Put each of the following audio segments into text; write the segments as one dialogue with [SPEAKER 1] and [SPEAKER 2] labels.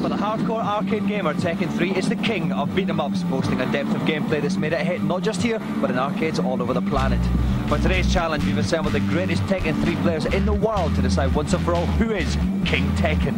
[SPEAKER 1] For the hardcore arcade gamer, Tekken 3 is the king of beat 'em ups, boasting a depth of gameplay that's made it a hit not just here, but in arcades all over the planet. For today's challenge, we've assembled the greatest Tekken 3 players in the world to decide once and for all who is King Tekken.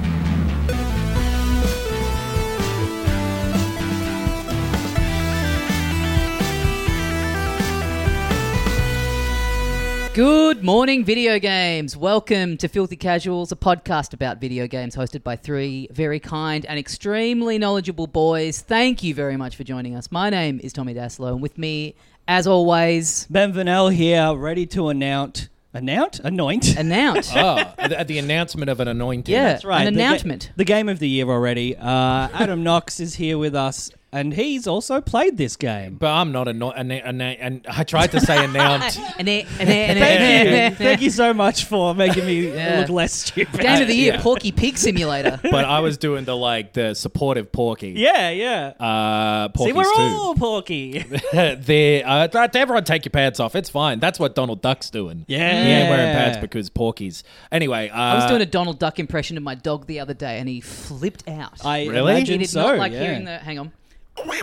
[SPEAKER 2] Good morning, video games. Welcome to Filthy Casuals, a podcast about video games hosted by three very kind and extremely knowledgeable boys. Thank you very much for joining us. My name is Tommy Daslow, and with me, as always,
[SPEAKER 3] Ben Vanel here, ready to announce, announce, anoint.
[SPEAKER 2] announce.
[SPEAKER 4] oh, at the- at the announcement of an anointing.
[SPEAKER 2] yeah,
[SPEAKER 4] That's
[SPEAKER 3] Right,
[SPEAKER 2] an
[SPEAKER 3] the ga-
[SPEAKER 2] announcement.
[SPEAKER 3] the game of the year already. Uh, Adam Knox is here with us, and he's also played this game.
[SPEAKER 4] But I'm not anno- an, an, an, I tried to say announced.
[SPEAKER 2] An- e- an- an- e- an-
[SPEAKER 3] Thank
[SPEAKER 2] an-
[SPEAKER 3] you, thank you so much for making me
[SPEAKER 2] Yeah.
[SPEAKER 3] look less stupid.
[SPEAKER 2] Game of the year,
[SPEAKER 4] Yeah.
[SPEAKER 2] Porky Pig Simulator.
[SPEAKER 4] but I was doing the like the supportive Porky.
[SPEAKER 3] yeah, yeah.
[SPEAKER 4] Uh,
[SPEAKER 3] See,
[SPEAKER 4] Porky's
[SPEAKER 3] we're
[SPEAKER 4] too.
[SPEAKER 3] all porky.
[SPEAKER 4] there, uh, th- everyone take your pads off. It's fine. That's what Donald Duck's doing.
[SPEAKER 3] Yeah.
[SPEAKER 4] he ain't wearing pads because Porky's. Anyway, uh,
[SPEAKER 2] I was doing a Donald Duck impression of my dog the other day, and he flipped out.
[SPEAKER 3] I
[SPEAKER 4] Really?
[SPEAKER 2] he
[SPEAKER 3] imagine
[SPEAKER 2] did
[SPEAKER 3] so.
[SPEAKER 2] not like
[SPEAKER 3] yeah.
[SPEAKER 2] hearing the. Hang on.
[SPEAKER 3] Yeah.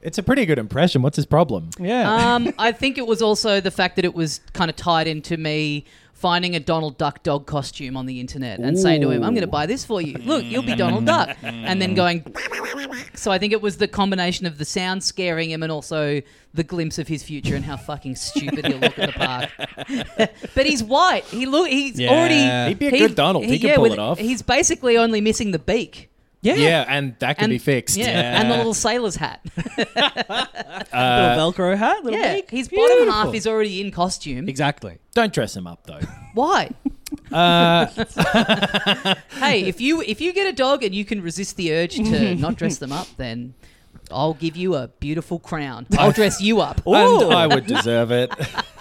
[SPEAKER 4] It's a pretty good impression. What's his problem?
[SPEAKER 3] Yeah.
[SPEAKER 2] Um, I think it was also the fact that it was kind of tied into me finding a Donald Duck dog costume on the internet and saying to him, "I'm going to buy this for you. Look, you'll be Donald Duck," and then going. So I think it was the combination of the sound scaring him and also the glimpse of his future and how fucking stupid he'll look at the park. but he's white. He look. He's
[SPEAKER 3] Yeah.
[SPEAKER 2] already.
[SPEAKER 4] He'd be a good Donald. He, can
[SPEAKER 2] yeah,
[SPEAKER 4] pull
[SPEAKER 2] with-
[SPEAKER 4] it off.
[SPEAKER 2] He's basically only missing the beak.
[SPEAKER 4] yeah. and that can be fixed.
[SPEAKER 2] Yeah, and the little sailor's hat.
[SPEAKER 4] uh,
[SPEAKER 3] little Velcro hat, little
[SPEAKER 2] yeah,
[SPEAKER 3] beak.
[SPEAKER 2] his bottom half
[SPEAKER 3] Beautiful.
[SPEAKER 2] is already in costume.
[SPEAKER 3] Exactly.
[SPEAKER 4] Don't dress him up though.
[SPEAKER 2] Why? Uh, hey, if you if you get a dog and you can resist the urge to not dress them up, then I'll give you a beautiful crown. I'll dress you up. Um,
[SPEAKER 4] and I would deserve it.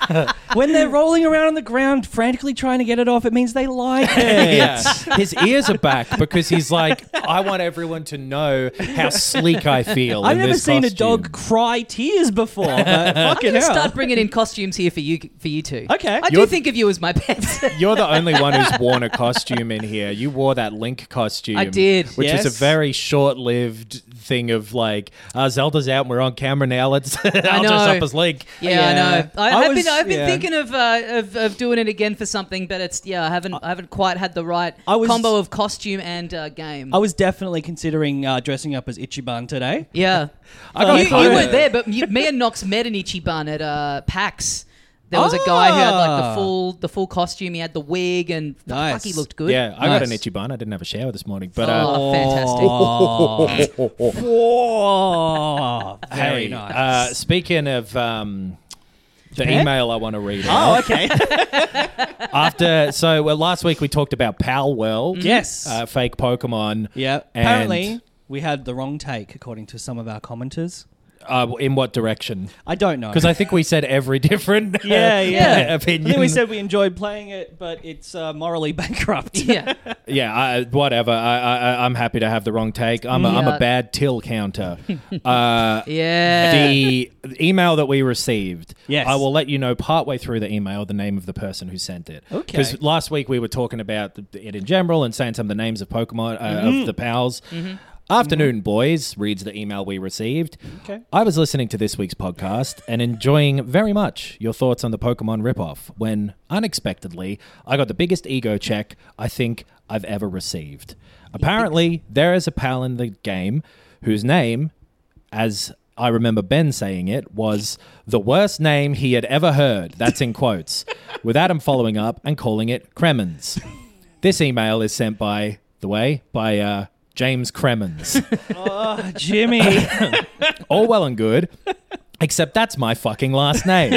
[SPEAKER 3] When they're rolling around on the ground, frantically trying to get it off, it means they like it.
[SPEAKER 4] Yeah. His ears are back because he's like, I want everyone to know how sleek I feel.
[SPEAKER 3] I've
[SPEAKER 4] in
[SPEAKER 3] never
[SPEAKER 4] this
[SPEAKER 3] seen a
[SPEAKER 4] costume."
[SPEAKER 3] dog cry tears before. but fucking hell.
[SPEAKER 2] Start bringing in costumes here for you for you two.
[SPEAKER 3] Okay.
[SPEAKER 2] I do
[SPEAKER 4] You're-
[SPEAKER 2] think of you as my pets.
[SPEAKER 4] You're the only one who's worn a costume in here. You wore that Link costume.
[SPEAKER 2] I did.
[SPEAKER 4] Which
[SPEAKER 3] Yes.
[SPEAKER 4] is a very short lived thing of like, uh, Zelda's out and we're on camera now. Let's I'll dress
[SPEAKER 2] know.
[SPEAKER 4] up as Link.
[SPEAKER 2] Yeah,
[SPEAKER 3] Yeah.
[SPEAKER 2] I know. I,
[SPEAKER 3] I
[SPEAKER 2] have
[SPEAKER 3] was-
[SPEAKER 2] been. I've been
[SPEAKER 3] yeah.
[SPEAKER 2] thinking of, uh, of of doing it again for something, but it's yeah. I haven't. I haven't quite had the right
[SPEAKER 3] I was-
[SPEAKER 2] combo of costume and uh, game.
[SPEAKER 3] I was definitely considering uh, dressing up as Ichiban today.
[SPEAKER 2] Yeah.
[SPEAKER 4] got
[SPEAKER 2] you, you
[SPEAKER 4] kinda-
[SPEAKER 2] weren't there, but you, me and Knox met an Ichiban at uh, PAX. There was a guy who had like the
[SPEAKER 3] Ah.
[SPEAKER 2] full the full costume. He had the wig and fuck,
[SPEAKER 3] Nice.
[SPEAKER 2] he looked good.
[SPEAKER 4] Yeah, I got an
[SPEAKER 3] Nice.
[SPEAKER 4] itchy bun. I didn't have a shower this morning, but uh,
[SPEAKER 2] Oh, fantastic.
[SPEAKER 3] Whoa!
[SPEAKER 4] hey, uh, speaking of um, the email I want to read. out.
[SPEAKER 3] oh, okay.
[SPEAKER 4] after so well, last week we talked about Pal World.
[SPEAKER 3] Yes.
[SPEAKER 4] Uh, fake Pokemon.
[SPEAKER 3] yeah.
[SPEAKER 4] And,
[SPEAKER 3] Apparently, we had the wrong take, according to some of our commenters.
[SPEAKER 4] uh, in what direction?
[SPEAKER 3] I don't know.
[SPEAKER 4] Because I think we said every different.
[SPEAKER 3] yeah, yeah.
[SPEAKER 4] Opinion.
[SPEAKER 3] I think we said we enjoyed playing it, but it's uh, morally bankrupt.
[SPEAKER 2] Yeah.
[SPEAKER 4] yeah, I, whatever. I, I, I- I'm happy to have the wrong take. I'm, a, I'm
[SPEAKER 2] Yeah.
[SPEAKER 4] a bad till counter. Uh,
[SPEAKER 2] Yeah.
[SPEAKER 4] the email that we received.
[SPEAKER 3] Yes.
[SPEAKER 4] I will let you know partway through the email the name of the person who sent it.
[SPEAKER 3] Okay.
[SPEAKER 4] Because last week we were talking about the- it in general and saying some of the names of Pokemon, uh,
[SPEAKER 3] Mm-hmm.
[SPEAKER 4] of the pals. Afternoon, boys, reads the email we received.
[SPEAKER 3] Okay.
[SPEAKER 4] I was listening to this week's podcast and enjoying very much your thoughts on the Pokemon ripoff when, unexpectedly, I got the biggest ego check I think I've ever received. Apparently, there is a pal in the game whose name as I remember Ben saying it, was the worst name he had ever heard. That's in quotes, with Adam following up and calling it Cremens. This email is sent by, the way, by uh, James Cremens.
[SPEAKER 3] Oh, Jimmy.
[SPEAKER 4] All well and good Except that's my fucking last name.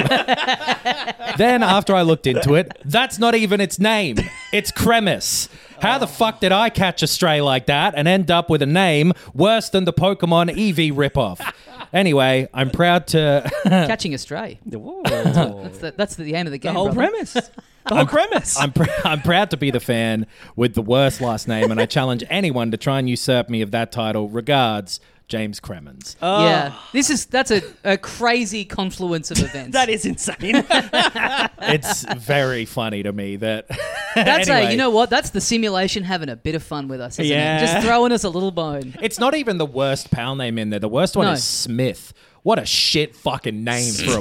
[SPEAKER 4] then after I looked into it, that's not even its name. It's Kremis. How the fuck did I catch a stray like that and end up with a name worse than the Pokemon EV ripoff? Anyway, I'm proud to
[SPEAKER 2] Catching a stray.
[SPEAKER 3] that's
[SPEAKER 2] That- That's the aim of the game.
[SPEAKER 3] the whole
[SPEAKER 2] brother.
[SPEAKER 3] premise. The whole premise.
[SPEAKER 4] I'm, pr- I'm proud to be the fan with the worst last name, and I challenge anyone to try and usurp me of that title. Regards, James Cremens.
[SPEAKER 2] Uh, Yeah, this is that's a, a crazy confluence of events.
[SPEAKER 3] that is insane.
[SPEAKER 4] It's very funny to me that.
[SPEAKER 2] That's
[SPEAKER 4] anyway,
[SPEAKER 2] a, you know what? That's the simulation having a bit of fun with us, isn't
[SPEAKER 3] Yeah.
[SPEAKER 2] it? Just throwing us a little bone.
[SPEAKER 4] It's not even the worst pal name in there. The worst one
[SPEAKER 2] No.
[SPEAKER 4] is Smith. What a shit fucking name for a
[SPEAKER 3] oh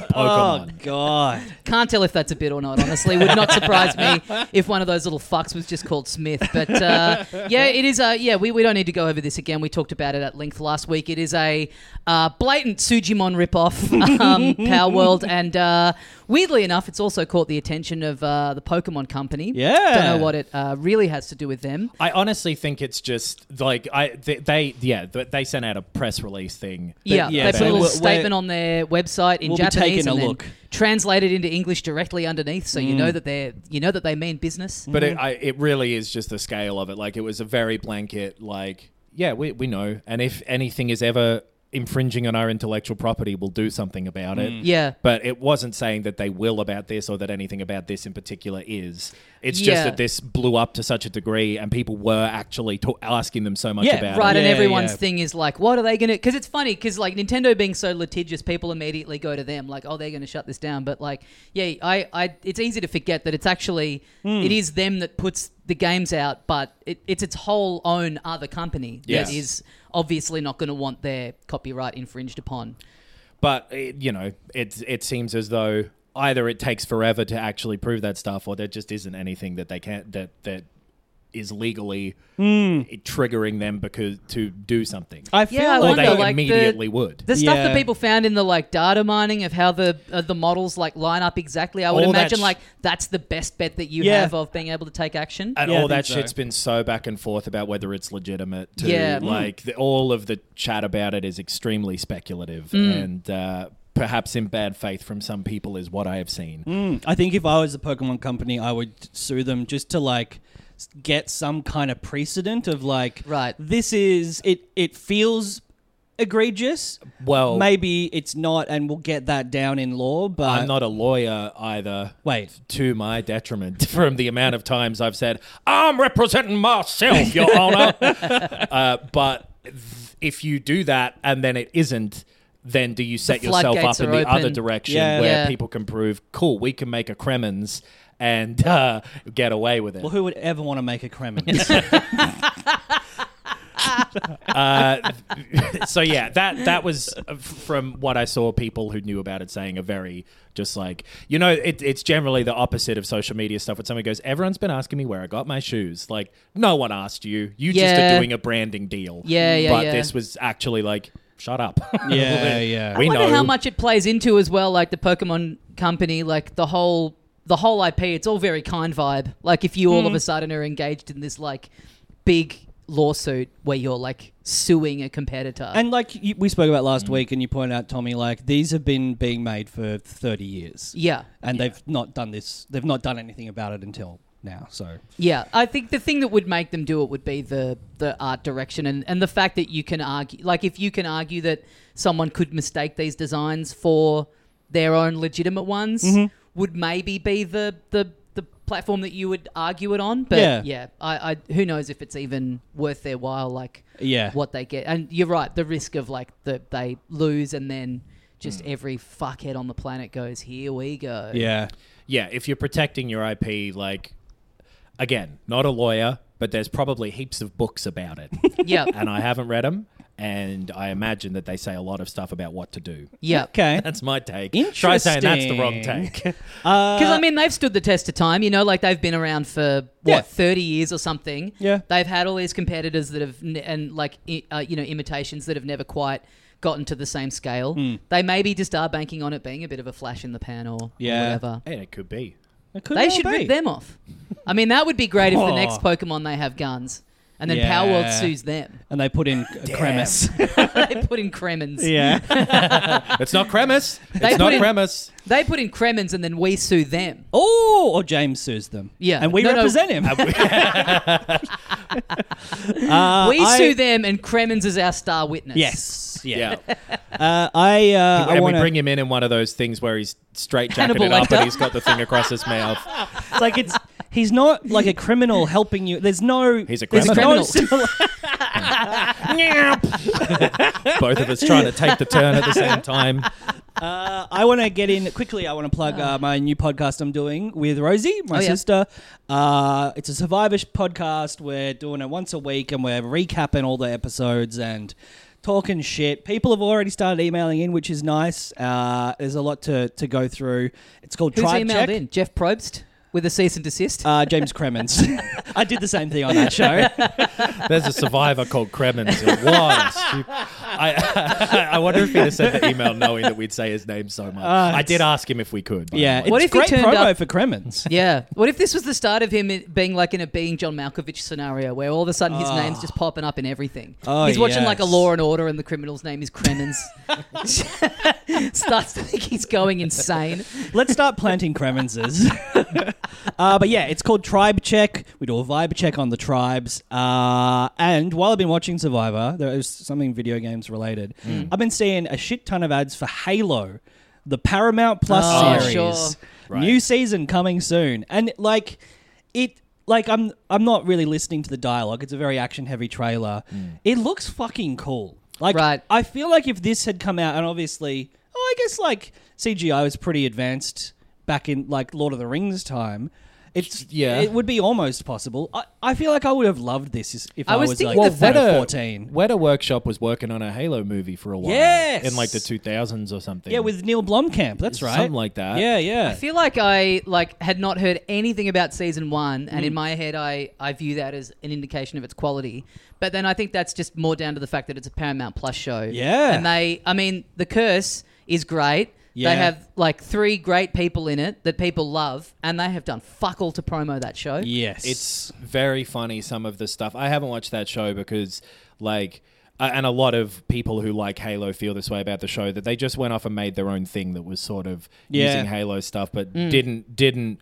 [SPEAKER 4] Pokemon.
[SPEAKER 3] god.
[SPEAKER 2] Can't tell if that's a bit or not, honestly. Would not surprise me if one of those little fucks was just called Smith. But uh, yeah, it is a, yeah, we, we don't need to go over this again. We talked about it at length last week. It is a uh, blatant Sujimon ripoff, um, Power World. And uh, weirdly enough, it's also caught the attention of uh, the Pokemon Company.
[SPEAKER 3] Yeah.
[SPEAKER 2] Don't know what it uh, really has to do with them.
[SPEAKER 4] I honestly think it's just like I they, they yeah th- they sent out a press release thing.
[SPEAKER 2] Yeah, they
[SPEAKER 3] yeah,
[SPEAKER 2] put a
[SPEAKER 3] so
[SPEAKER 2] little
[SPEAKER 3] we're-
[SPEAKER 2] statement
[SPEAKER 3] we're-
[SPEAKER 2] on their website in
[SPEAKER 3] we'll be
[SPEAKER 2] Japanese
[SPEAKER 3] taking a
[SPEAKER 2] and then
[SPEAKER 3] look. Mm.
[SPEAKER 2] translated into English directly underneath, so you know that they're you know that they mean business.
[SPEAKER 4] But it, I, it really is just the scale of it. Like it was a very blanket. Like yeah, we we know. And if anything is ever infringing on our intellectual property, we'll do something about it.
[SPEAKER 2] Yeah.
[SPEAKER 4] But it wasn't saying that they will about this or that anything about this in particular is. It's
[SPEAKER 2] Yeah.
[SPEAKER 4] just that this blew up to such a degree and people were actually ta- asking them so much
[SPEAKER 3] Yeah,
[SPEAKER 4] about
[SPEAKER 2] Right,
[SPEAKER 4] it.
[SPEAKER 2] and
[SPEAKER 3] Yeah,
[SPEAKER 2] everyone's
[SPEAKER 3] yeah.
[SPEAKER 2] thing is like, what are they gonna? Because it's funny, because like Nintendo being so litigious, people immediately go to them like, oh, they're gonna shut this down. But like, yeah, I, I, it's easy to forget that it's actually
[SPEAKER 3] Hmm.
[SPEAKER 2] it is them that puts the games out, but it, it's its whole own other company
[SPEAKER 4] Yes.
[SPEAKER 2] that is obviously not gonna want their copyright infringed upon.
[SPEAKER 4] But it, you know, it it seems as though either it takes forever to actually prove that stuff, or there just isn't anything that they can't that that is legally eh, triggering them because to do something.
[SPEAKER 3] I feel
[SPEAKER 2] Yeah, I
[SPEAKER 3] like
[SPEAKER 4] or
[SPEAKER 2] wonder,
[SPEAKER 4] they
[SPEAKER 2] like,
[SPEAKER 4] immediately
[SPEAKER 2] the-
[SPEAKER 4] would.
[SPEAKER 2] The stuff that
[SPEAKER 3] Yeah.
[SPEAKER 2] people found in the like data mining of how the uh, the models like line up exactly, I would
[SPEAKER 4] All that
[SPEAKER 2] imagine
[SPEAKER 4] sh-
[SPEAKER 2] like that's the best bet that you
[SPEAKER 3] Oh, Yeah.
[SPEAKER 2] have of being able to take action.
[SPEAKER 4] and
[SPEAKER 3] Mm-hmm. Yeah, I
[SPEAKER 4] all
[SPEAKER 3] think
[SPEAKER 4] that
[SPEAKER 3] so.
[SPEAKER 4] shit's been so back and forth about whether it's legitimate. To,
[SPEAKER 2] Yeah. Mm.
[SPEAKER 4] like the, all of the chat about it is extremely speculative
[SPEAKER 3] Mm.
[SPEAKER 4] and uh, perhaps in bad faith from some people is what I have seen.
[SPEAKER 3] I think if I was a Pokemon company, I would sue them just to like s- get some kind of precedent of like,
[SPEAKER 2] Right.
[SPEAKER 3] This is it. It feels egregious.
[SPEAKER 4] Well-
[SPEAKER 3] maybe it's not, and we'll get that down in law. But
[SPEAKER 4] I'm not a lawyer either.
[SPEAKER 3] Uh, Wait.
[SPEAKER 4] To my detriment, from the amount of times I've said, I'm representing myself, Your Honor. uh, but th- if you do that and then it isn't, then do you set yourself
[SPEAKER 2] floodgates
[SPEAKER 4] up in
[SPEAKER 2] are
[SPEAKER 4] the other
[SPEAKER 2] open.
[SPEAKER 4] direction
[SPEAKER 3] Yeah.
[SPEAKER 4] where
[SPEAKER 2] Yeah.
[SPEAKER 4] people can prove, cool, we can make a Kremens and uh, get away with it?
[SPEAKER 3] Well, who would ever want to make a Kremlin?
[SPEAKER 4] Uh, so yeah, that that was uh, f- from what I saw people who knew about it saying a very just like you know it, it's generally the opposite of social media stuff. When someone goes, "Everyone's been asking me where I got my shoes," like no one asked you. You just
[SPEAKER 2] Yeah.
[SPEAKER 4] are doing a branding deal.
[SPEAKER 2] Yeah, yeah,
[SPEAKER 4] But
[SPEAKER 2] yeah.
[SPEAKER 4] this was actually like, shut up.
[SPEAKER 3] yeah, yeah.
[SPEAKER 4] we
[SPEAKER 2] I wonder
[SPEAKER 4] know.
[SPEAKER 2] how much it plays into as well, like the Pokemon company, like the whole the whole IP. It's all very kind vibe. Like if you all of a sudden are engaged in this like big lawsuit where you're like suing a competitor.
[SPEAKER 3] And like you, we spoke about
[SPEAKER 4] Mm.
[SPEAKER 3] last week, and you point out, Tommy, like these have been being made for thirty years,
[SPEAKER 2] yeah.
[SPEAKER 3] and they've not done this. They've not done anything about it until now. So
[SPEAKER 2] Yeah, I think the thing that would make them do it would be the the art direction and, and the fact that you can argue like if you can argue that someone could mistake these designs for their own legitimate ones
[SPEAKER 3] Mm-hmm.
[SPEAKER 2] would maybe be the, the the platform that you would argue it on. But
[SPEAKER 3] Yeah.
[SPEAKER 2] yeah, I, I who knows if it's even worth their while like
[SPEAKER 3] Yeah.
[SPEAKER 2] what they get. And you're right, the risk of like the they lose and then just every fuckhead on the planet goes, Here we go.
[SPEAKER 3] Mm. yeah,
[SPEAKER 4] yeah, if you're protecting your IP, like again, not a lawyer, but there's probably heaps of books about it,
[SPEAKER 2] Yeah.
[SPEAKER 4] and I haven't read them. And I imagine that they say a lot of stuff about what to do.
[SPEAKER 2] yeah.
[SPEAKER 3] okay.
[SPEAKER 4] That's my take. Try saying that's the wrong
[SPEAKER 3] Interesting.
[SPEAKER 4] take.
[SPEAKER 2] Because
[SPEAKER 3] Uh,
[SPEAKER 2] I mean, they've stood the test of time. You know, like they've been around for what
[SPEAKER 3] Yeah.
[SPEAKER 2] thirty years or something.
[SPEAKER 3] Yeah.
[SPEAKER 2] they've had all these competitors that have n- and like I- uh, you know imitations that have never quite gotten to the same scale.
[SPEAKER 3] Hmm.
[SPEAKER 2] They maybe just are banking on it being a bit of a flash in the pan or, or
[SPEAKER 3] Yeah.
[SPEAKER 2] whatever.
[SPEAKER 4] and it could be.
[SPEAKER 3] It could
[SPEAKER 2] They
[SPEAKER 3] well
[SPEAKER 2] should
[SPEAKER 3] be.
[SPEAKER 2] rip them off. I mean, that would be great if the
[SPEAKER 3] Oh.
[SPEAKER 2] next Pokemon they have guns. and then Power World
[SPEAKER 3] Yeah.
[SPEAKER 2] sues them.
[SPEAKER 3] and they put in Kremis.
[SPEAKER 2] they put in Kremens.
[SPEAKER 3] yeah.
[SPEAKER 4] It's not Kremis.
[SPEAKER 2] They
[SPEAKER 4] It's
[SPEAKER 2] put
[SPEAKER 4] not
[SPEAKER 2] in-
[SPEAKER 4] Kremis.
[SPEAKER 2] They put in Kremens, and then we sue them.
[SPEAKER 3] Oh, or James sues them.
[SPEAKER 2] Yeah.
[SPEAKER 3] and we
[SPEAKER 2] No, no.
[SPEAKER 3] represent him. Uh,
[SPEAKER 2] we
[SPEAKER 3] I-
[SPEAKER 2] sue them, and Kremens is our star witness.
[SPEAKER 3] Yes. Yeah.
[SPEAKER 4] Yeah.
[SPEAKER 3] Uh, I. Uh, I
[SPEAKER 4] and
[SPEAKER 3] want
[SPEAKER 4] we bring him in in one of those things where he's straight jacketed
[SPEAKER 2] Hannibal
[SPEAKER 4] up
[SPEAKER 2] Lecter.
[SPEAKER 4] and he's got the thing across his mouth.
[SPEAKER 3] It's like it's. He's not like a criminal helping you. There's no.
[SPEAKER 4] He's a
[SPEAKER 3] there's
[SPEAKER 4] criminal.
[SPEAKER 3] No similar-
[SPEAKER 4] Both of us trying to take the turn at the same time.
[SPEAKER 3] uh, I want to get in quickly. I want to plug uh, my new podcast I'm doing with Rosie, my
[SPEAKER 2] Oh, yeah.
[SPEAKER 3] sister. Uh, it's a survivor sh- podcast. We're doing it once a week, and we're recapping all the episodes and talking shit. People have already started emailing in, which is nice. Uh, there's a lot to to go through. It's called
[SPEAKER 2] Who's
[SPEAKER 3] Tribe
[SPEAKER 2] emailed
[SPEAKER 3] Check.
[SPEAKER 2] in? Jeff Probst with a cease and desist.
[SPEAKER 3] Uh, James Cremens. I did the same thing on that show.
[SPEAKER 4] There's a survivor called Kremens. and What? a stu- I, I wonder if he'd have sent the email knowing that we'd say his name so much. I did ask him if we could. by
[SPEAKER 3] Yeah,
[SPEAKER 4] the
[SPEAKER 3] what
[SPEAKER 4] way.
[SPEAKER 2] What
[SPEAKER 3] it's
[SPEAKER 2] if he
[SPEAKER 3] great
[SPEAKER 2] turned
[SPEAKER 3] promo
[SPEAKER 2] up-
[SPEAKER 3] for Kremens.
[SPEAKER 2] yeah. What if this was the start of him i- being like in a being John Malkovich scenario, where all of a sudden his name's just popping up in everything?
[SPEAKER 3] Ah. Oh,
[SPEAKER 2] he's watching like a
[SPEAKER 3] yes.
[SPEAKER 2] Law and Order, and the criminal's name is Kremens. Starts to think he's going insane.
[SPEAKER 3] Let's start planting Kremenses. uh, but yeah, it's called Tribe Check. We do a vibe check on the tribes. Uh, and while I've been watching Survivor, there is something video games related. I've been seeing a shit ton of ads for Halo, the Paramount Plus
[SPEAKER 2] Oh,
[SPEAKER 3] series.
[SPEAKER 2] sure.
[SPEAKER 4] Right.
[SPEAKER 3] New season coming soon, and like it. Like I'm, I'm not really listening to the dialogue. It's a very action-heavy trailer. It looks fucking cool. Like
[SPEAKER 2] Right.
[SPEAKER 3] I feel like if this had come out, and obviously, oh, I guess like CGI was pretty advanced back in like Lord of the Rings time. It's
[SPEAKER 4] Yeah.
[SPEAKER 3] it would be almost possible. I, I feel like I would have loved this if I,
[SPEAKER 2] was
[SPEAKER 3] was
[SPEAKER 2] thinking
[SPEAKER 3] like
[SPEAKER 2] the fact-
[SPEAKER 3] well,
[SPEAKER 4] Weta-
[SPEAKER 3] 14.
[SPEAKER 4] Weta Workshop was working on a Halo movie for a while.
[SPEAKER 3] Yes!
[SPEAKER 4] In like the 2000s or something.
[SPEAKER 3] yeah, with Neil Blomkamp. That's right,
[SPEAKER 4] Something like that.
[SPEAKER 3] Yeah, yeah.
[SPEAKER 2] I feel like I like had not heard anything about season one, and
[SPEAKER 3] Mm.
[SPEAKER 2] in my head, I I view that as an indication of its quality. But then I think that's just more down to the fact that it's a Paramount Plus show.
[SPEAKER 3] Yeah.
[SPEAKER 2] and they, I mean, the curse is great.
[SPEAKER 3] Yeah.
[SPEAKER 2] They have like three great people in it that people love, and they have done fuck all to promo that show.
[SPEAKER 3] yes,
[SPEAKER 4] It's very funny some of the stuff. I haven't watched that show because like uh, and a lot of people who like Halo feel this way about the show that they just went off and made their own thing that was sort of
[SPEAKER 3] Yeah. Mm.
[SPEAKER 4] using Halo stuff but didn't didn't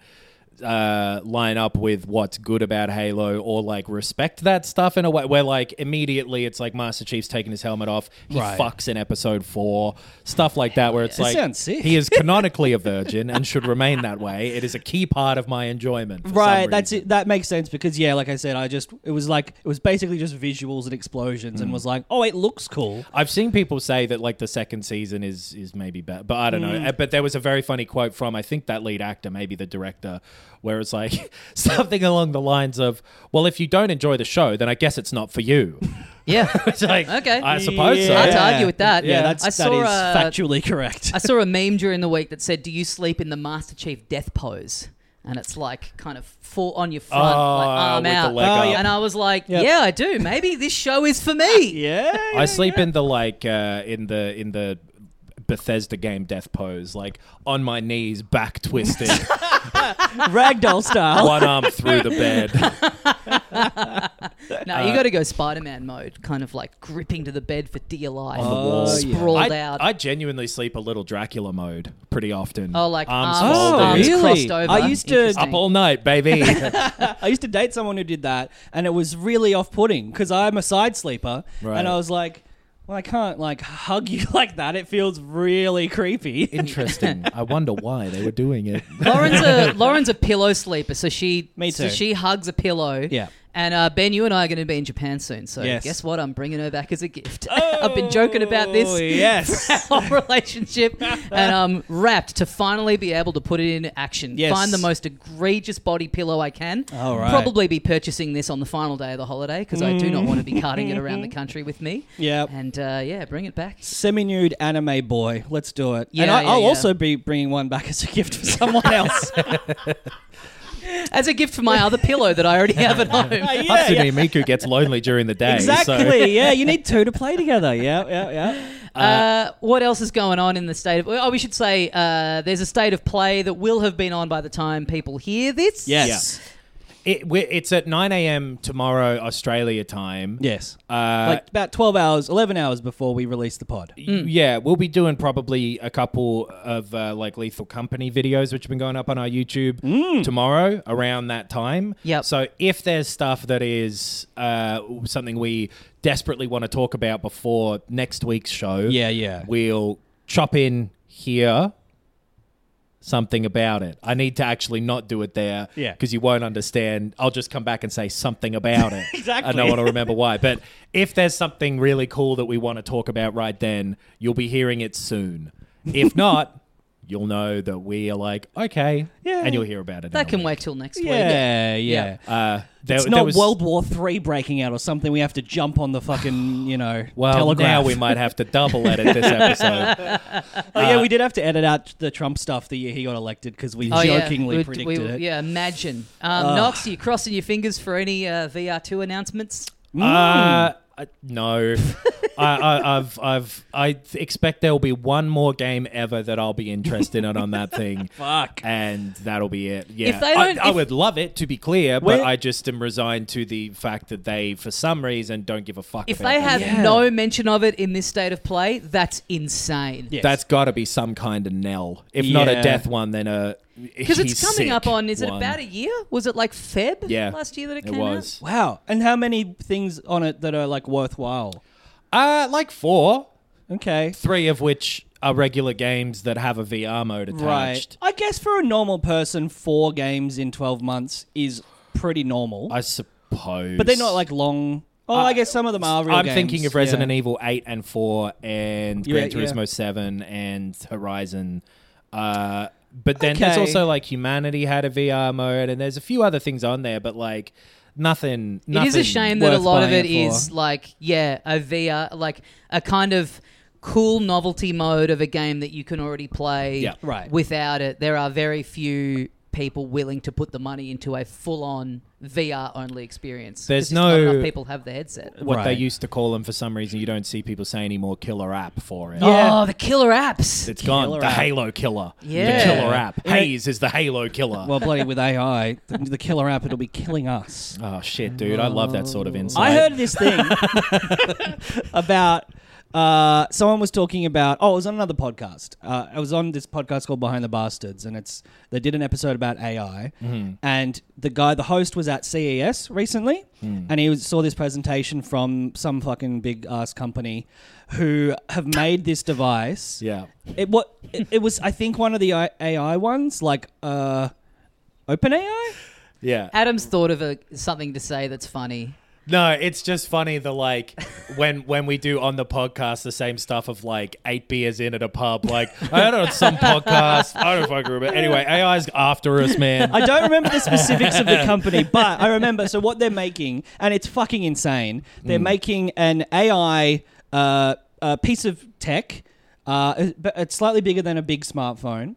[SPEAKER 4] uh, line up with what's good about Halo or like respect that stuff in a way where like immediately it's like Master Chief's taking his helmet off, he
[SPEAKER 3] Right.
[SPEAKER 4] fucks in episode four, stuff like that where it's
[SPEAKER 3] That
[SPEAKER 4] like
[SPEAKER 3] sounds sick.
[SPEAKER 4] he is canonically a virgin and should remain that way. It is a key part of my enjoyment. for some
[SPEAKER 3] right that's
[SPEAKER 4] reason.
[SPEAKER 3] it that makes sense because yeah like i said i just it was like it was basically just visuals and explosions
[SPEAKER 2] Mm.
[SPEAKER 3] and was like oh it looks cool
[SPEAKER 4] I've seen people say that like the second season is is maybe better, but I don't
[SPEAKER 2] Mm.
[SPEAKER 4] know. Uh, But there was a very funny quote from I think that lead actor, maybe the director, where it's like something along the lines of, "Well, if you don't enjoy the show, then I guess it's not for you."
[SPEAKER 2] yeah.
[SPEAKER 4] It's like,
[SPEAKER 2] Okay.
[SPEAKER 4] I suppose so.
[SPEAKER 2] Hard to argue with that.
[SPEAKER 3] yeah,
[SPEAKER 2] Yeah.
[SPEAKER 3] that's
[SPEAKER 2] I
[SPEAKER 3] that
[SPEAKER 2] saw,
[SPEAKER 3] is
[SPEAKER 2] uh,
[SPEAKER 3] factually correct
[SPEAKER 2] I saw a meme during the week that said, "Do you sleep in the Master Chief death pose?" And it's like kind of full on your front,
[SPEAKER 4] Oh,
[SPEAKER 2] like arm
[SPEAKER 4] with the
[SPEAKER 2] out.
[SPEAKER 4] leg Oh, up. yeah.
[SPEAKER 2] And I was like,
[SPEAKER 3] Yep.
[SPEAKER 2] "Yeah, I do. Maybe this show is for me."
[SPEAKER 3] yeah
[SPEAKER 4] I sleep in the like uh, in the in the Bethesda game death pose, like on my knees, back twisted,
[SPEAKER 3] ragdoll style
[SPEAKER 4] one arm through the bed.
[SPEAKER 2] No, you got to go Spider-Man mode, kind of like gripping to the bed for dear life,
[SPEAKER 3] wall.
[SPEAKER 2] sprawled
[SPEAKER 4] I,
[SPEAKER 2] out.
[SPEAKER 4] I genuinely sleep a little Dracula mode pretty often.
[SPEAKER 2] oh, like
[SPEAKER 4] arms
[SPEAKER 2] arms,
[SPEAKER 4] folded.
[SPEAKER 2] arms
[SPEAKER 3] Oh, really?
[SPEAKER 2] crossed over.
[SPEAKER 3] I used to-
[SPEAKER 2] Interesting.
[SPEAKER 4] up all night, baby.
[SPEAKER 3] I used to date someone who did that, and it was really off-putting because I'm a side sleeper,
[SPEAKER 4] Right.
[SPEAKER 3] and I was like, "Well, I can't like hug you like that. It feels really creepy."
[SPEAKER 4] Interesting. I wonder why they were doing it.
[SPEAKER 2] Lauren's a Lauren's a pillow sleeper, so she
[SPEAKER 3] Me
[SPEAKER 2] So
[SPEAKER 3] too.
[SPEAKER 2] she hugs a pillow.
[SPEAKER 3] Yeah.
[SPEAKER 2] And uh, Ben, you and I are going to be in Japan soon, so
[SPEAKER 3] Yes.
[SPEAKER 2] guess what? I'm bringing her back as a gift. I've been joking about this
[SPEAKER 3] Oh, yes.
[SPEAKER 2] whole relationship, and I'm wrapped to finally be able to put it into action.
[SPEAKER 3] Yes.
[SPEAKER 2] Find the most egregious body pillow I can.
[SPEAKER 3] All right.
[SPEAKER 2] Probably be purchasing this on the final day of the holiday because I do not want to be carting it around the country with me.
[SPEAKER 3] Mm-hmm. Yep.
[SPEAKER 2] And uh, yeah, bring it back.
[SPEAKER 3] semi-nude anime boy. Let's do it. and
[SPEAKER 2] Yeah,
[SPEAKER 3] I,
[SPEAKER 2] yeah,
[SPEAKER 3] I'll
[SPEAKER 2] yeah.
[SPEAKER 3] also be bringing one back as a gift for someone else.
[SPEAKER 2] As a gift for my other pillow that I already have at home.
[SPEAKER 3] Yeah, yeah.
[SPEAKER 4] Hatsune Miku gets lonely during the day.
[SPEAKER 3] Exactly. Yeah, you need two to play together. Yeah, yeah, yeah.
[SPEAKER 2] Uh, what else is going on in the state of? Oh, we should say uh, there's a state of play that will have been on by the time people hear this.
[SPEAKER 4] Yes. It, we're, it's at 9 a.m. tomorrow, Australia time.
[SPEAKER 3] Yes.
[SPEAKER 4] Uh,
[SPEAKER 3] like about 12 hours, 11 hours before we release the pod.
[SPEAKER 4] Yeah, we'll be doing probably a couple of uh, like Lethal Company videos, which have been going up on our YouTube tomorrow around that time.
[SPEAKER 2] Yep.
[SPEAKER 4] So if there's stuff that is uh, something we desperately want to talk about before next week's show,
[SPEAKER 3] Yeah, yeah.
[SPEAKER 4] we'll chop in here something about it. I need to actually not do it there
[SPEAKER 3] Yeah.
[SPEAKER 4] because you won't understand. I'll just come back and say something about it.
[SPEAKER 3] Exactly.
[SPEAKER 4] I don't want to remember why. But if there's something really cool that we want to talk about right then, you'll be hearing it soon. If not, you'll know that we are like, okay.
[SPEAKER 3] Yeah.
[SPEAKER 4] And you'll hear about it.
[SPEAKER 2] That
[SPEAKER 4] in a
[SPEAKER 2] can
[SPEAKER 4] week.
[SPEAKER 2] wait till next
[SPEAKER 3] Yeah,
[SPEAKER 2] week.
[SPEAKER 3] yeah.
[SPEAKER 2] Yeah.
[SPEAKER 4] Uh, there,
[SPEAKER 3] It's
[SPEAKER 4] there
[SPEAKER 3] not
[SPEAKER 4] was-
[SPEAKER 3] World War Three breaking out or something. We have to jump on the fucking, you know,
[SPEAKER 4] Well,
[SPEAKER 3] telegraph.
[SPEAKER 4] now we might have to double edit this episode.
[SPEAKER 3] Oh,
[SPEAKER 4] uh,
[SPEAKER 3] yeah, we did have to edit out the Trump stuff the year he got elected because we
[SPEAKER 2] Oh, yeah.
[SPEAKER 3] jokingly
[SPEAKER 2] We would-
[SPEAKER 3] predicted
[SPEAKER 2] we would-
[SPEAKER 3] it.
[SPEAKER 2] Yeah, imagine. Um, Knox, are you crossing your fingers for any uh, VR2 announcements?
[SPEAKER 3] Mm.
[SPEAKER 4] Uh, I- no, I, I, I've, I've, I expect there will be one more game ever that I'll be interested in on that thing.
[SPEAKER 3] Fuck.
[SPEAKER 4] And that'll be it. Yeah,
[SPEAKER 2] If they don't-
[SPEAKER 4] I, I
[SPEAKER 2] if-
[SPEAKER 4] would love it to be clear, but
[SPEAKER 3] Where-
[SPEAKER 4] I just am resigned to the fact that they, for some reason, don't give a fuck.
[SPEAKER 2] If
[SPEAKER 4] about
[SPEAKER 2] they
[SPEAKER 4] that.
[SPEAKER 2] have
[SPEAKER 3] Yeah.
[SPEAKER 2] no mention of it in this state of play, that's insane.
[SPEAKER 3] Yeah.
[SPEAKER 4] that's got to be some kind of knell. If not
[SPEAKER 3] Yeah.
[SPEAKER 4] a death one, then a
[SPEAKER 2] Because it's coming up on, is it about a
[SPEAKER 4] it? year?
[SPEAKER 2] year? Was it like Feb
[SPEAKER 4] Yeah,
[SPEAKER 2] last year that it
[SPEAKER 4] it
[SPEAKER 2] came
[SPEAKER 4] was.
[SPEAKER 3] Wow. And how many things on it that are like worthwhile?
[SPEAKER 4] Uh, like four,
[SPEAKER 3] Okay.
[SPEAKER 4] three of which are regular games that have a VR mode attached.
[SPEAKER 3] Right. I guess for a normal person, four games in 12 months is pretty normal.
[SPEAKER 4] I suppose.
[SPEAKER 3] but they're not like long. Oh, I guess some of them are real
[SPEAKER 4] I'm
[SPEAKER 3] games.
[SPEAKER 4] thinking of Resident
[SPEAKER 3] yeah.
[SPEAKER 4] Evil 8 and 4 and Gran
[SPEAKER 3] Yeah, yeah.
[SPEAKER 4] Turismo 7 and Horizon. Uh, but then there's
[SPEAKER 3] Okay.
[SPEAKER 4] also like Humanity had a VR mode and there's a few other things on there, but like nothing.
[SPEAKER 2] It
[SPEAKER 4] nothing
[SPEAKER 2] is a shame that a
[SPEAKER 3] worth
[SPEAKER 2] lot of it
[SPEAKER 3] buying it
[SPEAKER 2] is
[SPEAKER 3] for.
[SPEAKER 2] like, yeah, a VR, like a kind of cool novelty mode of a game that you can already play
[SPEAKER 4] Yeah.
[SPEAKER 3] Right.
[SPEAKER 2] without it. There are very few people willing to put the money into a full on VR only experience. 'cause
[SPEAKER 4] There's
[SPEAKER 2] just not
[SPEAKER 4] no-
[SPEAKER 2] enough people have the headset.
[SPEAKER 4] What they
[SPEAKER 3] Right.
[SPEAKER 4] used to call them for some reason, you don't see people say anymore killer app for it. Oh,
[SPEAKER 3] Yeah.
[SPEAKER 2] Oh, the killer apps.
[SPEAKER 4] It's gone.
[SPEAKER 3] Killer
[SPEAKER 4] the
[SPEAKER 3] app.
[SPEAKER 4] Halo killer.
[SPEAKER 2] Yeah.
[SPEAKER 4] The killer app.
[SPEAKER 3] Yeah.
[SPEAKER 4] Haze is the Halo killer.
[SPEAKER 3] Well, bloody with AI, the, the killer app, it'll be killing us.
[SPEAKER 4] oh, shit, dude. I love that sort of insight.
[SPEAKER 3] I heard this thing about uh, someone was talking about. Oh, it was on another podcast. Uh, I was on this podcast called Behind the Bastards, and it's they did an episode about AI, and the guy, the host, was at CES recently, and he was, saw this presentation from some fucking big ass company who have made this device.
[SPEAKER 4] Yeah.
[SPEAKER 3] It what it, it was, I think, one of the I- AI ones, like uh, OpenAI.
[SPEAKER 4] Yeah.
[SPEAKER 2] Adam's thought of a, something to say that's funny.
[SPEAKER 4] No, it's just funny the like when when we do on the podcast the same stuff of like eight beers in at a pub. Like I don't know, it's some podcast. I don't fucking remember. Anyway, AI's after us, man.
[SPEAKER 3] I don't remember the specifics of the company, but I remember. So what they're making, and it's fucking insane. They're making an AI uh, uh, piece of tech, uh, but it's slightly bigger than a big smartphone,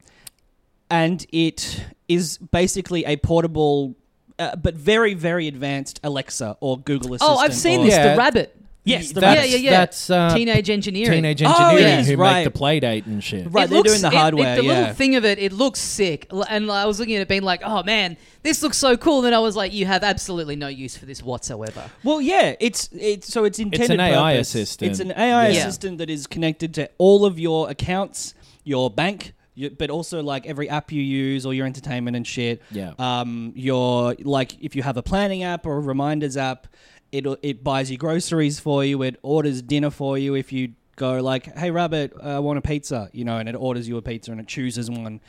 [SPEAKER 3] and it is basically a portable. Uh, but very, very advanced Alexa or Google Assistant.
[SPEAKER 2] Oh, I've seen
[SPEAKER 3] or-
[SPEAKER 2] this.
[SPEAKER 4] Yeah.
[SPEAKER 2] The rabbit.
[SPEAKER 3] Yes, the
[SPEAKER 4] That's-
[SPEAKER 2] yeah, yeah, yeah.
[SPEAKER 4] That's uh,
[SPEAKER 2] teenage engineering.
[SPEAKER 4] teenage
[SPEAKER 3] Oh,
[SPEAKER 4] engineering
[SPEAKER 3] yes,
[SPEAKER 4] who
[SPEAKER 3] right.
[SPEAKER 4] make the play date and shit.
[SPEAKER 3] Right, they're doing the
[SPEAKER 2] it- it-
[SPEAKER 3] hardware,
[SPEAKER 2] the
[SPEAKER 3] yeah.
[SPEAKER 2] little thing of it, it looks sick. L- And I was looking at it, being like, "Oh man, this looks so cool." And then I was like, "You have absolutely no use for this whatsoever."
[SPEAKER 3] Well, yeah, it's it's so it's intended.
[SPEAKER 4] AI
[SPEAKER 3] purpose.
[SPEAKER 4] assistant.
[SPEAKER 3] It's an AI
[SPEAKER 2] Yeah.
[SPEAKER 3] assistant that is connected to all of your accounts, your bank, your, but also like every app you use, all your entertainment and shit.
[SPEAKER 4] Yeah.
[SPEAKER 3] Um, your like if you have a planning app or a reminders app, it it buys you groceries for you. It orders dinner for you if you go like, hey rabbit, I want a pizza, you know, and it orders you a pizza and it chooses one,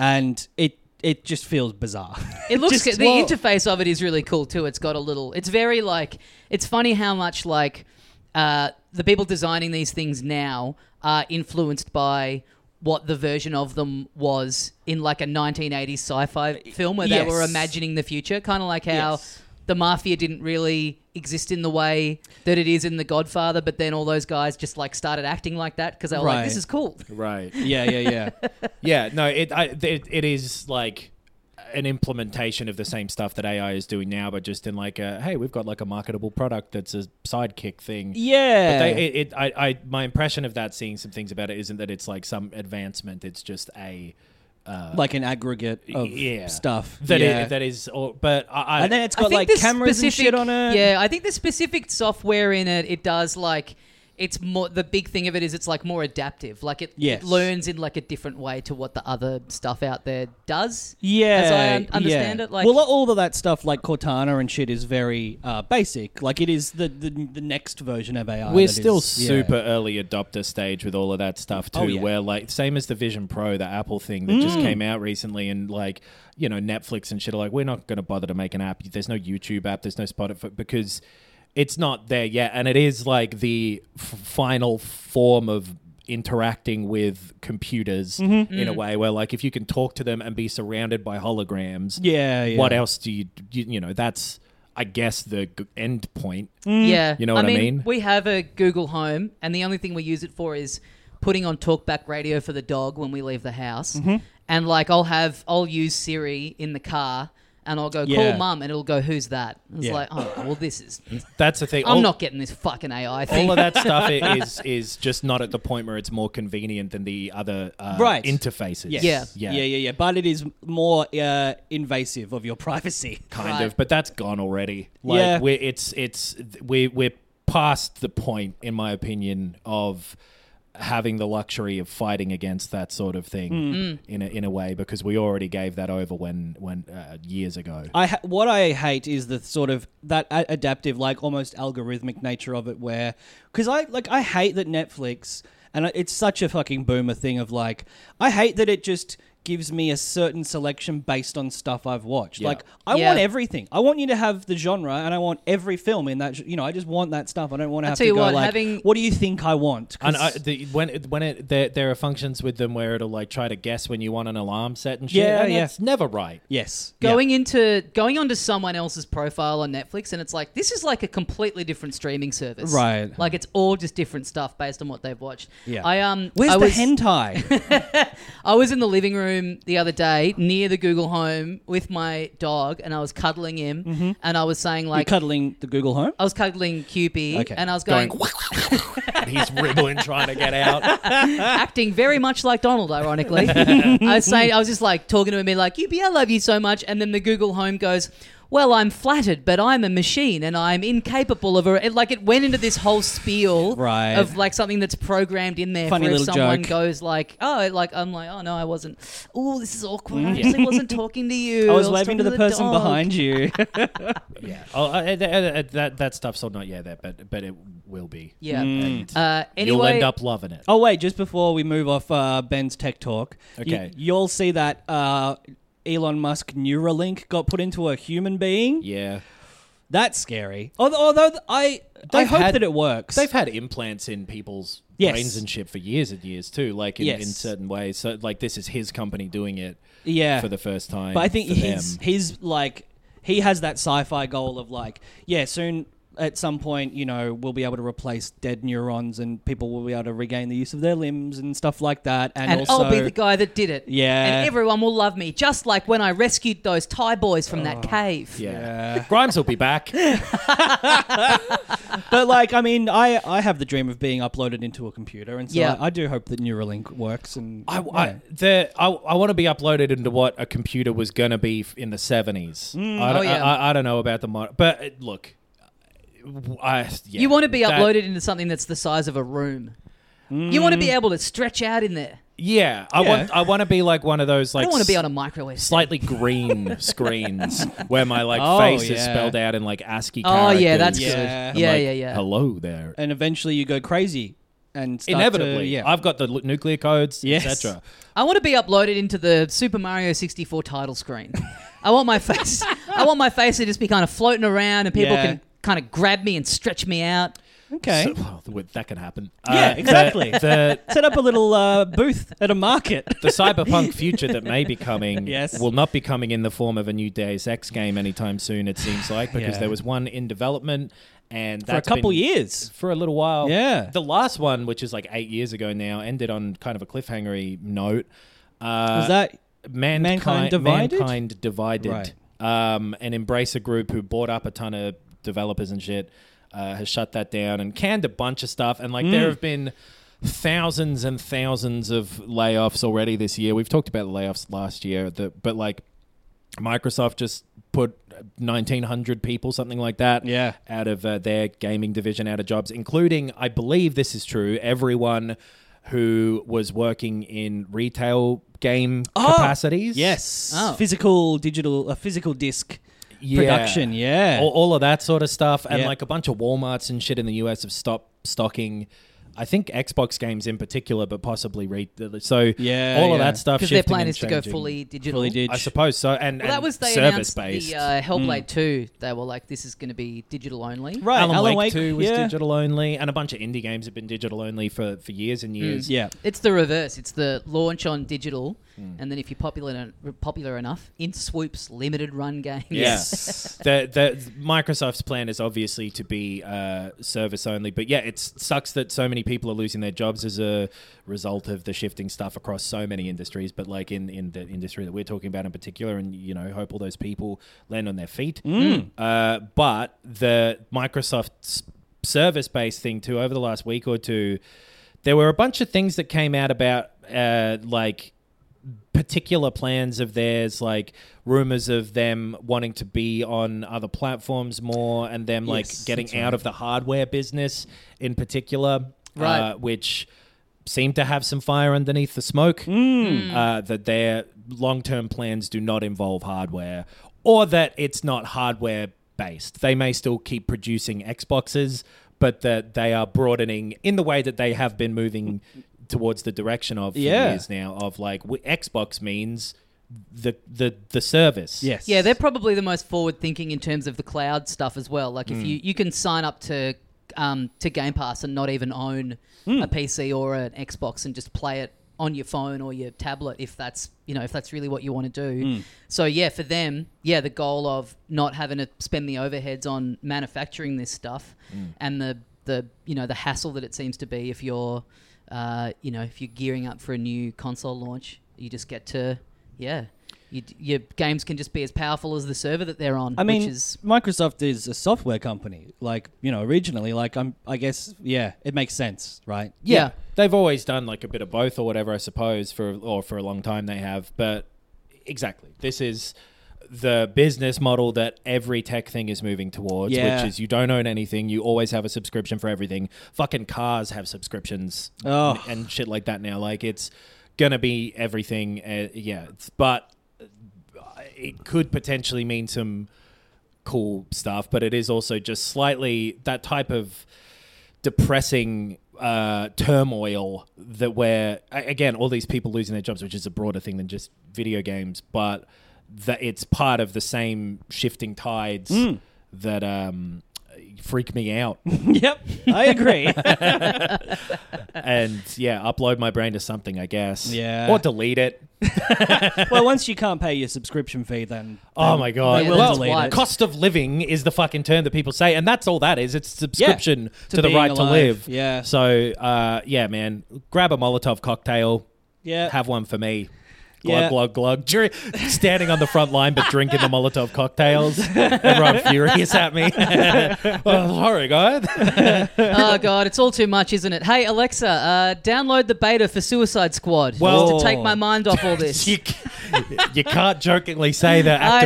[SPEAKER 3] and it it just feels bizarre.
[SPEAKER 2] It looks
[SPEAKER 3] Just-
[SPEAKER 2] the
[SPEAKER 3] well-
[SPEAKER 2] interface of it is really cool too. It's got a little. It's very like. It's funny how much like uh, the people designing these things now are influenced by what the version of them was in like a 1980s sci-fi film where
[SPEAKER 3] Yes.
[SPEAKER 2] they were imagining the future, kind of like how.
[SPEAKER 3] Yes.
[SPEAKER 2] The mafia didn't really exist in the way that it is in The Godfather, but then all those guys just like started acting like that because they were
[SPEAKER 3] Right.
[SPEAKER 2] like, "This is cool."
[SPEAKER 4] Right.
[SPEAKER 3] yeah, yeah, yeah.
[SPEAKER 4] Yeah. No. It, I, it it is like an implementation of the same stuff that AI is doing now, but just in like a hey, we've got like a marketable product that's a sidekick thing.
[SPEAKER 3] Yeah.
[SPEAKER 4] But they, it, it, I, I, my impression of that, seeing some things about it, isn't that it's like some advancement. It's just a, uh,
[SPEAKER 3] like an aggregate of
[SPEAKER 4] yeah
[SPEAKER 3] stuff.
[SPEAKER 4] that i-
[SPEAKER 3] yeah.
[SPEAKER 4] that is. All, but I, I
[SPEAKER 3] and then it's
[SPEAKER 2] I
[SPEAKER 3] got
[SPEAKER 2] think
[SPEAKER 3] like
[SPEAKER 2] there's
[SPEAKER 3] cameras and shit
[SPEAKER 2] specific-
[SPEAKER 3] on it.
[SPEAKER 2] Yeah, I think the specific software in it, it does like it's more the big thing of it is it's like more adaptive. Like it,
[SPEAKER 3] Yes.
[SPEAKER 2] it learns in like a different way to what the other stuff out there does.
[SPEAKER 3] Yeah,
[SPEAKER 2] As I un- understand
[SPEAKER 3] yeah.
[SPEAKER 2] it. Like
[SPEAKER 3] well, all of that stuff like Cortana and shit is very uh, basic. Like it is the, the the next version of AI.
[SPEAKER 4] We're
[SPEAKER 3] that
[SPEAKER 4] still
[SPEAKER 3] is- yeah.
[SPEAKER 4] super early adopter stage with all of that stuff too,
[SPEAKER 3] Oh, yeah.
[SPEAKER 4] where like same as the Vision Pro, the Apple thing that just came out recently, and like you know Netflix and shit are like, we're not going to bother to make an app. There's no YouTube app. There's no Spotify because it's not there yet, and it is like the f- final form of interacting with computers in a way where like if you can talk to them and be surrounded by holograms
[SPEAKER 3] Yeah, yeah.
[SPEAKER 4] what else do you, you you know that's i guess the g- end point
[SPEAKER 3] Mm.
[SPEAKER 2] Yeah.
[SPEAKER 4] You know what I
[SPEAKER 2] mean,
[SPEAKER 4] mean?
[SPEAKER 2] We have a Google Home, and the only thing we use it for is putting on talkback radio for the dog when we leave the house.
[SPEAKER 3] Mm-hmm.
[SPEAKER 2] And like, I'll have, I'll use Siri in the car. And I'll go call
[SPEAKER 3] Yeah.
[SPEAKER 2] mum, and it'll go, "Who's that?" It's
[SPEAKER 3] Yeah.
[SPEAKER 2] like, "Oh, well, this is."
[SPEAKER 4] that's the thing
[SPEAKER 2] I'm
[SPEAKER 4] All-
[SPEAKER 2] not getting this fucking AI thing.
[SPEAKER 4] all of that stuff i- is is just not at the point where it's more convenient than the other uh,
[SPEAKER 3] Right.
[SPEAKER 4] interfaces.
[SPEAKER 3] Yes.
[SPEAKER 2] Yeah.
[SPEAKER 4] yeah,
[SPEAKER 3] yeah, yeah, yeah. But it is more uh, invasive of your privacy.
[SPEAKER 4] kind
[SPEAKER 2] Right.
[SPEAKER 4] of. But that's gone already. Like
[SPEAKER 3] Yeah.
[SPEAKER 4] we're it's it's we we're past the point, in my opinion, of having the luxury of fighting against that sort of thing
[SPEAKER 3] Mm.
[SPEAKER 4] in a, in a way because we already gave that over when when uh, years ago.
[SPEAKER 3] I ha- what I hate is the sort of that a- adaptive, like almost algorithmic nature of it, where because I like I hate that Netflix and I- it's such a fucking boomer thing of like I hate that it just gives me a certain selection based on stuff I've watched. Like I
[SPEAKER 2] Yeah.
[SPEAKER 3] want everything. I want you to have the genre and I want every film in that. gen- You know, I just want that stuff. I don't want to have
[SPEAKER 2] tell
[SPEAKER 3] to
[SPEAKER 2] you
[SPEAKER 3] go
[SPEAKER 2] what,
[SPEAKER 3] like,
[SPEAKER 2] having-
[SPEAKER 3] what do you think I want? 'Cause-
[SPEAKER 4] And I, the, when it, when it there, there are functions with them where it'll like try to guess when you want an alarm set and shit.
[SPEAKER 3] Yeah,
[SPEAKER 4] and
[SPEAKER 3] yeah.
[SPEAKER 4] That's never right.
[SPEAKER 3] yes.
[SPEAKER 2] going into going onto someone else's profile on Netflix and it's like this is like a completely different streaming service.
[SPEAKER 3] Right.
[SPEAKER 2] Like it's all just different stuff based on what they've watched.
[SPEAKER 3] Yeah.
[SPEAKER 2] I um
[SPEAKER 3] Where's
[SPEAKER 2] I
[SPEAKER 3] the
[SPEAKER 2] was,
[SPEAKER 3] hentai?
[SPEAKER 2] I was in the living room the other day near the Google Home with my dog and I was cuddling him
[SPEAKER 4] Mm-hmm.
[SPEAKER 2] and I was saying like
[SPEAKER 3] cuddling the Google Home.
[SPEAKER 2] I was cuddling Cupid
[SPEAKER 3] Okay.
[SPEAKER 2] and I was
[SPEAKER 4] Going,
[SPEAKER 2] going
[SPEAKER 4] he's wriggling trying to get out.
[SPEAKER 2] acting very much like Donald, ironically. I was saying, I was just like talking to him, being like, "Yubi, I love you so much," and then the Google Home goes. Well, I'm flattered, but I'm a machine and I'm incapable of a. It, like, it went into this whole spiel
[SPEAKER 3] Right.
[SPEAKER 2] of like something that's programmed in there.
[SPEAKER 3] Funny
[SPEAKER 2] for if
[SPEAKER 3] little
[SPEAKER 2] someone
[SPEAKER 3] joke.
[SPEAKER 2] goes like, oh, like I'm like, oh no, I wasn't. Oh, this is awkward. I actually wasn't talking to you.
[SPEAKER 3] Mm. I was waving to the
[SPEAKER 2] talking
[SPEAKER 3] person
[SPEAKER 2] dog."
[SPEAKER 3] behind you.
[SPEAKER 4] Yeah. Oh, uh, uh, uh, uh, that that stuff's all not yet there, but but it will be.
[SPEAKER 2] Yeah.
[SPEAKER 4] And
[SPEAKER 2] Uh, anyway,
[SPEAKER 4] you'll end up loving it.
[SPEAKER 3] Oh wait, just before we move off uh, Ben's tech talk,
[SPEAKER 4] Okay.
[SPEAKER 3] you, will see that uh, Elon Musk Neuralink got put into a human being.
[SPEAKER 4] Yeah.
[SPEAKER 3] That's scary. Although, although th- I, I
[SPEAKER 4] They've
[SPEAKER 3] hope
[SPEAKER 4] had-
[SPEAKER 3] that it works.
[SPEAKER 4] They've had implants in people's
[SPEAKER 3] Yes.
[SPEAKER 4] brains and shit for years and years too, like in,
[SPEAKER 3] Yes.
[SPEAKER 4] in certain ways. So like this is his company doing it
[SPEAKER 3] yeah,
[SPEAKER 4] for the first time.
[SPEAKER 3] but I think
[SPEAKER 4] for
[SPEAKER 3] his
[SPEAKER 4] them.
[SPEAKER 3] his like he has that sci-fi goal of like yeah soon at some point you know we'll be able to replace dead neurons and people will be able to regain the use of their limbs and stuff like that and,
[SPEAKER 2] and
[SPEAKER 3] also
[SPEAKER 2] I'll be the guy that did it.
[SPEAKER 3] Yeah.
[SPEAKER 2] And everyone will love me, just like when I rescued those Thai boys from that
[SPEAKER 3] Oh.
[SPEAKER 2] cave.
[SPEAKER 4] yeah. Grimes will be back.
[SPEAKER 3] but like I mean I I have the dream of being uploaded into a computer and so
[SPEAKER 2] Yeah.
[SPEAKER 3] I, I do hope that Neuralink works and
[SPEAKER 4] I,
[SPEAKER 3] yeah.
[SPEAKER 4] I, the, I, I want to be uploaded into what a computer was going to be f- in the 70s. I, don't-
[SPEAKER 2] Oh, yeah.
[SPEAKER 4] I, I, I don't know about the mod, but uh, look. I, yeah,
[SPEAKER 2] You want to be
[SPEAKER 4] that-
[SPEAKER 2] uploaded into something that's the size of a room. You want to
[SPEAKER 4] Mm.
[SPEAKER 2] be able to stretch out in there.
[SPEAKER 4] Yeah, I
[SPEAKER 3] Yeah.
[SPEAKER 4] want. I want to be like one of those
[SPEAKER 2] I
[SPEAKER 4] like
[SPEAKER 2] don't want to be
[SPEAKER 4] s-
[SPEAKER 2] on a microwave.
[SPEAKER 4] slightly green screens where my like
[SPEAKER 3] Oh,
[SPEAKER 4] face is
[SPEAKER 3] yeah.
[SPEAKER 4] spelled out in like ASCII.
[SPEAKER 2] Oh, yeah,
[SPEAKER 4] characters.
[SPEAKER 2] that's
[SPEAKER 3] Yeah.
[SPEAKER 2] good.
[SPEAKER 3] I'm
[SPEAKER 2] Yeah,
[SPEAKER 4] like,
[SPEAKER 2] yeah, yeah. Uh,
[SPEAKER 4] Hello there.
[SPEAKER 3] and eventually you go crazy and start to-
[SPEAKER 4] Inevitably,
[SPEAKER 3] yeah.
[SPEAKER 4] I've got the l- nuclear codes,
[SPEAKER 3] Yes.
[SPEAKER 4] etc.
[SPEAKER 2] I want to be uploaded into the Super Mario 64 title screen. I want my face. I want my face to just be kind of floating around, and people
[SPEAKER 3] Yeah.
[SPEAKER 2] can kind of grab me and stretch me out.
[SPEAKER 3] okay.
[SPEAKER 4] So, well, th- that can happen. Uh,
[SPEAKER 3] Yeah,
[SPEAKER 4] the-
[SPEAKER 3] exactly.
[SPEAKER 4] The,
[SPEAKER 3] Set up a little uh, booth at a market.
[SPEAKER 4] the cyberpunk future that may be coming
[SPEAKER 3] Yes.
[SPEAKER 4] will not be coming in the form of a new Deus Ex game anytime soon. It seems like because
[SPEAKER 3] Yeah.
[SPEAKER 4] there was one in development, and
[SPEAKER 3] For a
[SPEAKER 4] that's
[SPEAKER 3] couple
[SPEAKER 4] been-
[SPEAKER 3] years.
[SPEAKER 4] for a little while.
[SPEAKER 3] Yeah.
[SPEAKER 4] The last one, which is like eight years ago now, ended on kind of a cliffhangery note. Uh,
[SPEAKER 3] Was that
[SPEAKER 4] mankind,
[SPEAKER 3] Mankind Divided?
[SPEAKER 4] Mankind divided.
[SPEAKER 3] Right.
[SPEAKER 4] Um, an embracer group who bought up a ton of
[SPEAKER 3] Mm.
[SPEAKER 4] developers and shit uh, has shut that down and canned a bunch of stuff. And like there have been thousands and thousands of layoffs already this year. We've talked about the layoffs last year, the, but like Microsoft just put 1,900 people, something like that,
[SPEAKER 3] Yeah.
[SPEAKER 4] out of uh, their gaming division, out of jobs, including, I believe this is true, everyone who was working in retail game capacities.
[SPEAKER 3] Oh, Yes.
[SPEAKER 2] Oh.
[SPEAKER 3] Physical, digital, a physical disc
[SPEAKER 4] Yeah.
[SPEAKER 3] production. Yeah.
[SPEAKER 4] All, all of that sort of stuff. And
[SPEAKER 3] Yeah.
[SPEAKER 4] like a bunch of Walmarts and shit in the US have stopped stocking. I think Xbox games in particular, but possibly re- so.
[SPEAKER 3] Yeah,
[SPEAKER 4] all
[SPEAKER 3] yeah.
[SPEAKER 4] of that stuff.
[SPEAKER 2] Because their
[SPEAKER 4] shifting
[SPEAKER 2] plan
[SPEAKER 4] and
[SPEAKER 2] is to go
[SPEAKER 4] changing.
[SPEAKER 2] fully digital.
[SPEAKER 3] Fully did.
[SPEAKER 4] I suppose so. And,
[SPEAKER 2] Well, that
[SPEAKER 4] and Mm.
[SPEAKER 2] was they
[SPEAKER 4] service
[SPEAKER 2] announced
[SPEAKER 4] based.
[SPEAKER 2] the uh, Hellblade 2. They were like, this is going to be digital only.
[SPEAKER 3] right.
[SPEAKER 4] Alan, Wake, 2 was
[SPEAKER 3] yeah.
[SPEAKER 4] digital only, and a bunch of indie games have been digital only for, for years and years.
[SPEAKER 3] Hmm. Yeah.
[SPEAKER 2] It's the reverse. It's the launch on digital, and then if you're popular popular enough, in swoops limited run games.
[SPEAKER 4] Yes. the, the Microsoft's plan is obviously to be uh, service only, but yeah, it sucks that so many people are losing their jobs as a result of the shifting stuff across so many industries. But like in, in the industry that we're talking about in particular, and you know, hope all those people land on their feet. Uh, but the Microsoft's service based thing too over the last week or two, there were a bunch of things that came out about uh, like particular plans of theirs, like rumors of them wanting to be on other platforms more and them like
[SPEAKER 3] Yes,
[SPEAKER 4] getting out of the hardware business in particular,
[SPEAKER 2] Right.
[SPEAKER 4] uh, which seem to have some fire underneath the smoke.
[SPEAKER 3] Hmm.
[SPEAKER 4] Uh, that their long term plans do not involve hardware or that it's not hardware based. They may still keep producing Xboxes. But that they are broadening in the way that they have been moving towards the direction of for
[SPEAKER 3] Yeah.
[SPEAKER 4] years now of like w- Xbox means the the the service.
[SPEAKER 3] Yes.
[SPEAKER 2] Yeah, they're probably the most forward thinking in terms of the cloud stuff as well. Like if you you can sign up to um, to Game Pass and not even own a PC or an Xbox and just play it on your phone or your tablet if that's you know if that's really what you want to do. So yeah, for them, yeah, the goal of not having to spend the overheads on manufacturing this stuff and the the you know the hassle that it seems to be if you're uh, you know if you're gearing up for a new console launch, you just get to yeah. You, your games can just be as powerful as the server that they're on.
[SPEAKER 3] I mean,
[SPEAKER 2] which is
[SPEAKER 3] Microsoft is a software company. Like you know, originally, like I'm, I guess, yeah, it makes sense, right?
[SPEAKER 4] yeah.
[SPEAKER 2] Yeah.
[SPEAKER 4] They've always done like a bit of both or whatever, I suppose, for or for a long time they have. But exactly, this is the business model that every tech thing is moving towards,
[SPEAKER 3] Yeah.
[SPEAKER 4] which is you don't own anything, you always have a subscription for everything. Fucking cars have subscriptions
[SPEAKER 3] Oh.
[SPEAKER 4] and, and shit like that now. Like it's gonna be everything. Uh, yeah, It's- but it could potentially mean some cool stuff, but it is also just slightly that type of depressing uh, turmoil that where a- again all these people losing their jobs, which is a broader thing than just video games, but that it's part of the same shifting tides
[SPEAKER 3] Hmm.
[SPEAKER 4] that um, freak me out
[SPEAKER 3] yep, I agree.
[SPEAKER 4] and yeah, upload my brain to something, I guess.
[SPEAKER 3] Yeah.
[SPEAKER 4] or delete it.
[SPEAKER 3] well, once you can't pay your subscription fee, then
[SPEAKER 4] Oh my god!
[SPEAKER 2] they will
[SPEAKER 4] well,
[SPEAKER 2] delete it.
[SPEAKER 4] cost of living is the fucking term that people say, and that's all that is. It's subscription to,
[SPEAKER 3] To
[SPEAKER 4] the
[SPEAKER 3] being
[SPEAKER 4] right to
[SPEAKER 3] alive.
[SPEAKER 4] live.
[SPEAKER 3] Yeah.
[SPEAKER 4] So, uh, yeah, man, grab a Molotov cocktail.
[SPEAKER 3] Yeah.
[SPEAKER 4] Have one for me. Glug
[SPEAKER 3] Yeah.
[SPEAKER 4] glug glug. Dur- standing on the front line but drinking the Molotov cocktails. Everyone furious at me. oh, sorry, guys.
[SPEAKER 2] oh god, it's all too much, isn't it? Hey Alexa, uh, download the beta for Suicide Squad.
[SPEAKER 4] Well-
[SPEAKER 2] just to take my mind off all this.
[SPEAKER 4] you, c- you can't jokingly say the
[SPEAKER 2] I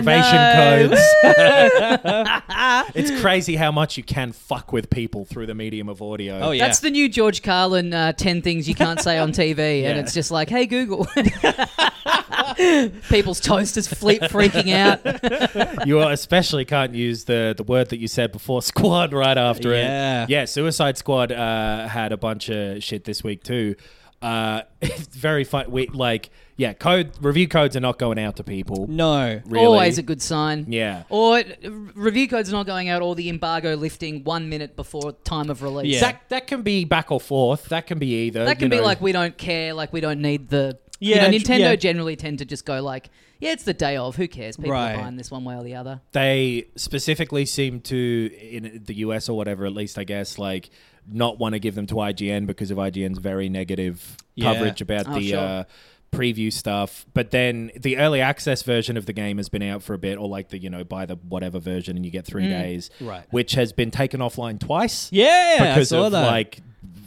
[SPEAKER 4] activation
[SPEAKER 2] know.
[SPEAKER 4] codes. it's crazy how much you can fuck with people through the medium of audio.
[SPEAKER 3] Oh, yeah.
[SPEAKER 2] That's the new George Carlin uh, 10 things you can't say on TV. And
[SPEAKER 4] Yeah.
[SPEAKER 2] it's just like, hey, Google. People's toasters fleet freaking out.
[SPEAKER 4] You especially can't use the, the word that you said before squad right after
[SPEAKER 3] Yeah.
[SPEAKER 4] it. Yeah, Suicide Squad uh, had a bunch of shit this week too. Uh, it's very fun. We like, yeah, code review codes are not going out to people.
[SPEAKER 3] no.
[SPEAKER 4] Really.
[SPEAKER 2] Always a good sign.
[SPEAKER 4] Yeah.
[SPEAKER 2] Or uh, review codes not going out, or the embargo lifting one minute before time of release.
[SPEAKER 3] Yeah.
[SPEAKER 4] That that can be back or forth. That can be either.
[SPEAKER 2] That can
[SPEAKER 4] you
[SPEAKER 2] be
[SPEAKER 4] know.
[SPEAKER 2] like we don't care, like we don't need the.
[SPEAKER 3] Yeah,
[SPEAKER 2] Yeah, you know, Nintendo
[SPEAKER 3] yeah.
[SPEAKER 2] generally tend to just go like, yeah, it's the day of. Who cares? People
[SPEAKER 3] Right.
[SPEAKER 2] are buying this one way or the other.
[SPEAKER 4] they specifically seem to in the US or whatever at least I guess like not want to give them to IGN because of IGN's very negative
[SPEAKER 3] Yeah.
[SPEAKER 4] coverage about
[SPEAKER 2] Oh,
[SPEAKER 4] the
[SPEAKER 2] sure.
[SPEAKER 4] uh, preview stuff but then the early access version of the game has been out for a bit or like the you know buy the whatever version and you get 3 days
[SPEAKER 3] Right.
[SPEAKER 4] which has been taken offline twice
[SPEAKER 3] Mm. Yeah, I
[SPEAKER 4] because
[SPEAKER 3] saw
[SPEAKER 4] of
[SPEAKER 3] that.
[SPEAKER 4] like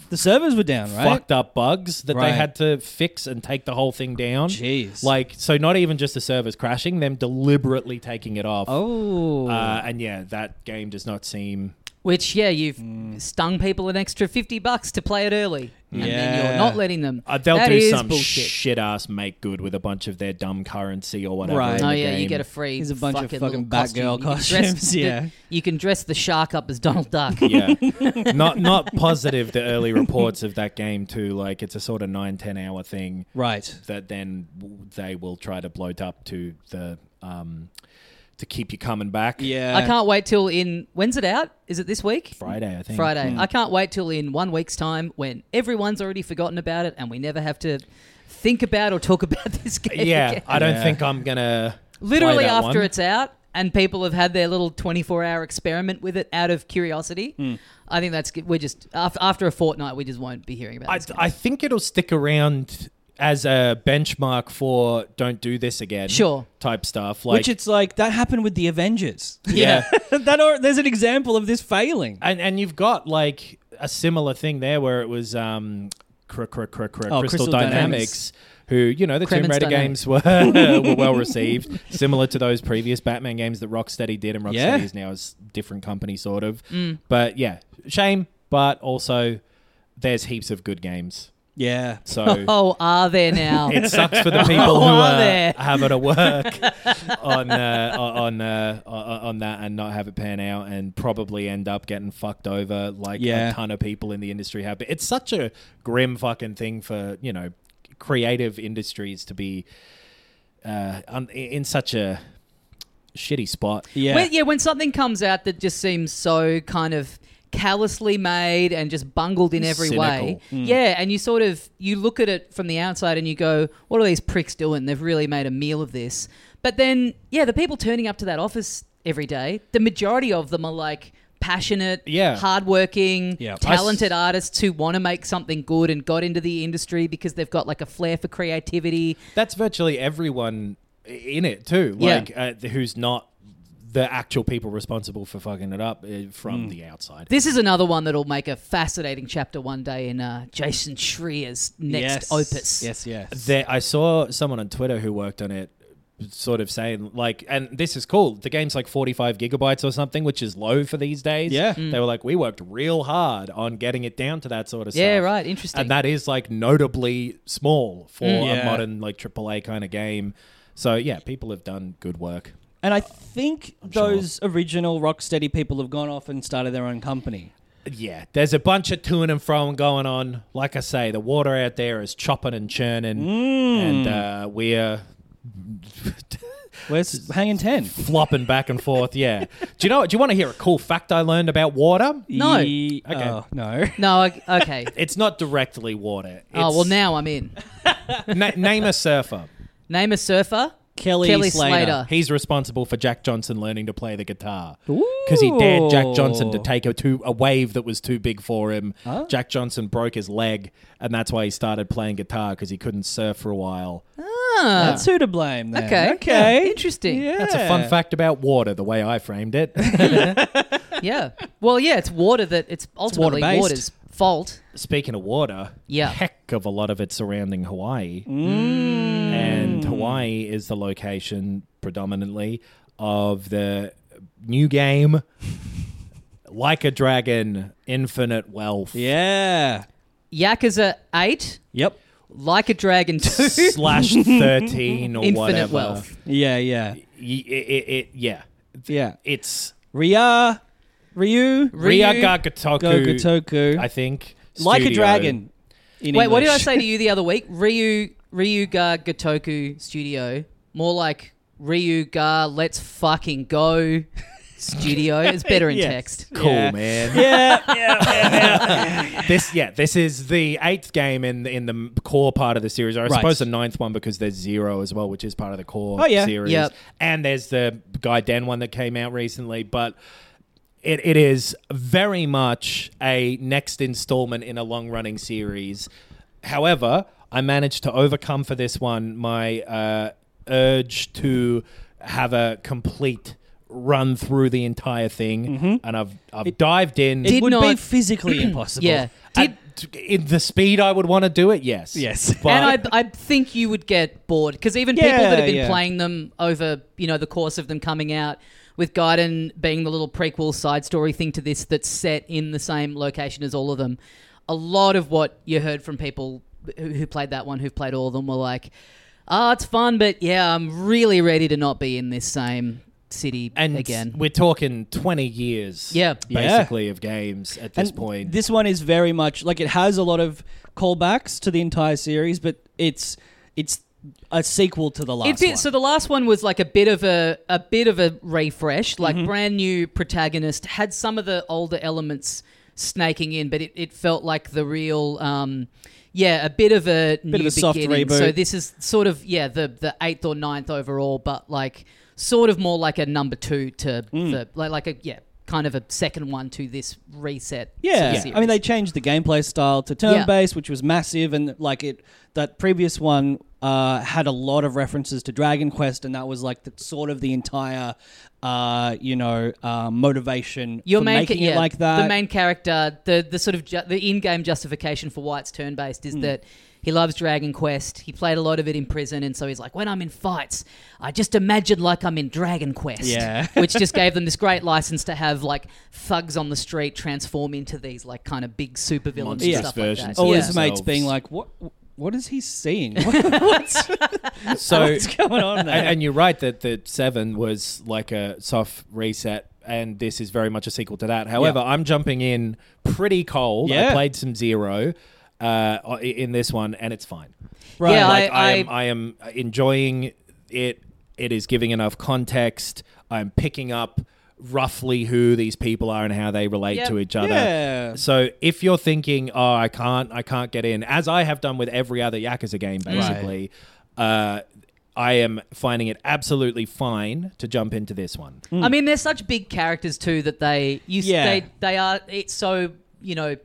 [SPEAKER 3] The servers were down, right?
[SPEAKER 4] fucked up bugs that
[SPEAKER 3] Right.
[SPEAKER 4] they had to fix and take the whole thing down.
[SPEAKER 3] Jeez.
[SPEAKER 4] Like, so not even just the servers crashing, them deliberately taking it off.
[SPEAKER 3] Oh.
[SPEAKER 4] Uh, and yeah, that game does not seem.
[SPEAKER 2] Which, yeah, you've stung people an extra 50 bucks to play it early. And then
[SPEAKER 3] Yeah.
[SPEAKER 2] you're not letting them.
[SPEAKER 4] Uh, they'll
[SPEAKER 2] That
[SPEAKER 4] do
[SPEAKER 2] is
[SPEAKER 4] some
[SPEAKER 2] bullshit.
[SPEAKER 4] shit ass make good with a bunch of their dumb currency or whatever.
[SPEAKER 3] Right.
[SPEAKER 4] in
[SPEAKER 2] Oh
[SPEAKER 4] the
[SPEAKER 2] yeah, you
[SPEAKER 4] game.
[SPEAKER 2] get a free.
[SPEAKER 3] There's a bunch of
[SPEAKER 2] fucking
[SPEAKER 3] fucking
[SPEAKER 2] little costume. You
[SPEAKER 3] Batgirl
[SPEAKER 2] can dress
[SPEAKER 3] costumes,
[SPEAKER 2] the-
[SPEAKER 3] yeah.
[SPEAKER 2] you can dress the shark up as Donald Duck.
[SPEAKER 4] yeah. not not positive the early reports of that game too. Like it's a sort of nine ten hour thing.
[SPEAKER 3] right.
[SPEAKER 4] that then w- they will try to bloat up to the um to keep you coming back.
[SPEAKER 3] Yeah.
[SPEAKER 2] I can't wait till in when's it out? Is it this week?
[SPEAKER 4] Friday, I think.
[SPEAKER 2] Friday. I can't wait till in one week's time when everyone's already forgotten about it and we never have to think about or talk about this game.
[SPEAKER 4] Yeah,
[SPEAKER 2] again.
[SPEAKER 4] I don't
[SPEAKER 3] Yeah.
[SPEAKER 4] think I'm gonna.
[SPEAKER 2] Literally
[SPEAKER 4] play that
[SPEAKER 2] after
[SPEAKER 4] one.
[SPEAKER 2] it's out and people have had their little 24 hour experiment with it out of curiosity.
[SPEAKER 4] Hmm.
[SPEAKER 2] I think that's good. We're just, after, after a fortnight, we just won't be hearing about
[SPEAKER 4] I,
[SPEAKER 2] this game.
[SPEAKER 4] I think it'll stick around as a benchmark for "Don't do this again."
[SPEAKER 2] Sure.
[SPEAKER 4] Type stuff. Like
[SPEAKER 3] Which it's like that happened with the Avengers.
[SPEAKER 4] yeah.
[SPEAKER 3] that or, there's an example of this failing.
[SPEAKER 4] and and you've got like a similar thing there where it was um cr- cr- cr- cr-
[SPEAKER 3] Oh,
[SPEAKER 4] Crystal,
[SPEAKER 3] Crystal
[SPEAKER 4] Dynamics.
[SPEAKER 3] Dynamics.
[SPEAKER 4] Who you know the
[SPEAKER 2] Kremens
[SPEAKER 4] Tomb Raider
[SPEAKER 2] Dynamics.
[SPEAKER 4] games were, were well received, similar to those previous Batman games that Rocksteady did, and Rocksteady
[SPEAKER 3] Yeah. Mm.
[SPEAKER 4] is now a s- different company, sort of. But yeah, shame, but also there's heaps of good games,
[SPEAKER 3] Yeah.
[SPEAKER 4] so
[SPEAKER 2] oh, are there now?
[SPEAKER 4] it sucks for the people who
[SPEAKER 2] Oh, are
[SPEAKER 4] uh,
[SPEAKER 2] there?
[SPEAKER 4] have it at work on uh, on uh, on on that and not have it pan out and probably end up getting fucked over like
[SPEAKER 3] Yeah.
[SPEAKER 4] a ton of people in the industry have. But it's such a grim fucking thing for you know creative industries to be uh, un- in such a shitty spot.
[SPEAKER 3] Yeah.
[SPEAKER 2] When, yeah, when something comes out that just seems so kind of callously made and just bungled in every way.
[SPEAKER 3] Mm.
[SPEAKER 2] Yeah, and you sort of you look at it from the outside and you go, what are these pricks doing? They've really made a meal of this. But then, yeah, the people turning up to that office every day, the majority of them are like passionate,
[SPEAKER 4] Yeah.
[SPEAKER 2] hardworking,
[SPEAKER 3] Yeah.
[SPEAKER 2] talented artists who want to make something good and got into the industry because they've got like a flair for creativity.
[SPEAKER 4] That's virtually everyone in it too.
[SPEAKER 2] Yeah.
[SPEAKER 4] Like uh, who's not the actual people responsible for fucking it up uh, from the outside.
[SPEAKER 2] This is another one that'll make a fascinating chapter one day in uh, Jason Schreer's next
[SPEAKER 3] yes.
[SPEAKER 2] opus.
[SPEAKER 3] Yes, yes.
[SPEAKER 4] There, I saw someone on Twitter who worked on it sort of saying like and this is cool the game's like 45 gigabytes or something which is low for these days
[SPEAKER 3] Yeah.
[SPEAKER 2] Mm.
[SPEAKER 4] they were like we worked real hard on getting it down to that sort of
[SPEAKER 2] Yeah,
[SPEAKER 4] stuff
[SPEAKER 2] right. Interesting. Mm.
[SPEAKER 4] and that is like notably small for
[SPEAKER 3] Yeah.
[SPEAKER 4] a modern like aaa kind of game so yeah people have done good work
[SPEAKER 3] And I think those original Rocksteady people have gone off and started their own company.
[SPEAKER 4] yeah there's a bunch of to and fro going on like i say the water out there is chopping and churning
[SPEAKER 3] Mm.
[SPEAKER 4] and uh, we're
[SPEAKER 3] Where's Hanging Ten?
[SPEAKER 4] flopping back and forth. Yeah. Do you know? Do you want to hear a cool fact I learned about water?
[SPEAKER 2] No.
[SPEAKER 3] Ye-
[SPEAKER 4] Okay.
[SPEAKER 3] oh, no.
[SPEAKER 2] No, I- okay.
[SPEAKER 4] It's not directly water.
[SPEAKER 2] oh,
[SPEAKER 4] It's-
[SPEAKER 2] well, now I'm in.
[SPEAKER 4] na- name a surfer. Uh,
[SPEAKER 2] Name a surfer.
[SPEAKER 3] Kelly Slater.
[SPEAKER 4] He's responsible for Jack Johnson learning to play the guitar because he dared Jack Johnson to
[SPEAKER 3] Ooh.
[SPEAKER 4] take a too, a wave that was too big for him. Jack Johnson broke his leg, and that's why he started playing guitar because he couldn't surf for a while.
[SPEAKER 2] Ah,
[SPEAKER 3] That's who to blame. Then.
[SPEAKER 2] okay.
[SPEAKER 3] Okay.
[SPEAKER 2] Yeah, interesting. Yeah.
[SPEAKER 4] That's a fun fact about water, the way I framed it.
[SPEAKER 2] Well, yeah, it's water that it's ultimately
[SPEAKER 3] water-based.
[SPEAKER 2] water's fault.
[SPEAKER 4] Speaking of water,
[SPEAKER 2] Yeah.
[SPEAKER 4] heck of a lot of it surrounding Hawaii.
[SPEAKER 3] Mm.
[SPEAKER 4] And Hawaii is the location predominantly of the new game Like a Dragon Infinite Wealth.
[SPEAKER 3] Yeah.
[SPEAKER 2] Yakuza 8,
[SPEAKER 3] Yep.
[SPEAKER 2] Like a Dragon 2,
[SPEAKER 4] Slash 13 or
[SPEAKER 2] Infinite
[SPEAKER 4] whatever.
[SPEAKER 2] Wealth.
[SPEAKER 3] Yeah, yeah.
[SPEAKER 4] Y- It, it, it, yeah.
[SPEAKER 3] Yeah.
[SPEAKER 4] It's
[SPEAKER 3] Ria, Ryu,
[SPEAKER 2] Ryu
[SPEAKER 4] Ria Gotoku,
[SPEAKER 3] Gogotoku.
[SPEAKER 4] I think.
[SPEAKER 3] like a
[SPEAKER 4] studio.
[SPEAKER 3] dragon. In
[SPEAKER 2] Wait, what did I
[SPEAKER 3] English.
[SPEAKER 2] say to you the other week? Ryu Ryuga Gotoku Studio, more like Ryuga Let's Fucking Go Studio. It's better in
[SPEAKER 3] Yes.
[SPEAKER 2] text.
[SPEAKER 4] Cool,
[SPEAKER 3] Yeah.
[SPEAKER 4] man.
[SPEAKER 3] Yeah, yeah,
[SPEAKER 4] this yeah this is the eighth game in in the core part of the series or i
[SPEAKER 3] Right.
[SPEAKER 4] suppose the ninth one because there's zero as well which is part of the core
[SPEAKER 3] Oh, yeah.
[SPEAKER 4] series
[SPEAKER 2] Yep.
[SPEAKER 4] and there's the guy den one that came out recently but it, it is very much a next installment in a long running series however i managed to overcome for this one my uh, urge to have a complete run through the entire thing and i've i've dived in
[SPEAKER 3] Mm-hmm. It
[SPEAKER 2] Did
[SPEAKER 3] would be
[SPEAKER 2] not-
[SPEAKER 3] physically impossible.
[SPEAKER 2] Yeah. Did
[SPEAKER 4] At t- in the speed I would want to do it, yes.
[SPEAKER 3] Yes.
[SPEAKER 4] But
[SPEAKER 2] and I, I think you would get bored because even people that have
[SPEAKER 3] Yeah,
[SPEAKER 2] been
[SPEAKER 3] yeah.
[SPEAKER 2] playing them over, you know, the course of them coming out, with Gaiden being the little prequel side story thing to this that's set in the same location as all of them, a lot of what you heard from people who, who played that one, who've played all of them, were like, "Ah, it's fun, but yeah, I'm really ready to not be in this same city
[SPEAKER 4] and
[SPEAKER 2] again."
[SPEAKER 4] we're talking 20 years
[SPEAKER 2] Yeah.
[SPEAKER 3] Yeah.
[SPEAKER 4] basically of games at this
[SPEAKER 3] And
[SPEAKER 4] point.
[SPEAKER 3] This one is very much like it has a lot of callbacks to the entire series, but it's it's a sequel to the last
[SPEAKER 2] It did-
[SPEAKER 3] one.
[SPEAKER 2] So the last one was like a bit of a a bit of a refresh, like
[SPEAKER 3] Mm-hmm.
[SPEAKER 2] brand new protagonist had some of the older elements snaking in, but it, it felt like the real, um, yeah, a bit of a new
[SPEAKER 3] of a soft
[SPEAKER 2] beginning.
[SPEAKER 3] reboot.
[SPEAKER 2] So this is sort of yeah the the eighth or ninth overall, but like sort of more like a number two to
[SPEAKER 3] Mm.
[SPEAKER 2] the like like a yeah kind of a second one to this reset.
[SPEAKER 3] yeah,
[SPEAKER 2] series.
[SPEAKER 3] I mean they changed the gameplay style to turn-based, which was massive, and like it that previous one uh, had a lot of references to Dragon Quest, and that was like the, sort of the entire uh, you know uh, motivation
[SPEAKER 2] Your
[SPEAKER 3] for
[SPEAKER 2] main
[SPEAKER 3] making
[SPEAKER 2] ca-
[SPEAKER 3] it
[SPEAKER 2] yeah,
[SPEAKER 3] like that.
[SPEAKER 2] The main character, the the sort of ju- the in-game justification for why it's turn-based
[SPEAKER 3] Hmm.
[SPEAKER 2] is that he loves Dragon Quest. He played a lot of it in prison, and so he's like, when I'm in fights, I just imagine like I'm in Dragon Quest.
[SPEAKER 3] Yeah.
[SPEAKER 2] which just gave them this great license to have like thugs on the street transform into these like kind of big supervillains and
[SPEAKER 4] Monstrous
[SPEAKER 2] stuff like
[SPEAKER 4] versions.
[SPEAKER 2] that.
[SPEAKER 3] all
[SPEAKER 4] Yeah.
[SPEAKER 3] his mates
[SPEAKER 4] Themselves.
[SPEAKER 3] being like, "What? What is he seeing? What, what's,
[SPEAKER 4] so
[SPEAKER 3] what's going on there?"
[SPEAKER 4] and, and you're right that the seven was like a soft reset, and this is very much a sequel to that. However, I'm jumping in pretty cold. I
[SPEAKER 3] Yeah.
[SPEAKER 4] played some zero uh, i- in this one, and it's fine.
[SPEAKER 3] Right.
[SPEAKER 2] Yeah,
[SPEAKER 4] like I,
[SPEAKER 2] I-
[SPEAKER 4] am, I am enjoying it. It is giving enough context. I'm picking up roughly who these people are and how they relate
[SPEAKER 2] Yep.
[SPEAKER 4] to each other.
[SPEAKER 3] Yeah.
[SPEAKER 4] So if you're thinking, "Oh, I can't, I can't get in," as I have done with every other Yakuza game,
[SPEAKER 2] Mm.
[SPEAKER 4] basically, uh, I am finding it absolutely fine to jump into this one.
[SPEAKER 2] I mean, they're such big characters too that they you s
[SPEAKER 3] Yeah.
[SPEAKER 2] they they are it's so you know.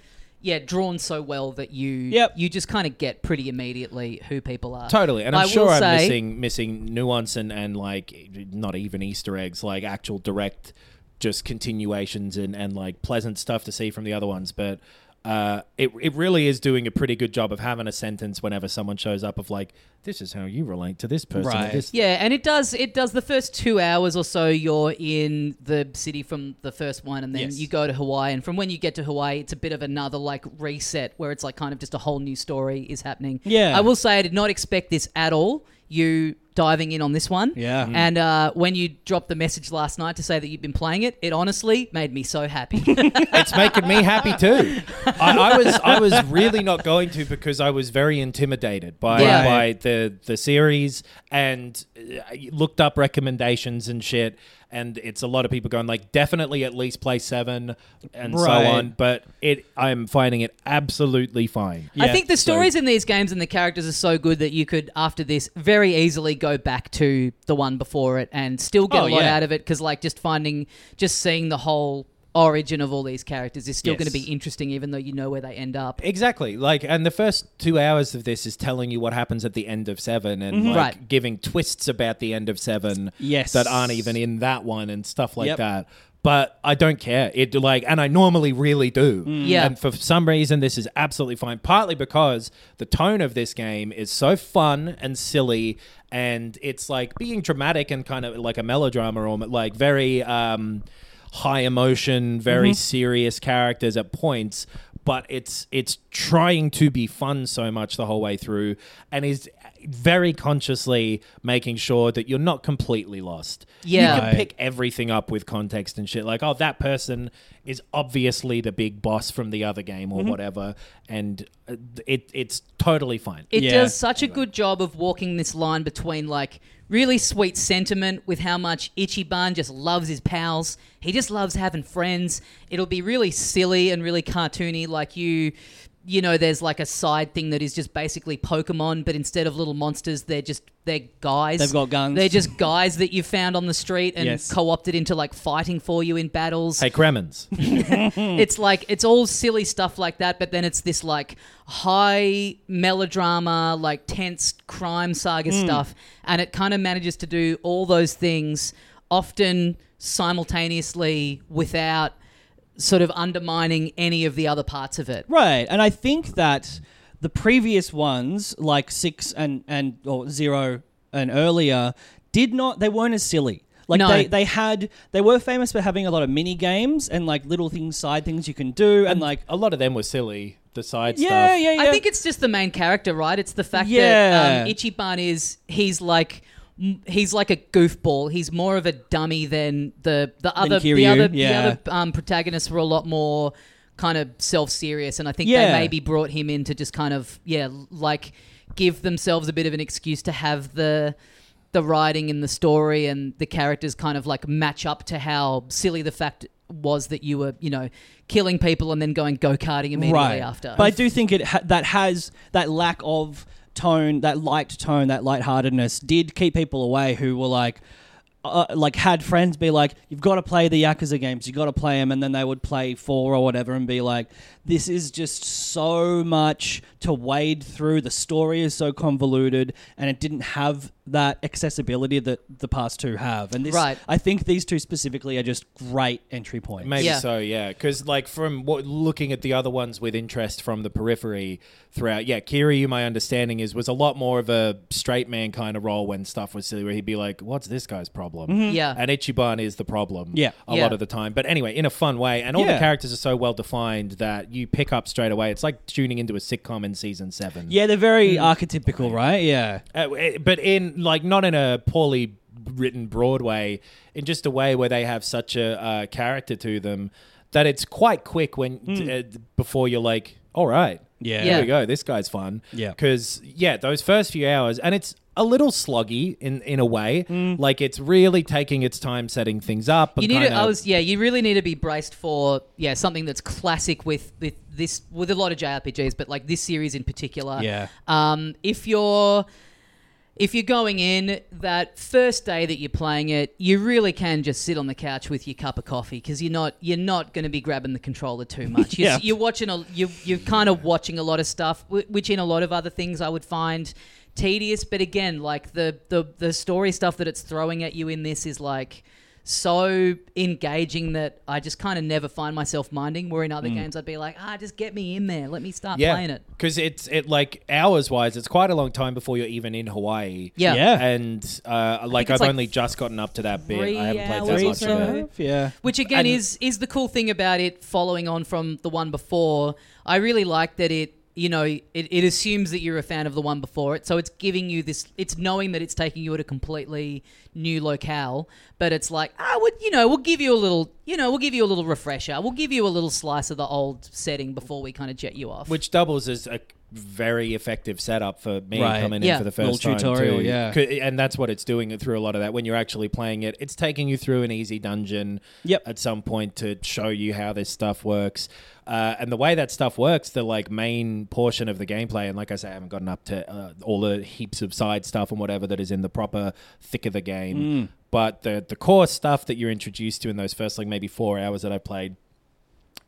[SPEAKER 2] Yeah, drawn so well that you
[SPEAKER 3] Yep.
[SPEAKER 2] you just kind of get pretty immediately who people are.
[SPEAKER 4] Totally, and I'm
[SPEAKER 2] I
[SPEAKER 4] sure
[SPEAKER 2] will
[SPEAKER 4] I'm
[SPEAKER 2] say-
[SPEAKER 4] missing missing nuance and and like not even Easter eggs, like actual direct, just continuations and and like pleasant stuff to see from the other ones, but. Uh, it, it really is doing a pretty good job of having a sentence whenever someone shows up of like this is how you relate to this person at
[SPEAKER 3] Right.
[SPEAKER 4] this
[SPEAKER 2] Yeah, and it does. It does the first two hours or so. You're in the city from the first one, and then
[SPEAKER 3] Yes.
[SPEAKER 2] you go to Hawaii. And from when you get to Hawaii, it's a bit of another like reset where it's like kind of just a whole new story is happening.
[SPEAKER 3] Yeah.
[SPEAKER 2] I will say I did not expect this at all. You diving in on this one.
[SPEAKER 3] Yeah. Mm.
[SPEAKER 2] And uh, when you dropped the message last night to say that you've been playing it, it honestly made me so happy.
[SPEAKER 4] it's making me happy too. I, I was I was really not going to because I was very intimidated by
[SPEAKER 2] Yeah.
[SPEAKER 4] by the the series and uh, I looked up recommendations and shit. And it's a lot of people going like definitely at least play seven and
[SPEAKER 3] Right.
[SPEAKER 4] so on. But it I'm finding it absolutely fine.
[SPEAKER 2] I think the stories in these games and the characters are so good that you could, after this, very easily go back to the one before it and still get
[SPEAKER 3] Oh,
[SPEAKER 2] a lot
[SPEAKER 3] yeah.
[SPEAKER 2] out of it because, like, just finding, just seeing the whole origin of all these characters is still
[SPEAKER 4] Yes.
[SPEAKER 2] going to be interesting, even though you know where they end up.
[SPEAKER 4] Exactly. Like, and the first two hours of this is telling you what happens at the end of Seven and like
[SPEAKER 2] Right.
[SPEAKER 4] giving twists about the end of Seven
[SPEAKER 3] Yes.
[SPEAKER 4] that aren't even in that one and stuff like
[SPEAKER 3] Yep.
[SPEAKER 4] that. But I don't care. It like, and I normally really do.
[SPEAKER 2] Yeah.
[SPEAKER 4] And for some reason, this is absolutely fine. Partly because the tone of this game is so fun and silly, and it's like being dramatic and kind of like a melodrama, or like very um, high emotion, very serious characters at points. But it's it's trying to be fun so much the whole way through, and is very consciously making sure that you're not completely lost.
[SPEAKER 2] Yeah.
[SPEAKER 4] you
[SPEAKER 3] Right.
[SPEAKER 4] can pick everything up with context and shit. Like, oh, that person is obviously the big boss from the other game
[SPEAKER 2] Mm-hmm.
[SPEAKER 4] or whatever, and uh, it it's totally fine.
[SPEAKER 2] It
[SPEAKER 3] Yeah.
[SPEAKER 2] does such a good job of walking this line between like really sweet sentiment with how much Ichiban just loves his pals. He just loves having friends. It'll be really silly and really cartoony like you you know there's like a side thing that is just basically Pokemon but instead of little monsters they're just they're guys.
[SPEAKER 3] They've got guns.
[SPEAKER 2] They're just guys that you found on the street and
[SPEAKER 3] Yes.
[SPEAKER 2] co-opted into like fighting for you in battles
[SPEAKER 4] hey, Kremens.
[SPEAKER 2] it's like it's all silly stuff like that but then it's this like high melodrama like tense crime saga stuff and it kind of manages to do all those things often simultaneously without sort of undermining any of the other parts of it.
[SPEAKER 3] Right, and I think that the previous ones, like six and and or zero and earlier, did not. They weren't as silly. Like
[SPEAKER 2] No.
[SPEAKER 3] they, they had they were famous for having a lot of mini games and like little things, side things you can do, and like
[SPEAKER 4] a lot of them were silly. The side
[SPEAKER 3] yeah,
[SPEAKER 4] stuff.
[SPEAKER 3] yeah, yeah.
[SPEAKER 2] I think it's just the main character, right? It's the fact that
[SPEAKER 3] Yeah.
[SPEAKER 2] um, Ichiban is he's like m- he's like a goofball. He's more of a dummy than the the other the
[SPEAKER 3] Kiryu,
[SPEAKER 2] other
[SPEAKER 3] yeah.
[SPEAKER 2] the other um, protagonists were a lot more kind of self serious, and I think
[SPEAKER 3] Yeah.
[SPEAKER 2] they maybe brought him in to just kind of yeah l- like give themselves a bit of an excuse to have the the writing and the story and the characters kind of like match up to how silly the fact was that you were you know killing people and then going go karting immediately after.
[SPEAKER 3] But I do think it ha- that has that lack of tone, that light tone, that lightheartedness did keep people away who were like. Uh, like had friends be like, you've got to play the Yakuza games, you got to play them, and then they would play four or whatever, and be like, this is just so much to wade through. The story is so convoluted, and it didn't have that accessibility that the past two have. And this,
[SPEAKER 2] Right.
[SPEAKER 3] I think these two specifically are just great entry points.
[SPEAKER 4] Maybe
[SPEAKER 2] Yeah.
[SPEAKER 4] so, yeah. Because like from what, looking at the other ones with interest from the periphery throughout, yeah, Kiryu, my understanding is was a lot more of a straight man kind of role when stuff was silly, where he'd be like, "What's this guy's problem?"
[SPEAKER 2] Yeah.
[SPEAKER 4] and Ichiban is the problem,
[SPEAKER 3] Yeah.
[SPEAKER 4] a
[SPEAKER 2] Yeah.
[SPEAKER 4] lot of the time. But anyway, in a fun way, and all the
[SPEAKER 3] Yeah.
[SPEAKER 4] characters are so well defined that you pick up straight away. It's like tuning into a sitcom in season seven.
[SPEAKER 3] Yeah, they're very
[SPEAKER 2] Hmm.
[SPEAKER 3] archetypical, right? Yeah.
[SPEAKER 4] Uh, eh, but in like not in a poorly written broad way, in just a way where they have such a uh, character to them that it's quite quick when
[SPEAKER 3] Hmm.
[SPEAKER 4] uh, before you're like, all right,
[SPEAKER 3] Yeah.
[SPEAKER 4] here
[SPEAKER 2] Yeah.
[SPEAKER 4] we go, this guy's fun,
[SPEAKER 3] Yeah.
[SPEAKER 4] because yeah, those first few hours, and it's a little sloggy in in a way, like it's really taking its time setting things up. and
[SPEAKER 2] Mm. you need to,
[SPEAKER 4] kinda-
[SPEAKER 2] I was yeah. You really need to be braced for yeah something that's classic with, with this with a lot of JRPGs, but like this series in particular.
[SPEAKER 3] Yeah.
[SPEAKER 2] Um, if you're if you're going in that first day that you're playing it, you really can just sit on the couch with your cup of coffee because you're not you're not going to be grabbing the controller too much. You're,
[SPEAKER 3] Yeah.
[SPEAKER 2] you're watching a you you're kind of watching a lot of stuff, wh- which in a lot of other things I would find tedious. But again, like the the the story stuff that it's throwing at you in this is like so engaging that I just kind of never find myself minding. Where in other games I'd be like, ah, just get me in there, let me start playing it.
[SPEAKER 4] Because it's it like hours wise, it's quite a long time before you're even in Hawaii.
[SPEAKER 2] Yeah.
[SPEAKER 3] Yeah.
[SPEAKER 4] and uh, like
[SPEAKER 2] it's
[SPEAKER 4] I've
[SPEAKER 2] like
[SPEAKER 4] only just gotten up to that bit.
[SPEAKER 2] three
[SPEAKER 4] I haven't played
[SPEAKER 2] hours
[SPEAKER 4] that
[SPEAKER 2] or
[SPEAKER 4] much of it.
[SPEAKER 2] so.
[SPEAKER 3] Yeah.
[SPEAKER 2] Which again is is the cool thing about it following on from the one before. I really like that it you know it, it assumes that you're a fan of the one before it so it's giving you this it's knowing that it's taking you at a completely new locale but it's like ah would you know we'll give you a little you know we'll give you a little refresher we'll give you a little slice of the old setting before we kind of jet you off
[SPEAKER 4] which doubles as a very effective setup for me
[SPEAKER 3] Right.
[SPEAKER 4] coming
[SPEAKER 2] Yeah.
[SPEAKER 4] in for the
[SPEAKER 3] Little
[SPEAKER 4] first time
[SPEAKER 3] tutorial,
[SPEAKER 4] too.
[SPEAKER 3] yeah.
[SPEAKER 4] Co- and that's what it's doing through a lot of that. When you're actually playing it, it's taking you through an easy dungeon
[SPEAKER 3] Yep.
[SPEAKER 4] at some point to show you how this stuff works. Uh, and the way that stuff works, the like main portion of the gameplay, and like I say, I haven't gotten up to uh, all the heaps of side stuff and whatever that is in the proper thick of the game.
[SPEAKER 3] Mm.
[SPEAKER 4] But the the core stuff that you're introduced to in those first like maybe four hours that I played,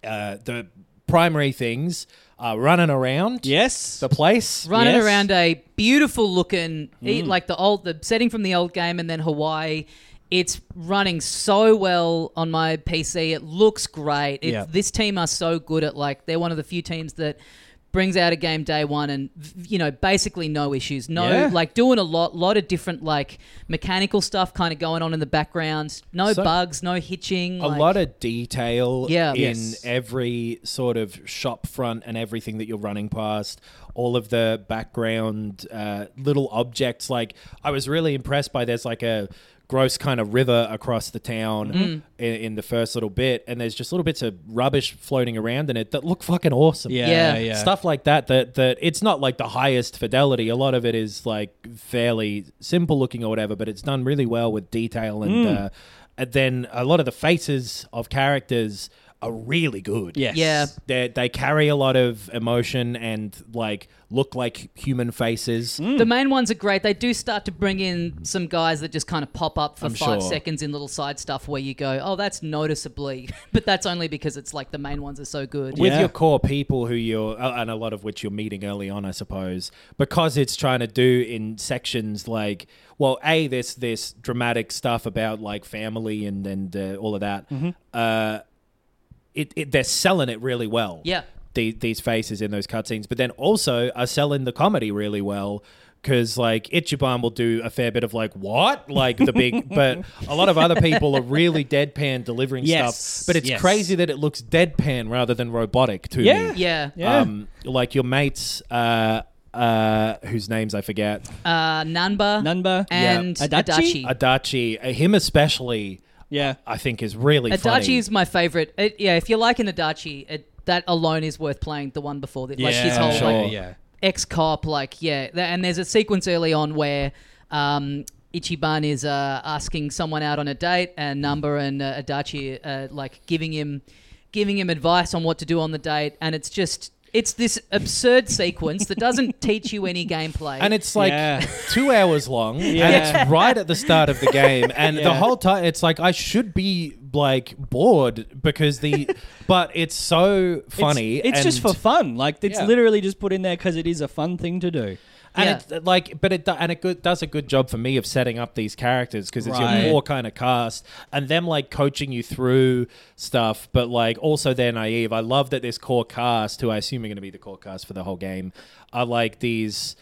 [SPEAKER 4] uh, the primary things are running around
[SPEAKER 3] Yes.
[SPEAKER 4] the place.
[SPEAKER 2] running
[SPEAKER 3] Yes.
[SPEAKER 2] around a beautiful looking eh, like the old the setting from the old game and then Hawaii. It's running so well on my PC. It looks great. It,
[SPEAKER 3] Yeah.
[SPEAKER 2] This team are so good at like they're one of the few teams that brings out a game day one and v- you know basically no issues. No
[SPEAKER 3] Yeah.
[SPEAKER 2] like doing a lot lot of different like mechanical stuff kind of going on in the background. No
[SPEAKER 4] So-
[SPEAKER 2] bugs, no hitching.
[SPEAKER 4] a lot of detail
[SPEAKER 2] Yeah.
[SPEAKER 4] in
[SPEAKER 3] Yes.
[SPEAKER 4] every sort of shop front and everything that you're running past all of the background uh, little objects like i was really impressed by there's like a gross kind of river across the town in, in the first little bit and there's just little bits of rubbish floating around in it that look fucking awesome
[SPEAKER 3] yeah,
[SPEAKER 2] Yeah.
[SPEAKER 3] yeah.
[SPEAKER 4] stuff like that that that it's not like the highest fidelity a lot of it is like fairly simple looking or whatever but it's done really well with detail and uh, and then a lot of the faces of characters are really good
[SPEAKER 3] Yes.
[SPEAKER 2] Yeah.
[SPEAKER 4] they they carry a lot of emotion and like look like human faces
[SPEAKER 2] The main ones are great. They do start to bring in some guys that just kind of pop up for
[SPEAKER 4] I'm
[SPEAKER 2] five
[SPEAKER 4] sure.
[SPEAKER 2] seconds in little side stuff where you go, oh, that's noticeably. but that's only because it's like the main ones are so good.
[SPEAKER 4] with
[SPEAKER 3] Yeah.
[SPEAKER 4] your core people who you're uh, and a lot of which you're meeting early on i suppose because it's trying to do in sections like well a this this
[SPEAKER 3] Mm-hmm.
[SPEAKER 4] dramatic stuff about like family and and uh, all of that uh it, it they're selling it really well.
[SPEAKER 2] Yeah.
[SPEAKER 4] The, these faces in those cutscenes, but then also are selling the comedy really well. Because like Ichiban will do a fair bit of like what like the big, but a lot of other people are really deadpan delivering
[SPEAKER 3] Yes.
[SPEAKER 4] stuff. But it's
[SPEAKER 3] Yes.
[SPEAKER 4] crazy that it looks deadpan rather than robotic to
[SPEAKER 3] Yeah.
[SPEAKER 4] me.
[SPEAKER 2] Yeah.
[SPEAKER 3] Yeah.
[SPEAKER 4] Um, like your mates, uh, uh, whose names I forget,
[SPEAKER 2] Uh, Nanba.
[SPEAKER 3] Nanba.
[SPEAKER 2] And
[SPEAKER 3] Yeah.
[SPEAKER 2] Adachi.
[SPEAKER 3] Adachi?
[SPEAKER 4] Adachi, uh, him especially,
[SPEAKER 3] Yeah.
[SPEAKER 4] I think is really
[SPEAKER 2] Adachi
[SPEAKER 4] funny.
[SPEAKER 2] is my favorite. It, yeah, if you like an Adachi, it, that alone is worth playing. The one before that, like his
[SPEAKER 3] Yeah,
[SPEAKER 2] whole
[SPEAKER 4] sure.
[SPEAKER 2] like,
[SPEAKER 3] yeah.
[SPEAKER 2] ex cop, like yeah. Th- And there's a sequence early on where um, Ichiban is uh, asking someone out on a date, and Number and uh, Adachi uh, like giving him giving him advice on what to do on the date, and it's just. It's this absurd sequence that doesn't teach you any gameplay.
[SPEAKER 4] and it's like
[SPEAKER 3] Yeah.
[SPEAKER 4] two hours long, and
[SPEAKER 3] Yeah.
[SPEAKER 4] it's right at the start of the game, and the
[SPEAKER 3] Yeah.
[SPEAKER 4] whole time it's like I should be like bored because the, but it's so funny.
[SPEAKER 3] It's, it's just
[SPEAKER 4] and-
[SPEAKER 3] for fun. Like it's
[SPEAKER 4] Yeah.
[SPEAKER 3] literally just put in there because it is a fun thing to do.
[SPEAKER 2] Yeah.
[SPEAKER 4] And it's uh, like, but it do- and it good, does a good job for me of setting up these characters because it's
[SPEAKER 3] Right.
[SPEAKER 4] your core kind of cast and them like coaching you through stuff, but like also they're naive. I love that this core cast, who I assume are going to be the core cast for the whole game, are like these.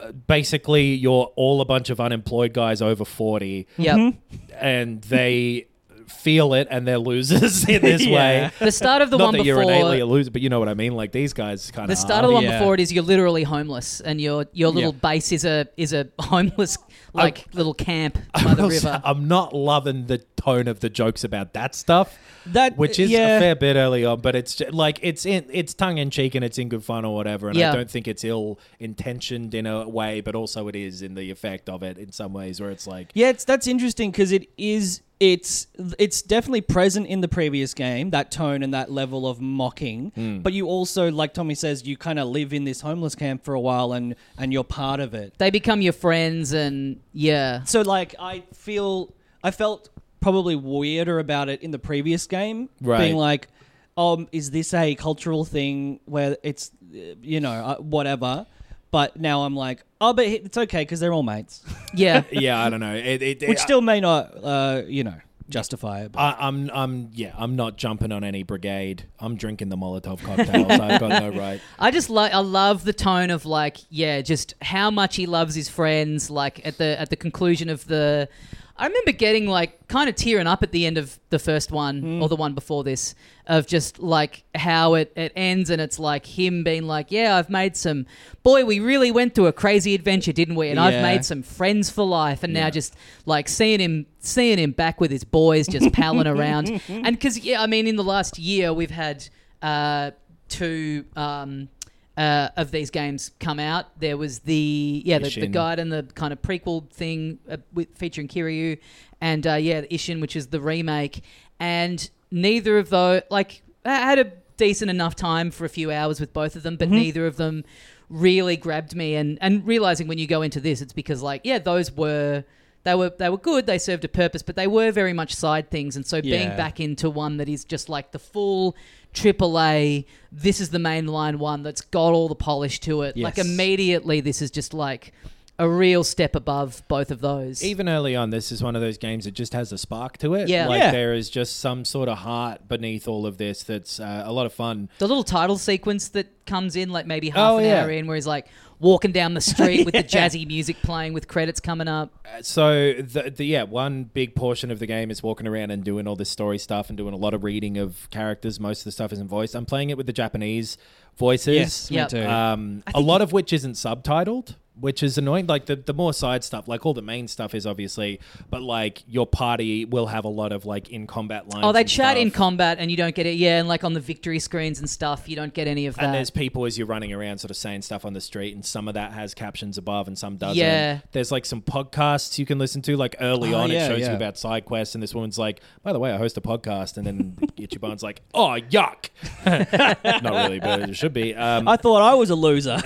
[SPEAKER 4] uh, Basically, you're all a bunch of unemployed guys over forty,
[SPEAKER 2] yep.
[SPEAKER 3] Hmm?
[SPEAKER 4] and they feel it, and they're losers in this
[SPEAKER 3] Yeah.
[SPEAKER 4] way.
[SPEAKER 2] the start of the
[SPEAKER 4] Not
[SPEAKER 2] one
[SPEAKER 4] that
[SPEAKER 2] before
[SPEAKER 4] you're an alien loser, but you know what I mean. Like these guys kind of
[SPEAKER 2] The start of the one
[SPEAKER 3] yeah.
[SPEAKER 2] before it is you're literally homeless, and your your little base is a is a homeless like little camp by the
[SPEAKER 4] will say,
[SPEAKER 2] river.
[SPEAKER 4] I'm not loving the tone of the jokes about that stuff.
[SPEAKER 3] That-
[SPEAKER 4] which is
[SPEAKER 3] yeah.
[SPEAKER 4] a fair bit early on, but it's just, like it's in it's tongue in cheek and it's in good fun or whatever. And
[SPEAKER 2] Yeah.
[SPEAKER 4] I don't think it's ill intentioned in a way, but also it is in the effect of it in some ways where it's like
[SPEAKER 3] Yeah, it's that's interesting because it is it's it's definitely present in the previous game that tone and that level of mocking.
[SPEAKER 4] Hmm.
[SPEAKER 3] But you also, like Tommy says, you kind of live in this homeless camp for a while and and you're part of it.
[SPEAKER 2] They become your friends, and yeah,
[SPEAKER 3] So like I feel I felt probably weirder about it in the previous game,
[SPEAKER 4] Right.
[SPEAKER 3] being like, um, is this a cultural thing where it's uh, you know uh, whatever. But now I'm like, oh, but it's okay because they're all mates,
[SPEAKER 2] yeah,
[SPEAKER 4] yeah, I don't know. It, it,
[SPEAKER 3] which
[SPEAKER 4] I-
[SPEAKER 3] still may not, uh, you know, justify
[SPEAKER 2] Ah,
[SPEAKER 3] it. But.
[SPEAKER 4] I, I'm, I'm, yeah, I'm not jumping on any brigade. I'm drinking the Molotov cocktails. I've got no right.
[SPEAKER 2] I just like I love the tone of like yeah, just how much he loves his friends. Like at the at the conclusion of the, I remember getting like kind of tearing up at the end of the first one or the one before this of just like how it it ends and it's like him being like yeah, I've made some boy, we really went through a crazy adventure, didn't we? And I've
[SPEAKER 3] Yeah.
[SPEAKER 2] made some friends for life, and now just like seeing him seeing him back with his boys, just palling around, and because yeah, I mean in the last year we've had. Uh, two um, uh, of these games come out. There was the yeah the, the
[SPEAKER 4] Ishin.
[SPEAKER 2] guide and the kind of prequel thing uh, with featuring Kiryu, and uh, yeah Ishin, which is the remake. And neither of those like I had a decent enough time for a few hours with both of them,
[SPEAKER 3] Mm-hmm.
[SPEAKER 2] but neither of them really grabbed me. And and realizing when you go into this, it's because like yeah those were. They were they were good. They served a purpose, but they were very much side things. And so being
[SPEAKER 3] Yeah.
[SPEAKER 2] back into one that is just like the full AAA. This is the mainline one that's got all the polish to it. Like
[SPEAKER 3] Yes.
[SPEAKER 2] immediately, this is just like a real step above both of those.
[SPEAKER 4] Even early on, this is one of those games that just has a spark to it.
[SPEAKER 2] Yeah.
[SPEAKER 4] Like
[SPEAKER 3] Yeah.
[SPEAKER 4] there is just some sort of heart beneath all of this that's uh, a lot of fun.
[SPEAKER 2] the little title sequence that comes in, like maybe half
[SPEAKER 4] Oh,
[SPEAKER 2] an
[SPEAKER 4] yeah.
[SPEAKER 2] hour in, where he's like walking down the street with the jazzy music playing with credits coming up.
[SPEAKER 4] so the, the yeah one big portion of the game is walking around and doing all this story stuff and doing a lot of reading of characters most of the stuff isn't voiced i'm playing it with the japanese voices
[SPEAKER 3] Yes,
[SPEAKER 2] me Yep. too.
[SPEAKER 4] um, a lot of which isn't subtitled which is annoying like the, the more side stuff like all the main stuff is obviously but like your party will have a lot of like in combat lines
[SPEAKER 2] Oh, they
[SPEAKER 4] and
[SPEAKER 2] chat in
[SPEAKER 4] stuff.
[SPEAKER 2] combat, and you don't get it. Yeah, and like on the victory screens and stuff, you don't get any of that.
[SPEAKER 4] And there's people as you're running around sort of saying stuff on the street, and some of that has captions above and some doesn't.
[SPEAKER 2] Yeah.
[SPEAKER 4] There's like some podcasts you can listen to. Like early
[SPEAKER 3] Oh,
[SPEAKER 4] on,
[SPEAKER 3] yeah,
[SPEAKER 4] it shows
[SPEAKER 3] yeah.
[SPEAKER 4] you about side quests, and this woman's like, by the way, I host a podcast. And then Ichiban's like, oh, yuck. Not really, but it should be. Um,
[SPEAKER 3] I thought I was a loser.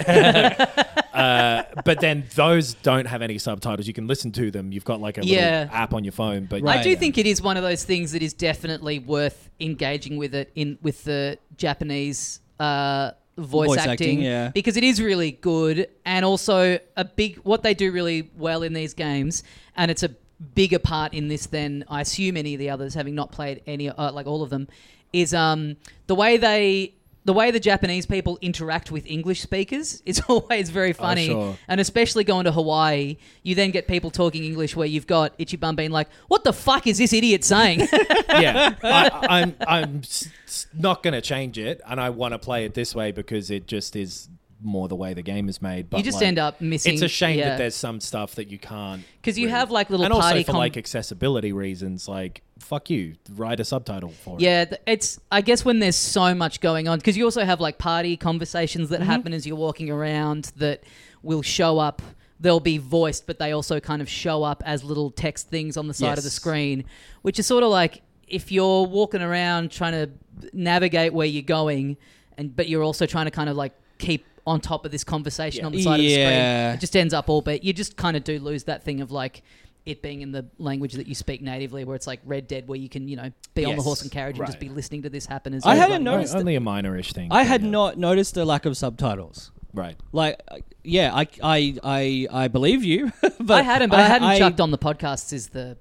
[SPEAKER 4] but then those don't have any subtitles. You can listen to them. You've got like a
[SPEAKER 2] Yeah.
[SPEAKER 4] little app on your phone. But
[SPEAKER 2] I do think it is one of those things that is definitely worth engaging with it in with the Japanese uh, voice,
[SPEAKER 3] Voice
[SPEAKER 2] acting,
[SPEAKER 3] acting, yeah.
[SPEAKER 2] because it is really good and also a big what they do really well in these games and it's a bigger part in this than I assume any of the others, having not played any, uh, like all of them, is um, the way they. The way the Japanese people interact with English speakers is always very funny,
[SPEAKER 4] sure.
[SPEAKER 2] and especially going to Hawaii, you then get people talking English where you've got Ichiban being like, "What the fuck is this idiot saying?"
[SPEAKER 4] yeah, I, I'm I'm s- s- not going to change it, and I want to play it this way because it just is more the way the game is made. But
[SPEAKER 2] You just
[SPEAKER 4] like,
[SPEAKER 2] end up missing-
[SPEAKER 4] It's a shame
[SPEAKER 2] yeah.
[SPEAKER 4] that there's some stuff that you can't
[SPEAKER 2] 'Cause you
[SPEAKER 4] read.
[SPEAKER 2] have, like, little
[SPEAKER 4] and
[SPEAKER 2] party
[SPEAKER 4] also for
[SPEAKER 2] com-
[SPEAKER 4] like accessibility reasons. Like fuck you, write a subtitle for it.
[SPEAKER 2] Yeah, th- it's I guess when there's so much going on because you also have like party conversations that happen as you're walking around that will show up. They'll be voiced, but they also kind of show up as little text things on the side of the
[SPEAKER 4] Yes.
[SPEAKER 2] screen, which is sort of like if you're walking around trying to navigate where you're going, and but you're also trying to kind of like keep on top of this conversation on the side of the
[SPEAKER 3] Yeah.
[SPEAKER 2] screen. It just ends up all, but you just kind of do lose that thing of like. It being in the language that you speak natively, where it's like Red Dead, where you can, you know, be on the
[SPEAKER 4] Yes.
[SPEAKER 2] horse and carriage and just be
[SPEAKER 4] Right.
[SPEAKER 2] listening to this happen as
[SPEAKER 3] I
[SPEAKER 2] it-
[SPEAKER 3] hadn't
[SPEAKER 2] like-
[SPEAKER 4] O-
[SPEAKER 3] noticed
[SPEAKER 4] only a minorish thing.
[SPEAKER 3] I had
[SPEAKER 4] Yeah.
[SPEAKER 3] not noticed the lack of subtitles.
[SPEAKER 4] right.
[SPEAKER 3] Like, uh, yeah, I, I, I, I believe you, but
[SPEAKER 2] I hadn't, but I, hadn't chucked on the podcasts. Is the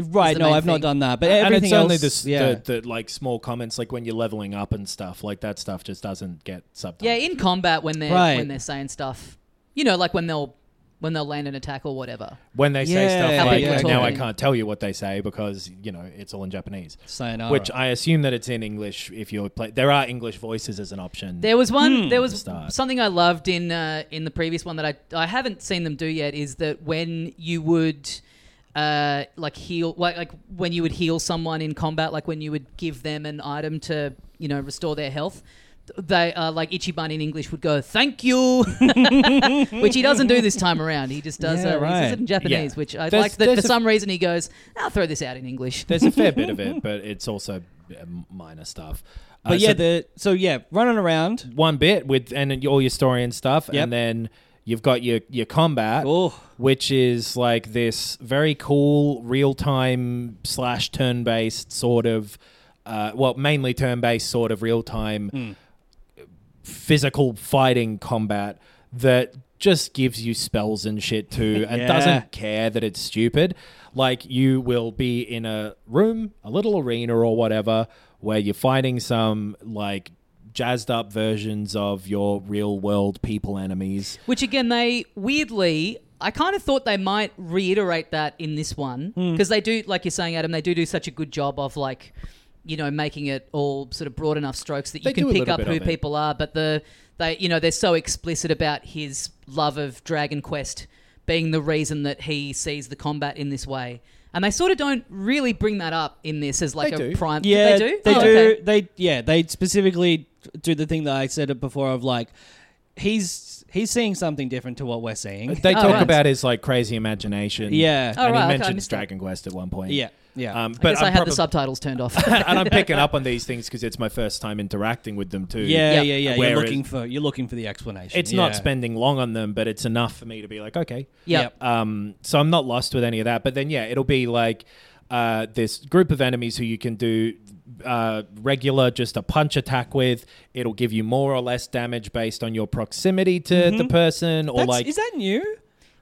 [SPEAKER 3] Right,
[SPEAKER 2] the
[SPEAKER 3] no,
[SPEAKER 2] main
[SPEAKER 3] I've
[SPEAKER 2] thing.
[SPEAKER 3] not done that. But
[SPEAKER 4] and
[SPEAKER 3] everything
[SPEAKER 4] it's only
[SPEAKER 3] else,
[SPEAKER 4] the, s-
[SPEAKER 3] yeah.
[SPEAKER 4] the, the like small comments, like when you're leveling up and stuff, like that stuff just doesn't get subtitled.
[SPEAKER 2] yeah in combat when they're
[SPEAKER 3] Right.
[SPEAKER 2] when they're saying stuff, you know, like when they'll when they'll land an attack or whatever.
[SPEAKER 4] when they say
[SPEAKER 3] Yeah,
[SPEAKER 4] stuff
[SPEAKER 3] How
[SPEAKER 4] like
[SPEAKER 3] people
[SPEAKER 4] "Well, now I
[SPEAKER 2] talking.
[SPEAKER 4] can't tell you what they say because you know it's all in Japanese.
[SPEAKER 3] Sayonara.
[SPEAKER 4] Which I assume that it's in English if you're play there are English voices as an option.
[SPEAKER 2] There was one. there was
[SPEAKER 4] Mm. Hmm. Start.
[SPEAKER 2] something I loved in uh, in the previous one that I I haven't seen them do yet. Is that when you would. Uh, like heal, like, like when you would heal someone in combat, like when you would give them an item to, you know, restore their health. They uh, like Ichiban in English would go "thank you," which he doesn't do this time around. He just does
[SPEAKER 3] Yeah,
[SPEAKER 2] uh, he says
[SPEAKER 3] right.
[SPEAKER 2] it in Japanese,
[SPEAKER 4] Yeah.
[SPEAKER 2] which I
[SPEAKER 4] There's-
[SPEAKER 2] like. That
[SPEAKER 4] there's
[SPEAKER 2] for
[SPEAKER 4] a-
[SPEAKER 2] some reason he goes, "I'll throw this out in English."
[SPEAKER 4] There's a fair bit of it, but it's also uh, minor stuff. Uh,
[SPEAKER 3] but yeah,
[SPEAKER 4] so
[SPEAKER 3] the so yeah, running around.
[SPEAKER 4] one bit with and then all your story and stuff,
[SPEAKER 3] Yep.
[SPEAKER 4] and then you've got your your combat,
[SPEAKER 3] Ooh.
[SPEAKER 4] which is like this very cool real time slash turn based sort of, uh, well, mainly turn based sort of real time physical fighting combat that just gives you spells and shit too and
[SPEAKER 3] Yeah.
[SPEAKER 4] doesn't care that it's stupid. Like you will be in a room, a little arena or whatever, where you're fighting some like jazzed up versions of your real world people enemies.
[SPEAKER 2] Which again, they weirdly, I kind of thought they might reiterate that in this one
[SPEAKER 4] Hmm.
[SPEAKER 2] because they do, like you're saying, Adam, they do do such a good job of like, you know, making it all sort of broad enough strokes that you
[SPEAKER 4] They do
[SPEAKER 2] can
[SPEAKER 4] a
[SPEAKER 2] pick
[SPEAKER 4] little
[SPEAKER 2] up
[SPEAKER 4] bit
[SPEAKER 2] who
[SPEAKER 4] of it.
[SPEAKER 2] people are. But the they, you know, they're so explicit about his love of Dragon Quest being the reason that he sees the combat in this way. And they sort of don't really bring that up in this as like
[SPEAKER 4] They
[SPEAKER 2] a
[SPEAKER 4] do.
[SPEAKER 2] prime.
[SPEAKER 3] Yeah,
[SPEAKER 2] they do.
[SPEAKER 3] They
[SPEAKER 2] Oh,
[SPEAKER 3] do.
[SPEAKER 2] okay.
[SPEAKER 3] They yeah. They specifically do the thing that I said it before of like, he's he's seeing something different to what we're seeing.
[SPEAKER 4] They
[SPEAKER 2] Oh,
[SPEAKER 4] talk
[SPEAKER 2] right.
[SPEAKER 4] about his like crazy imagination.
[SPEAKER 3] Yeah. Oh,
[SPEAKER 4] and
[SPEAKER 2] right, okay, I
[SPEAKER 4] he mentions
[SPEAKER 2] missed that.
[SPEAKER 4] Dragon Quest at one point.
[SPEAKER 3] yeah, yeah.
[SPEAKER 4] Um,
[SPEAKER 2] I
[SPEAKER 4] but
[SPEAKER 2] guess I
[SPEAKER 4] I'm
[SPEAKER 2] had the
[SPEAKER 4] probab-
[SPEAKER 2] subtitles turned off.
[SPEAKER 4] and I'm picking up on these things because it's my first time interacting with them too.
[SPEAKER 3] yeah,
[SPEAKER 2] yeah.
[SPEAKER 3] yeah, yeah, yeah.
[SPEAKER 4] Whereas-
[SPEAKER 3] You're looking for you're looking for the explanation.
[SPEAKER 4] It's
[SPEAKER 3] Yeah.
[SPEAKER 4] not spending long on them, but it's enough for me to be like, okay.
[SPEAKER 2] yeah.
[SPEAKER 4] Um, so I'm not lost with any of that. But then, yeah, it'll be like uh, this group of enemies who you can do uh, regular, just a punch attack with. It'll give you more or less damage based on your proximity to the person, or
[SPEAKER 3] That's,
[SPEAKER 4] like
[SPEAKER 3] is that new?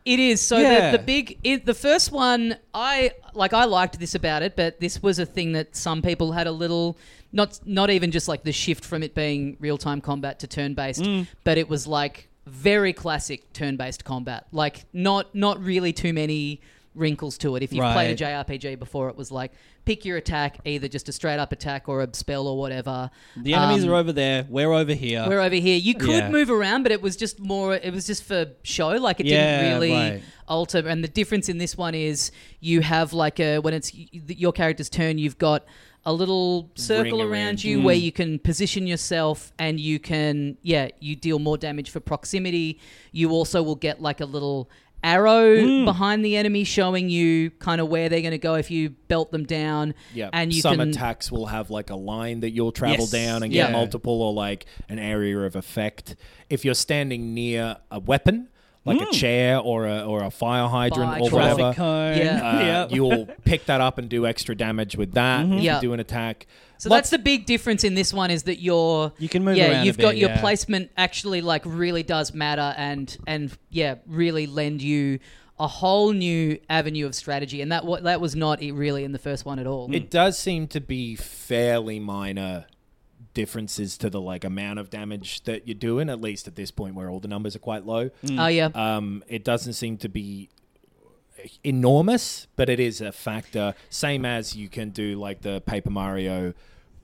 [SPEAKER 2] It is. So
[SPEAKER 3] Yeah.
[SPEAKER 2] the, the big, it, the first one, I like. I liked this about it, but this was a thing that some people had a little, not not even just like the shift from it being real time combat to turn based,
[SPEAKER 3] Mm.
[SPEAKER 2] but it was like very classic turn based combat. Like not not really too many wrinkles to it. If you've played a
[SPEAKER 3] Right.
[SPEAKER 2] JRPG before, it was like pick your attack, either just a straight up attack or a spell or whatever.
[SPEAKER 3] The enemies
[SPEAKER 2] Um,
[SPEAKER 3] are over there. We're over here.
[SPEAKER 2] we're over here. You could
[SPEAKER 3] Yeah.
[SPEAKER 2] move around, but it was just more. It was just for show. Like it
[SPEAKER 3] Yeah,
[SPEAKER 2] didn't really
[SPEAKER 3] right.
[SPEAKER 2] alter. And the difference in this one is you have like a when it's y- your character's turn, you've got a little circle
[SPEAKER 4] Ring
[SPEAKER 2] around,
[SPEAKER 4] around.
[SPEAKER 2] you where you can position yourself and you can yeah you deal more damage for proximity. You also will get like a little arrow behind the enemy showing you kind of where they're going to go if you belt them down
[SPEAKER 4] Yeah,
[SPEAKER 2] and you
[SPEAKER 4] some
[SPEAKER 2] can
[SPEAKER 4] attacks will have like a line that you'll travel
[SPEAKER 3] Yes.
[SPEAKER 4] down and
[SPEAKER 3] Yeah.
[SPEAKER 4] get multiple, or like an area of effect. If you're standing near a weapon, like a chair or a or a fire hydrant
[SPEAKER 2] Bike
[SPEAKER 4] or
[SPEAKER 2] or-
[SPEAKER 4] whatever,
[SPEAKER 3] Traffic cone.
[SPEAKER 2] Yeah. Mm-hmm.
[SPEAKER 4] uh,
[SPEAKER 3] Yep.
[SPEAKER 4] you'll pick that up and do extra damage with that. If
[SPEAKER 2] Yeah.
[SPEAKER 4] you do an attack.
[SPEAKER 2] So
[SPEAKER 4] Lots-
[SPEAKER 2] that's the big difference in this one is that your
[SPEAKER 3] You can move
[SPEAKER 2] yeah
[SPEAKER 3] around a
[SPEAKER 2] you've got
[SPEAKER 3] bit,
[SPEAKER 2] your
[SPEAKER 3] yeah.
[SPEAKER 2] placement actually like really does matter and and yeah really lend you a whole new avenue of strategy, and that wa- that was not it really in the first one at all.
[SPEAKER 4] It does seem to be fairly minor differences to the like amount of damage that you're doing, at least at this point where all the numbers are quite low.
[SPEAKER 2] Oh yeah,
[SPEAKER 3] Uh,
[SPEAKER 4] Um, it doesn't seem to be enormous, but it is a factor. Same as you can do like the Paper Mario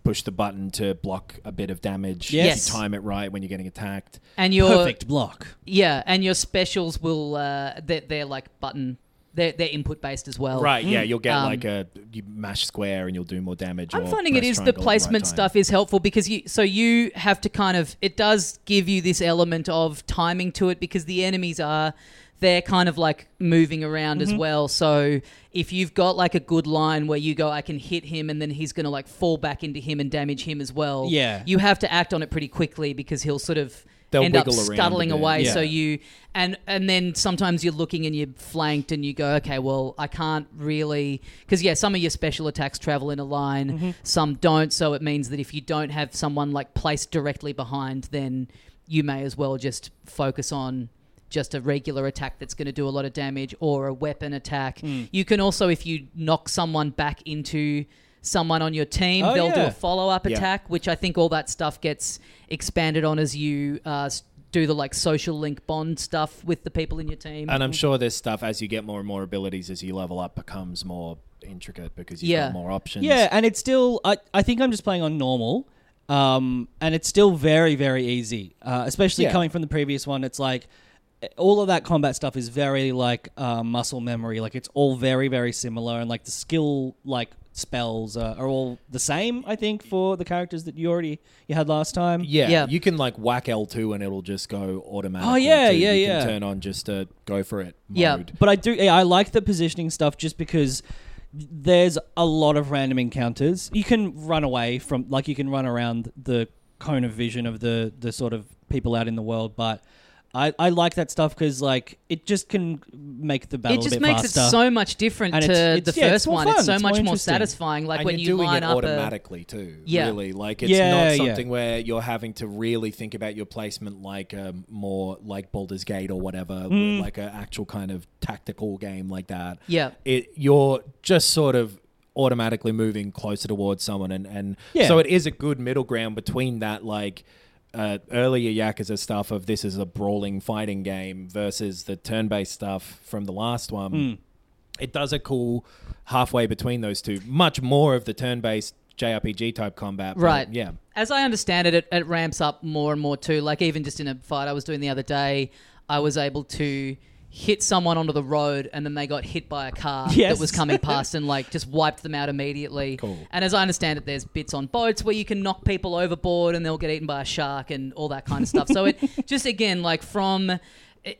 [SPEAKER 4] push the button to block a bit of damage. if you
[SPEAKER 2] Yes.
[SPEAKER 4] time it right when you're getting attacked.
[SPEAKER 2] and your
[SPEAKER 3] Perfect block.
[SPEAKER 2] yeah, and your specials will uh, they're, they're like button, they're they're input based as well.
[SPEAKER 4] Right, yeah, you'll get
[SPEAKER 2] Um,
[SPEAKER 4] like a you mash square and you'll do more damage.
[SPEAKER 2] I'm
[SPEAKER 4] or
[SPEAKER 2] finding it
[SPEAKER 4] press
[SPEAKER 2] is the
[SPEAKER 4] triangle at right
[SPEAKER 2] placement
[SPEAKER 4] time.
[SPEAKER 2] stuff is helpful because you so you have to kind of it does give you this element of timing to it because the enemies are they're kind of like moving around
[SPEAKER 4] Mm-hmm.
[SPEAKER 2] as well. So if you've got like a good line where you go, I can hit him and then he's gonna like fall back into him and damage him as well.
[SPEAKER 3] Yeah.
[SPEAKER 2] You have to act on it pretty quickly because he'll sort of
[SPEAKER 4] They'll
[SPEAKER 2] end up
[SPEAKER 4] wiggle around a
[SPEAKER 2] scuttling
[SPEAKER 4] bit.
[SPEAKER 2] away.
[SPEAKER 3] Yeah.
[SPEAKER 2] So you and and then sometimes you're looking and you're flanked and you go, okay, well I can't really because yeah, some of your special attacks travel in a line,
[SPEAKER 3] Mm-hmm.
[SPEAKER 2] some don't. So it means that if you don't have someone like placed directly behind, then you may as well just focus on just a regular attack that's going to do a lot of damage or a weapon attack.
[SPEAKER 3] Hmm.
[SPEAKER 2] You can also if you knock someone back into someone on your team,
[SPEAKER 3] Oh,
[SPEAKER 2] they'll do
[SPEAKER 3] yeah.
[SPEAKER 2] a follow up
[SPEAKER 4] Yeah.
[SPEAKER 2] attack, which I think all that stuff gets expanded on as you uh, s- do the like social link bond stuff with the people in your team.
[SPEAKER 4] And I'm sure this stuff, as you get more and more abilities, as you level up, becomes more intricate because you've
[SPEAKER 2] Yeah.
[SPEAKER 4] got more options.
[SPEAKER 3] Yeah, and it's still. I, I think I'm just playing on normal, um, and it's still very very easy. Uh, especially
[SPEAKER 4] Yeah.
[SPEAKER 3] coming from the previous one, it's like eh, all of that combat stuff is very like uh, muscle memory. Like it's all very very similar, and like the skill like spells are, are all the same. I think for the characters that you already you had last time.
[SPEAKER 4] Yeah,
[SPEAKER 2] Yeah.
[SPEAKER 4] you can like whack L2 and it'll just go automatically.
[SPEAKER 3] Oh, yeah,
[SPEAKER 4] too.
[SPEAKER 3] yeah,
[SPEAKER 4] you
[SPEAKER 3] yeah.
[SPEAKER 4] Can turn on just to go for it mode.
[SPEAKER 2] Yeah.
[SPEAKER 3] But I do. Yeah, I like the positioning stuff just because there's a lot of random encounters. You can run away from, like, you can run around the cone of vision of the the sort of people out in the world, but. I, I like that stuff because like it just can make the battle
[SPEAKER 2] it
[SPEAKER 3] a
[SPEAKER 2] just
[SPEAKER 3] bit
[SPEAKER 2] makes
[SPEAKER 3] faster.
[SPEAKER 2] it so much different
[SPEAKER 3] And
[SPEAKER 2] to
[SPEAKER 3] it's- it's-
[SPEAKER 2] the
[SPEAKER 3] yeah, it's
[SPEAKER 2] first
[SPEAKER 3] more
[SPEAKER 2] one.
[SPEAKER 3] fun,
[SPEAKER 2] It's so
[SPEAKER 3] it's more
[SPEAKER 2] much more,
[SPEAKER 3] interesting.
[SPEAKER 2] satisfying. Like
[SPEAKER 4] and
[SPEAKER 2] when
[SPEAKER 4] you're doing
[SPEAKER 2] line
[SPEAKER 4] it
[SPEAKER 2] up a,
[SPEAKER 4] automatically too.
[SPEAKER 2] Yeah.
[SPEAKER 4] Really, like it's
[SPEAKER 3] Yeah, yeah.
[SPEAKER 4] not something where you're having to really think about your placement, like um, more like Baldur's Gate or whatever, with,
[SPEAKER 3] Mm.
[SPEAKER 4] like an actual kind of tactical game like that.
[SPEAKER 2] Yeah.
[SPEAKER 4] it you're just sort of automatically moving closer towards someone, and and
[SPEAKER 3] Yeah.
[SPEAKER 4] so it is a good middle ground between that like. Uh, earlier Yakuza stuff of this is a brawling fighting game versus the turn-based stuff from the last one
[SPEAKER 3] Mm.
[SPEAKER 4] it does a cool halfway between those two. Much more of the turn-based JRPG type combat, but
[SPEAKER 2] Right.
[SPEAKER 4] Yeah,
[SPEAKER 2] As I understand it, it, it ramps up more and more too. Like even just in a fight I was doing the other day, I was able to hit someone onto the road and then they got hit by a car
[SPEAKER 3] Yes.
[SPEAKER 2] that was coming past and like just wiped them out immediately.
[SPEAKER 4] Cool.
[SPEAKER 2] And as I understand it, there's bits on boats where you can knock people overboard and they'll get eaten by a shark and all that kind of stuff. So it just again like from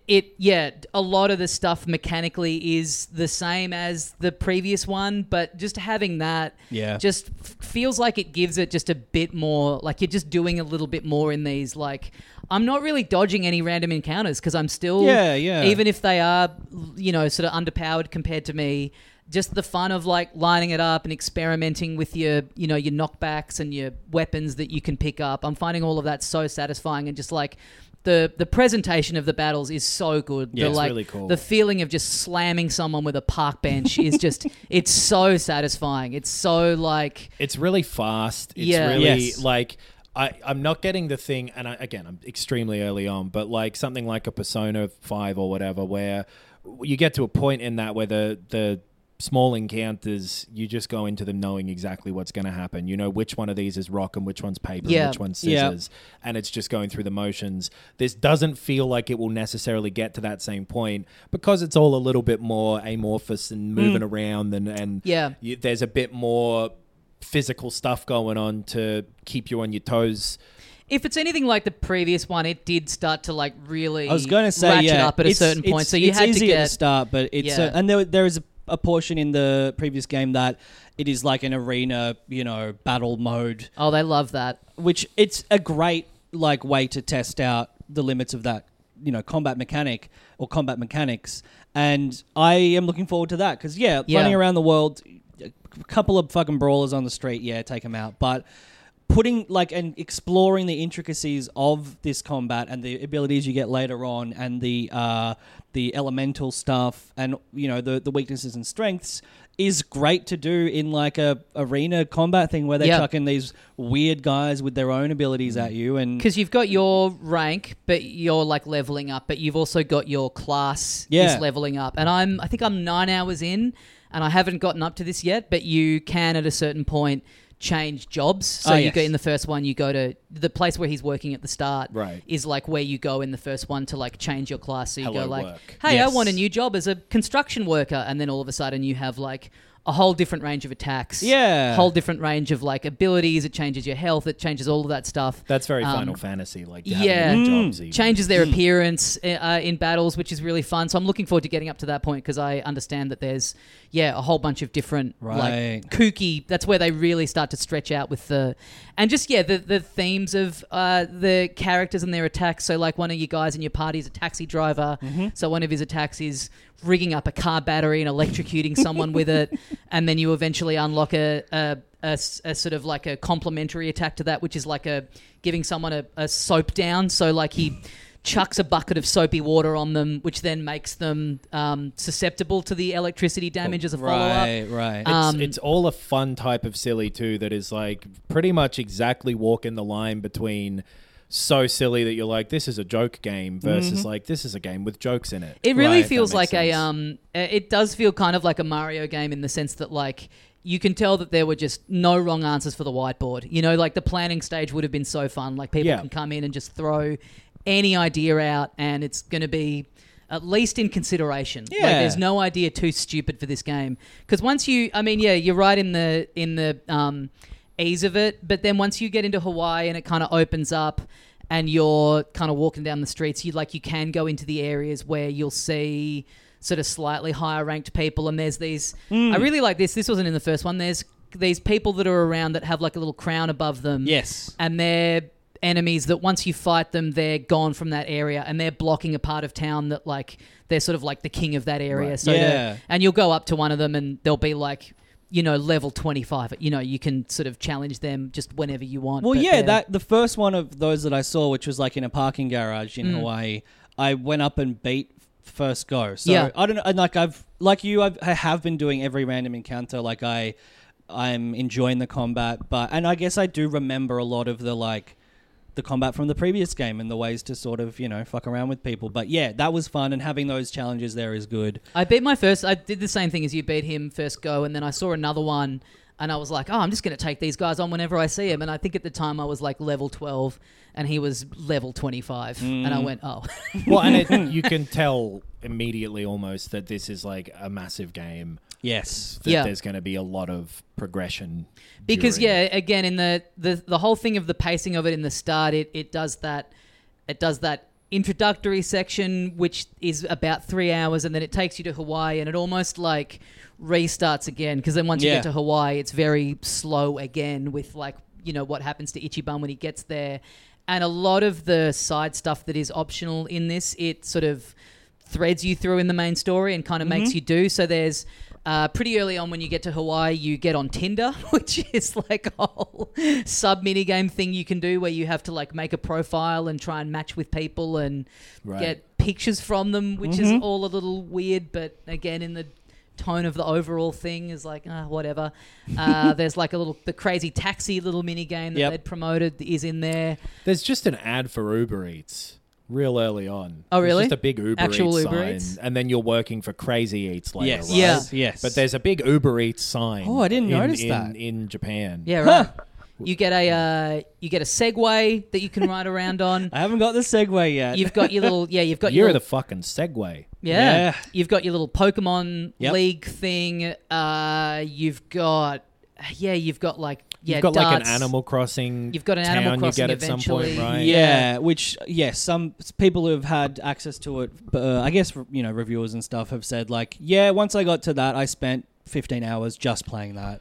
[SPEAKER 2] it yeah a lot of the stuff mechanically is the same as the previous one but just having that
[SPEAKER 3] Yeah.
[SPEAKER 2] just just f- feels like it gives it just a bit more like you're just doing a little bit more in these like i'm not really dodging any random encounters because i'm still
[SPEAKER 3] Yeah, yeah.
[SPEAKER 2] even if they are you know sort of underpowered compared to me just the fun of like lining it up and experimenting with your you know your knockbacks and your weapons that you can pick up i'm finding all of that so satisfying and just like the, the presentation of the battles is so good.
[SPEAKER 4] Yeah,
[SPEAKER 2] the,
[SPEAKER 4] it's
[SPEAKER 2] like,
[SPEAKER 4] really cool.
[SPEAKER 2] The feeling of just slamming someone with a park bench is just it's so satisfying it's so like
[SPEAKER 4] it's really fast. It's
[SPEAKER 2] Yeah.
[SPEAKER 4] really
[SPEAKER 3] Yes.
[SPEAKER 4] like I, I'm not getting the thing, and I, again, I'm extremely early on, but like something like a Persona Five or whatever, where you get to a point in that where the the small encounters you just go into them knowing exactly what's going to happen you know which one of these is rock and which one's paper
[SPEAKER 2] Yeah.
[SPEAKER 4] and which one's
[SPEAKER 3] Yeah.
[SPEAKER 4] scissors and it's just going through the motions this doesn't feel like it will necessarily get to that same point because it's all a little bit more amorphous and moving around and and
[SPEAKER 2] Yeah.
[SPEAKER 4] you, there's a bit more physical stuff going on to keep you on your toes.
[SPEAKER 2] if it's anything like the previous one it did start to like really
[SPEAKER 3] I was going to say
[SPEAKER 2] ratchet
[SPEAKER 3] yeah,
[SPEAKER 2] up at a
[SPEAKER 3] it's-
[SPEAKER 2] certain point
[SPEAKER 3] it's-
[SPEAKER 2] so you
[SPEAKER 3] it's
[SPEAKER 2] had
[SPEAKER 3] easy
[SPEAKER 2] to get
[SPEAKER 3] at the start, but it's
[SPEAKER 2] Yeah.
[SPEAKER 3] uh, and there there is a, a portion in the previous game that it is like an arena, you know, battle mode
[SPEAKER 2] oh they love that
[SPEAKER 3] which it's a great like way to test out the limits of that you know combat mechanic or combat mechanics and i am looking forward to that because yeah,
[SPEAKER 2] Yeah.
[SPEAKER 3] running around the world a couple of fucking brawlers on the street yeah take them out but putting like and exploring the intricacies of this combat and the abilities you get later on and the uh, the elemental stuff and you know the the weaknesses and strengths is great to do in like a arena combat thing where they're
[SPEAKER 2] Yeah.
[SPEAKER 3] chucking these weird guys with their own abilities
[SPEAKER 2] Mm.
[SPEAKER 3] at you and
[SPEAKER 2] Because you've got your rank, but you're like leveling up, but you've also got your class
[SPEAKER 3] Yeah.
[SPEAKER 2] is leveling up. And I'm, I think I'm nine hours in, and I haven't gotten up to this yet. But you can at a certain point change jobs. So
[SPEAKER 3] Ah,
[SPEAKER 2] you
[SPEAKER 3] yes.
[SPEAKER 2] go in the first one, you go to the place where he's working at the start.
[SPEAKER 4] Right.
[SPEAKER 2] is like where you go in the first one to like change your class. So you
[SPEAKER 4] Hello
[SPEAKER 2] go like,
[SPEAKER 4] work.
[SPEAKER 2] hey, I want a
[SPEAKER 3] Yes.
[SPEAKER 2] new job as a construction worker, and then all of a sudden you have like. A whole different range of attacks.
[SPEAKER 3] Yeah.
[SPEAKER 2] Whole different range of like abilities. It changes your health. It changes all of that stuff.
[SPEAKER 4] That's very
[SPEAKER 2] Um,
[SPEAKER 4] Final Fantasy, like to
[SPEAKER 2] yeah.
[SPEAKER 4] have your jobs even.
[SPEAKER 2] changes their appearance uh, in battles, which is really fun. So I'm looking forward to getting up to that point because I understand that there's yeah a whole bunch of different
[SPEAKER 3] Right.
[SPEAKER 2] like kooky. That's where they really start to stretch out with the and just yeah the the themes of uh, the characters and their attacks. So like one of you guys in your party is a taxi driver,
[SPEAKER 3] Mm-hmm.
[SPEAKER 2] so one of his attacks is rigging up a car battery and electrocuting someone with it, and then you eventually unlock a. a a, s- a sort of like a complementary attack to that, which is like a giving someone a, a soap down. So like he chucks a bucket of soapy water on them, which then makes them um, susceptible to the electricity damage as a follow up.
[SPEAKER 3] right right
[SPEAKER 4] It's,
[SPEAKER 2] Um,
[SPEAKER 4] it's all a fun type of silly too that is like pretty much exactly walking the line between so silly that you're like this is a joke game versus like this is a game with jokes in it.
[SPEAKER 2] Mm-hmm. It really
[SPEAKER 4] If that
[SPEAKER 2] feels like
[SPEAKER 4] makes
[SPEAKER 2] a
[SPEAKER 4] sense.
[SPEAKER 2] um. uh, It does feel kind of like a Mario game in the sense that like you can tell that there were just no wrong answers for the whiteboard. You know, like the planning stage would have been so fun. Like people
[SPEAKER 4] Yeah.
[SPEAKER 2] can come in and just throw any idea out, and it's going to be at least in consideration. Like
[SPEAKER 3] Yeah.
[SPEAKER 2] there's no idea too stupid for this game because once you, I mean, yeah, you're right in the in the um ease of it, but then once you get into Hawaii and it kind of opens up and you're kind of walking down the streets, you like you can go into the areas where you'll see sort of slightly higher ranked people. And there's these. I
[SPEAKER 3] Hmm.
[SPEAKER 2] really like this. This wasn't in the first one. There's these people that are around that have like a little crown above them.
[SPEAKER 3] yes
[SPEAKER 2] And they're enemies that once you fight them, they're gone from that area and they're blocking a part of town that like they're sort of like the king of that area.
[SPEAKER 4] Right.
[SPEAKER 2] So they're-
[SPEAKER 3] Yeah.
[SPEAKER 2] and you'll go up to one of them and they'll be like. You know, level twenty-five. You know, you can sort of challenge them just whenever you want.
[SPEAKER 3] Well,
[SPEAKER 2] but
[SPEAKER 3] yeah,
[SPEAKER 2] they're-
[SPEAKER 3] that the first one of those that I saw, which was like in a parking garage
[SPEAKER 2] Mm.
[SPEAKER 3] in Hawaii, I went up and beat first go. So
[SPEAKER 2] Yeah.
[SPEAKER 3] I don't know, and like I've like you, I've, I have been doing every random encounter. Like I, I'm enjoying the combat, but and I guess I do remember a lot of the like the combat from the previous game and the ways to sort of you know fuck around with people. But yeah, that was fun, and having those challenges there is good.
[SPEAKER 2] I beat my first. I did the same thing as you beat him first go, and then I saw another one, and I was like, oh, I'm just going to take these guys on whenever I see him. And I think at the time I was like level 12, and he was level 25, and I
[SPEAKER 3] Mm.
[SPEAKER 2] went, oh,
[SPEAKER 4] well, and it, you can tell immediately almost that this is like a massive game.
[SPEAKER 3] Yes.
[SPEAKER 4] That
[SPEAKER 2] Yeah.
[SPEAKER 4] there's going to be a lot of progression.
[SPEAKER 2] because
[SPEAKER 4] during-
[SPEAKER 2] yeah, again in the, the the whole thing of the pacing of it in the start, it it does that, it does that introductory section which is about three hours, and then it takes you to Hawaii, and it almost like restarts again because then once you
[SPEAKER 3] Yeah.
[SPEAKER 2] get to Hawaii, it's very slow again with like you know what happens to Ichiban when he gets there, and a lot of the side stuff that is optional in this, it sort of threads you through in the main story and kind of makes you do. So there's uh, pretty early on when you get to Hawaii, you get on Tinder, which is like a whole sub mini game thing you can do where you have to like make a profile and try and match with people and
[SPEAKER 4] Right.
[SPEAKER 2] get pictures from them, which
[SPEAKER 4] Mm-hmm.
[SPEAKER 2] is all a little weird. But again, in the tone of the overall thing is like ah, whatever. Uh, there's like a little the crazy taxi little mini game that
[SPEAKER 3] Yep.
[SPEAKER 2] they'd promoted is in there.
[SPEAKER 4] There's just an ad for Uber Eats real early on.
[SPEAKER 2] Oh,
[SPEAKER 4] There's
[SPEAKER 2] really?
[SPEAKER 4] just a big Uber
[SPEAKER 2] Actual
[SPEAKER 4] Eats
[SPEAKER 2] Uber
[SPEAKER 4] sign,
[SPEAKER 2] Eats?
[SPEAKER 4] and then you're working for Crazy Eats later,
[SPEAKER 3] Yes.
[SPEAKER 4] right?
[SPEAKER 2] Yeah.
[SPEAKER 3] Yes.
[SPEAKER 4] But there's a big Uber Eats sign.
[SPEAKER 3] Oh, I didn't
[SPEAKER 4] in-
[SPEAKER 3] notice
[SPEAKER 4] in-
[SPEAKER 3] that.
[SPEAKER 4] in Japan.
[SPEAKER 2] Yeah, right. You get a uh, you get a Segway that you can ride around on.
[SPEAKER 3] I haven't got the segue yet.
[SPEAKER 2] You've got your little yeah. You've got
[SPEAKER 4] You're
[SPEAKER 2] your
[SPEAKER 4] the
[SPEAKER 2] little,
[SPEAKER 4] fucking Segway.
[SPEAKER 2] yeah,
[SPEAKER 3] Yeah.
[SPEAKER 2] You've got your little Pokemon
[SPEAKER 3] Yep.
[SPEAKER 2] League thing. Uh, you've got yeah. You've got like yeah.
[SPEAKER 4] You've got like an
[SPEAKER 2] darts.
[SPEAKER 4] Animal Crossing.
[SPEAKER 2] You've got an Animal
[SPEAKER 4] town
[SPEAKER 2] Crossing
[SPEAKER 4] you get at some point,
[SPEAKER 2] eventually.
[SPEAKER 4] right?
[SPEAKER 3] Yeah, which yes, some s- people who've had access to it, uh, I guess r- you know reviewers and stuff have said like, yeah, once I got to that, I spent 15 hours just playing that.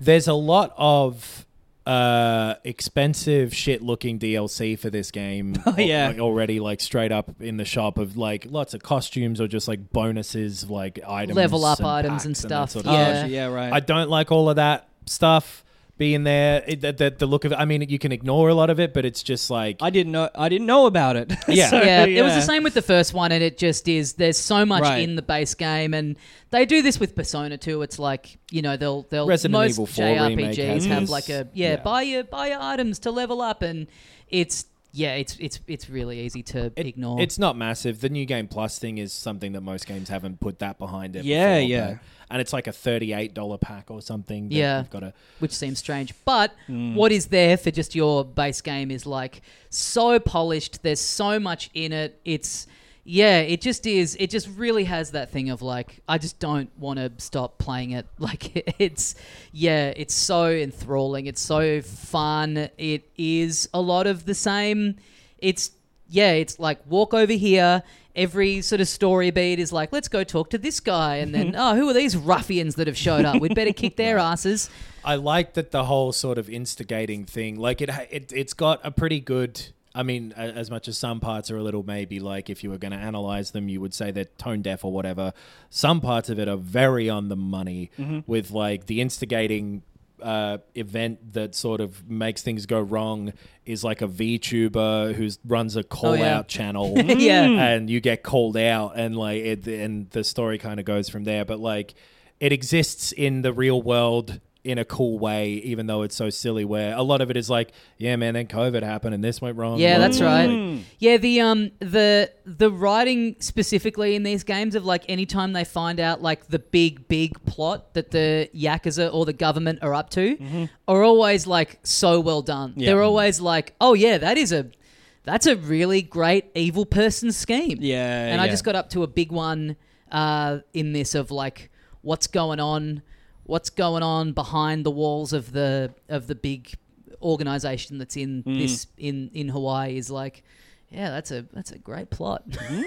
[SPEAKER 4] There's a lot of uh expensive shit looking DLC for this game
[SPEAKER 2] Oh,
[SPEAKER 4] al-
[SPEAKER 3] yeah.
[SPEAKER 4] like, already like straight up in the shop of like lots of costumes or just like bonuses like items
[SPEAKER 2] Level up
[SPEAKER 4] and
[SPEAKER 2] items
[SPEAKER 4] packs
[SPEAKER 2] and
[SPEAKER 4] that
[SPEAKER 2] stuff,
[SPEAKER 4] sort of
[SPEAKER 3] Oh,
[SPEAKER 2] Yeah.
[SPEAKER 3] yeah, right.
[SPEAKER 4] I don't like all of that stuff. be in there. It, the, the, the look of it. I mean, you can ignore a lot of it, but it's just like
[SPEAKER 3] I didn't know. I didn't know about it.
[SPEAKER 4] Yeah.
[SPEAKER 3] So,
[SPEAKER 2] yeah, it was the same with the first one, and it just is. There's so much
[SPEAKER 3] Right.
[SPEAKER 2] in the base game, and they do this with Persona too. It's like you know they'll they'll
[SPEAKER 4] Resident
[SPEAKER 2] most
[SPEAKER 4] Evil 4 remake
[SPEAKER 2] JRPGs
[SPEAKER 4] has
[SPEAKER 2] have
[SPEAKER 4] this.
[SPEAKER 2] like a yeah,
[SPEAKER 4] Yeah.
[SPEAKER 2] buy your buy your items to level up, and it's yeah it's it's it's really easy to
[SPEAKER 4] It-
[SPEAKER 2] ignore.
[SPEAKER 4] It's not massive. The new game plus thing is something that most games haven't put that behind it.
[SPEAKER 3] Yeah,
[SPEAKER 4] before,
[SPEAKER 3] yeah.
[SPEAKER 4] but- and it's like a thirty-eight dollar pack or something. that
[SPEAKER 2] Yeah.
[SPEAKER 4] you've got to.
[SPEAKER 2] which seems strange. But what is there for just your base game is like so polished. There's so much in it. It's yeah, it just is. It just really has that thing of like I just don't want to stop playing it. Like it's yeah, it's so enthralling. It's so fun. It is a lot of the same. It's yeah, it's like walk over here. Every sort of story beat is like, let's go talk to this guy, and then oh, who are these ruffians that have showed up? We'd better kick their asses.
[SPEAKER 4] I like that the whole sort of instigating thing. Like it, ha- it it's got a pretty good. I mean, a- as much as some parts are a little maybe like if you were going to analyze them, you would say they're tone deaf or whatever. Some parts of it are very on the money with like the instigating uh, event that sort of makes things go wrong is like a VTuber who runs a call
[SPEAKER 2] yeah.
[SPEAKER 4] out channel.
[SPEAKER 2] Yeah.
[SPEAKER 4] And you get called out and like it, and the story kind of goes from there. But like it exists in the real world in a cool way, even though it's so silly where a lot of it is like, yeah, man, then COVID happened and this went wrong.
[SPEAKER 2] Yeah,
[SPEAKER 4] Like,
[SPEAKER 2] that's right. Yeah, the um the the writing specifically in these games of like anytime they find out like the big big plot that the yakuza or the government are up to are always like so well done. They're always like, "Oh yeah, that is a that's a really great evil person scheme."
[SPEAKER 3] Yeah,
[SPEAKER 2] And I
[SPEAKER 3] yeah.
[SPEAKER 2] just got up to a big one uh in this of like what's going on what's going on behind the walls of the of the big organization that's in
[SPEAKER 3] Mm.
[SPEAKER 2] this in in Hawaii is like, yeah, that's a that's a great plot.
[SPEAKER 3] Mm.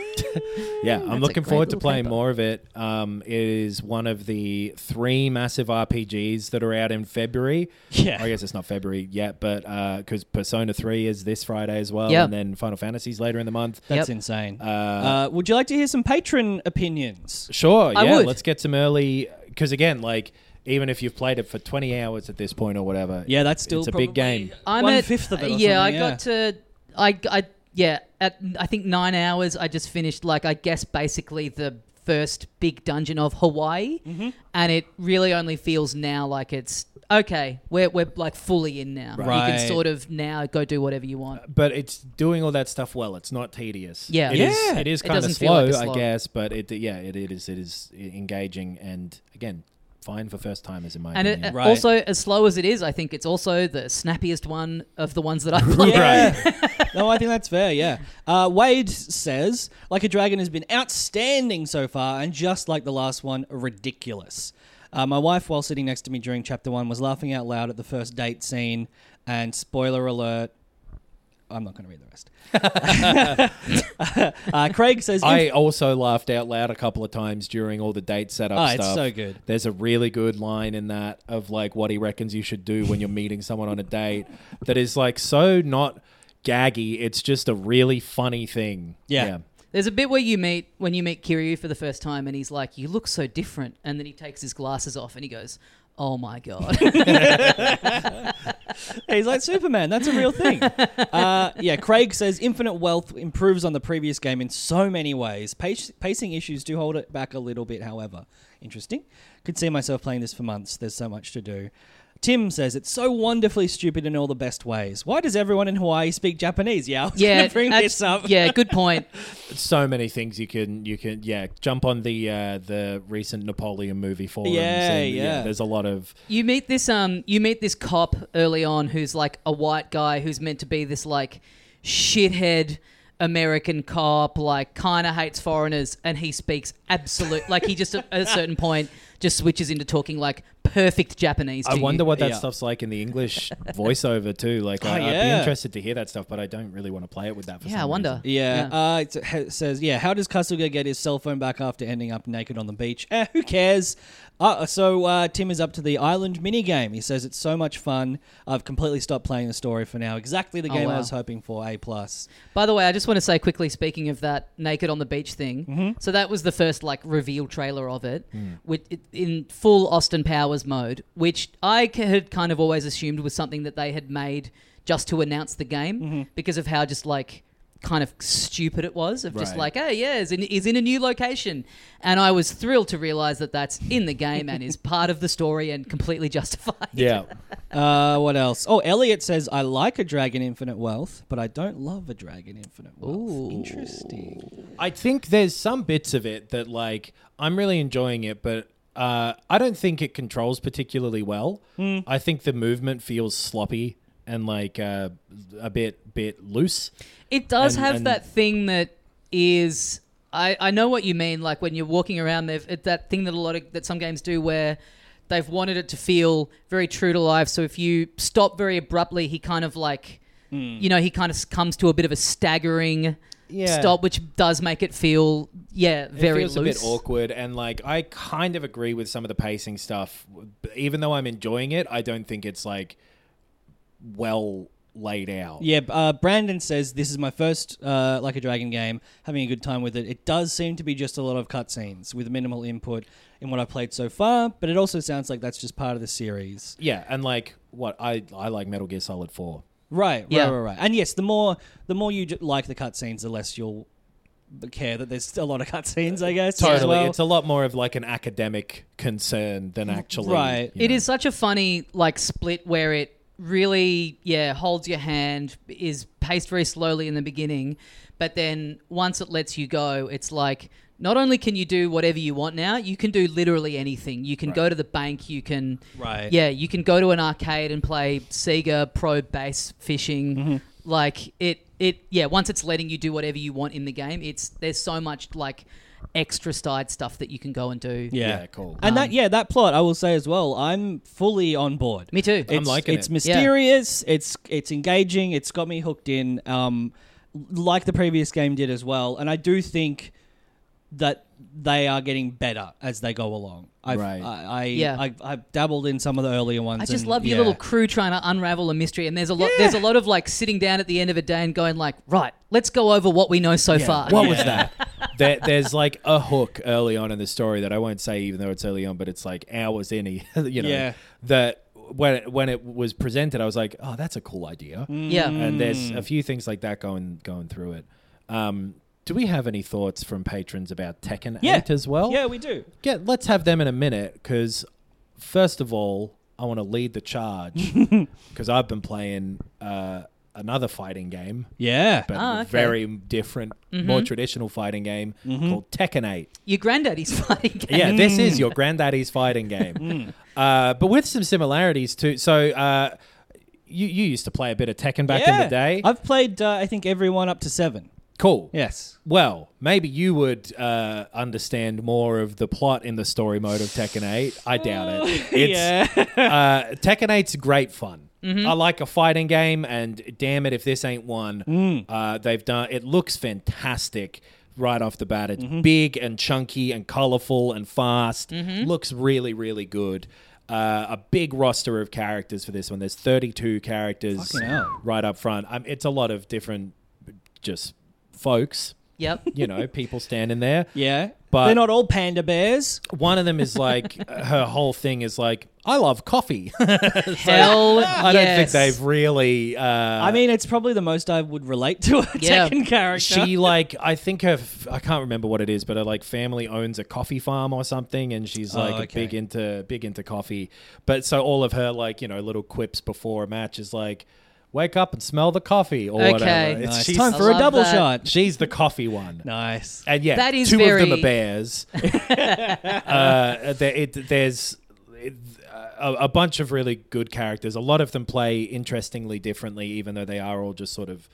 [SPEAKER 4] Yeah, I'm looking
[SPEAKER 2] great
[SPEAKER 4] forward to
[SPEAKER 2] little
[SPEAKER 4] playing
[SPEAKER 2] paper.
[SPEAKER 4] more of it. Um, it is one of the three massive RPGs that are out in February.
[SPEAKER 3] Yeah.
[SPEAKER 4] I guess it's not February yet, but because Persona 3 is this Friday as well,
[SPEAKER 2] Yeah.
[SPEAKER 4] and then Final Fantasy's later in the month.
[SPEAKER 3] That's
[SPEAKER 2] Yep.
[SPEAKER 3] insane. Uh,
[SPEAKER 4] Uh,
[SPEAKER 3] would you like to hear some patron opinions?
[SPEAKER 4] sure, yeah,
[SPEAKER 2] I would.
[SPEAKER 4] let's get some early. Because again, like even if you've played it for 20 hours at this point or whatever,
[SPEAKER 3] Yeah, that's still
[SPEAKER 4] it's a big
[SPEAKER 3] probably-
[SPEAKER 4] game.
[SPEAKER 2] I'm
[SPEAKER 3] One
[SPEAKER 2] at,
[SPEAKER 3] fifth of it or
[SPEAKER 2] yeah, I
[SPEAKER 3] something, yeah.
[SPEAKER 2] got to I I yeah at I think nine hours. I just finished like I guess basically the first big dungeon of Hawaii,
[SPEAKER 3] Mm-hmm.
[SPEAKER 2] and it really only feels now like it's. Okay, we're, we're like fully in now. You
[SPEAKER 3] Right.
[SPEAKER 2] can sort of now go do whatever you want.
[SPEAKER 4] but it's doing all that stuff well. It's not tedious.
[SPEAKER 2] Yeah.
[SPEAKER 4] it is.
[SPEAKER 3] Yeah.
[SPEAKER 4] It is
[SPEAKER 2] It
[SPEAKER 4] kind of
[SPEAKER 2] doesn't feel
[SPEAKER 4] slow,
[SPEAKER 2] like a
[SPEAKER 4] I
[SPEAKER 2] slog.
[SPEAKER 4] guess, but it yeah, it, it is it is engaging and again fine for first timers in my
[SPEAKER 2] And it,
[SPEAKER 4] opinion.
[SPEAKER 2] uh,
[SPEAKER 3] Right.
[SPEAKER 2] also, as slow as it is, I think it's also the snappiest one of the ones that I've played.
[SPEAKER 3] Yeah. no, I think that's fair, yeah. Uh, Wade says, Like a Dragon has been outstanding so far, and just like the last one, ridiculous. Uh, my wife, while sitting next to me during chapter one, was laughing out loud at the first date scene, and spoiler alert, I'm not going to read the rest. uh, Craig says,
[SPEAKER 4] I also laughed out loud a couple of times during all the date setup
[SPEAKER 3] Oh,
[SPEAKER 4] stuff.
[SPEAKER 3] it's so good.
[SPEAKER 4] There's a really good line in that of like what he reckons you should do when you're meeting someone on a date that is like so not gaggy. It's just a really funny thing.
[SPEAKER 3] Yeah.
[SPEAKER 2] There's a bit where you meet when you meet Kiryu for the first time, and he's like, "You look so different," and then he takes his glasses off and he goes, "Oh my god!"
[SPEAKER 3] He's like Superman. That's a real thing. Uh, yeah, Craig says infinite wealth improves on the previous game in so many ways. Pace, pacing issues do hold it back a little bit, however. Interesting. Could see myself playing this for months. There's so much to do. Tim says it's so wonderfully stupid in all the best ways. Why does everyone in Hawaii speak Japanese? Yeah, I was
[SPEAKER 2] yeah,
[SPEAKER 3] gonna bring
[SPEAKER 2] that's-
[SPEAKER 3] this up.
[SPEAKER 2] Yeah, good point.
[SPEAKER 4] so many things you can you can yeah jump on the uh, the recent Napoleon movie forums.
[SPEAKER 3] Yeah,
[SPEAKER 4] and,
[SPEAKER 3] yeah.
[SPEAKER 4] There's a lot of
[SPEAKER 2] You meet this um, you meet this cop early on who's like a white guy who's meant to be this like shithead American cop, like kind of hates foreigners, and he speaks absolute like he just at a certain point just switches into talking like perfect Japanese.
[SPEAKER 4] I
[SPEAKER 2] to you.
[SPEAKER 4] wonder what that
[SPEAKER 3] Yeah. Oh,
[SPEAKER 4] stuff's like in the English voiceover too. Like I, I'd
[SPEAKER 3] yeah.
[SPEAKER 4] be interested to hear that stuff, but I don't really want to play it with that. For
[SPEAKER 2] Yeah, I
[SPEAKER 4] some
[SPEAKER 2] wonder.
[SPEAKER 4] reason.
[SPEAKER 3] Yeah, Uh, it's- it ha- says, yeah, how does Kasuga get his cell phone back after ending up naked on the beach? Eh, who cares? Uh, so uh, Tim is up to the island minigame. He says, it's so much fun. I've completely stopped playing the story for now. Exactly the
[SPEAKER 2] Oh,
[SPEAKER 3] game I
[SPEAKER 2] wow.
[SPEAKER 3] was hoping for, A+. plus.
[SPEAKER 2] By the way, I just want to say quickly, speaking of that naked on the beach thing. So that was the first like reveal trailer of it, with it, in full Austin Powers Survivors mode, which I c- had kind of always assumed was something that they had made just to announce the game because of how just like kind of stupid it was of just
[SPEAKER 4] Right.
[SPEAKER 2] like, oh yeah, is in, is in a new location, and I was thrilled to realize that that's in the game and is part of the story and completely justified.
[SPEAKER 4] Yeah.
[SPEAKER 3] Uh, what else? Oh, Elliot says I like a dragon infinite wealth, but I don't love a dragon infinite wealth.
[SPEAKER 2] Ooh.
[SPEAKER 3] Interesting.
[SPEAKER 4] I think there's some bits of it that like I'm really enjoying it, but uh, I don't think it controls particularly well.
[SPEAKER 3] Hmm.
[SPEAKER 4] I think the movement feels sloppy and like uh, a bit bit loose.
[SPEAKER 2] It does
[SPEAKER 4] And-
[SPEAKER 2] have
[SPEAKER 4] and-
[SPEAKER 2] that thing that is. I, I know what you mean. Like when you're walking around, they've it's that thing that a lot of that some games do where they've wanted it to feel very true to life. So if you stop very abruptly, he kind of like, you know, he kind of s- comes to a bit of a staggering
[SPEAKER 4] Hmm. Yeah.
[SPEAKER 2] stop, which does make it feel yeah very
[SPEAKER 4] it feels
[SPEAKER 2] loose.
[SPEAKER 4] a bit awkward and like i kind of agree with some of the pacing stuff even though i'm enjoying it i don't think it's like well laid out
[SPEAKER 3] Yeah, b- uh, Brandon says this is my first uh, like a dragon game. Having a good time with it. It does seem to be just a lot of cutscenes with minimal input in what I've played so far, but it also sounds like that's just part of the series.
[SPEAKER 4] yeah and like what i i like metal gear solid 4
[SPEAKER 3] Right,
[SPEAKER 2] Yeah.
[SPEAKER 3] right, right, right. And yes, the more the more you j- like the cutscenes, the less you'll care that there's a lot of cutscenes. I guess as
[SPEAKER 4] totally
[SPEAKER 3] well.
[SPEAKER 4] it's a lot more of like an academic concern than actually
[SPEAKER 3] Right.
[SPEAKER 4] you
[SPEAKER 2] It
[SPEAKER 4] know.
[SPEAKER 2] is such a funny like split where it really yeah holds your hand is paced very slowly in the beginning but then once it lets you go it's like not only can you do whatever you want now you can do literally anything you can go to the bank you can
[SPEAKER 3] Right.
[SPEAKER 2] yeah you can go to an arcade and play sega pro bass fishing
[SPEAKER 3] Mm-hmm.
[SPEAKER 2] like it it yeah once it's letting you do whatever you want in the game it's there's so much like extra side stuff that you can go and do
[SPEAKER 3] Yeah,
[SPEAKER 4] Yeah, cool. Um,
[SPEAKER 3] And that yeah, that plot I will say as well. I'm fully on board.
[SPEAKER 2] me too
[SPEAKER 3] It's,
[SPEAKER 4] liking
[SPEAKER 3] it's
[SPEAKER 4] it.
[SPEAKER 3] mysterious. It's it's engaging. It's got me hooked in. Um, like the previous game did as well. And I do think that they are getting better as they go along. I've,
[SPEAKER 4] Right.
[SPEAKER 3] I, I,
[SPEAKER 2] Yeah.
[SPEAKER 3] I I've dabbled in some of the earlier ones.
[SPEAKER 2] I just
[SPEAKER 3] and-
[SPEAKER 2] love your
[SPEAKER 3] yeah.
[SPEAKER 2] little crew trying to unravel a mystery, and there's a lot. There's a lot of like sitting down at the end of a day and going like, right, let's go over what we know so far.
[SPEAKER 4] what was that there, there's like a hook early on in the story that I won't say, even though it's early on, but it's like hours in, he- you know,
[SPEAKER 3] Yeah.
[SPEAKER 4] that when it, when it was presented, I was like, oh, that's a cool idea.
[SPEAKER 2] yeah.
[SPEAKER 4] and there's a few things like that going going through it. Um, do we have any thoughts from patrons about Tekken
[SPEAKER 3] Yeah.
[SPEAKER 4] 8 as well?
[SPEAKER 3] Yeah, we do.
[SPEAKER 4] Yeah, let's have them in a minute because first of all, I want to lead the charge because I've been playing uh, another fighting game,
[SPEAKER 3] Yeah.
[SPEAKER 4] but
[SPEAKER 2] Ah,
[SPEAKER 4] a
[SPEAKER 2] okay. Mm-hmm.
[SPEAKER 4] very different, more traditional fighting game
[SPEAKER 3] Mm-hmm.
[SPEAKER 4] called Tekken 8.
[SPEAKER 2] your granddaddy's fighting game.
[SPEAKER 4] Yeah, this is
[SPEAKER 2] Mm.
[SPEAKER 4] your granddaddy's fighting game,
[SPEAKER 3] Mm.
[SPEAKER 4] uh, but with some similarities too. So. Uh, you, you used to play a bit of Tekken back in
[SPEAKER 3] Yeah.
[SPEAKER 4] the day.
[SPEAKER 3] I've played. Uh, I think everyone up to seven.
[SPEAKER 4] cool.
[SPEAKER 3] Yes.
[SPEAKER 4] Well, maybe you would uh, understand more of the plot in the story mode of Tekken 8. I doubt it. It's, uh, Tekken 8's great fun.
[SPEAKER 3] Mm-hmm.
[SPEAKER 4] I like a fighting game, and damn it, if this ain't one,
[SPEAKER 3] Mm.
[SPEAKER 4] uh, they've done. It looks fantastic right off the bat. It's
[SPEAKER 3] Mm-hmm.
[SPEAKER 4] big and chunky and colorful and fast.
[SPEAKER 3] Mm-hmm.
[SPEAKER 4] Looks really, really good. Uh, a big roster of characters for this one. There's 32 characters
[SPEAKER 3] Fucking hell.
[SPEAKER 4] right up front. Um, it's a lot of different, just folks
[SPEAKER 2] Yep.
[SPEAKER 4] you know, people standing there.
[SPEAKER 3] Yeah.
[SPEAKER 4] But-
[SPEAKER 3] they're not all panda bears.
[SPEAKER 4] One of them is like, her whole thing is like, I love coffee.
[SPEAKER 2] Hell.
[SPEAKER 4] I don't think they've really. Uh,
[SPEAKER 3] I mean, it's probably the most I would relate to a
[SPEAKER 2] Yeah.
[SPEAKER 3] Tekken character.
[SPEAKER 4] she like, I think her, f- I can't remember what it is, but her like family owns a coffee farm or something, and she's like
[SPEAKER 3] Oh, okay.
[SPEAKER 4] big into big into coffee. But so all of her like, you know, little quips before a match is like, wake up and smell the coffee or
[SPEAKER 2] Okay.
[SPEAKER 4] whatever. It's-
[SPEAKER 3] Nice.
[SPEAKER 4] She's,
[SPEAKER 3] Time
[SPEAKER 2] I
[SPEAKER 3] for a
[SPEAKER 2] love
[SPEAKER 3] double
[SPEAKER 2] that.
[SPEAKER 3] shot.
[SPEAKER 4] she's the coffee one.
[SPEAKER 3] Nice.
[SPEAKER 4] and yeah,
[SPEAKER 2] That is
[SPEAKER 4] two of them
[SPEAKER 2] very-
[SPEAKER 4] are bears. uh, there, it, there's it, a, a bunch of really good characters. A lot of them play interestingly differently, even though they are all just sort of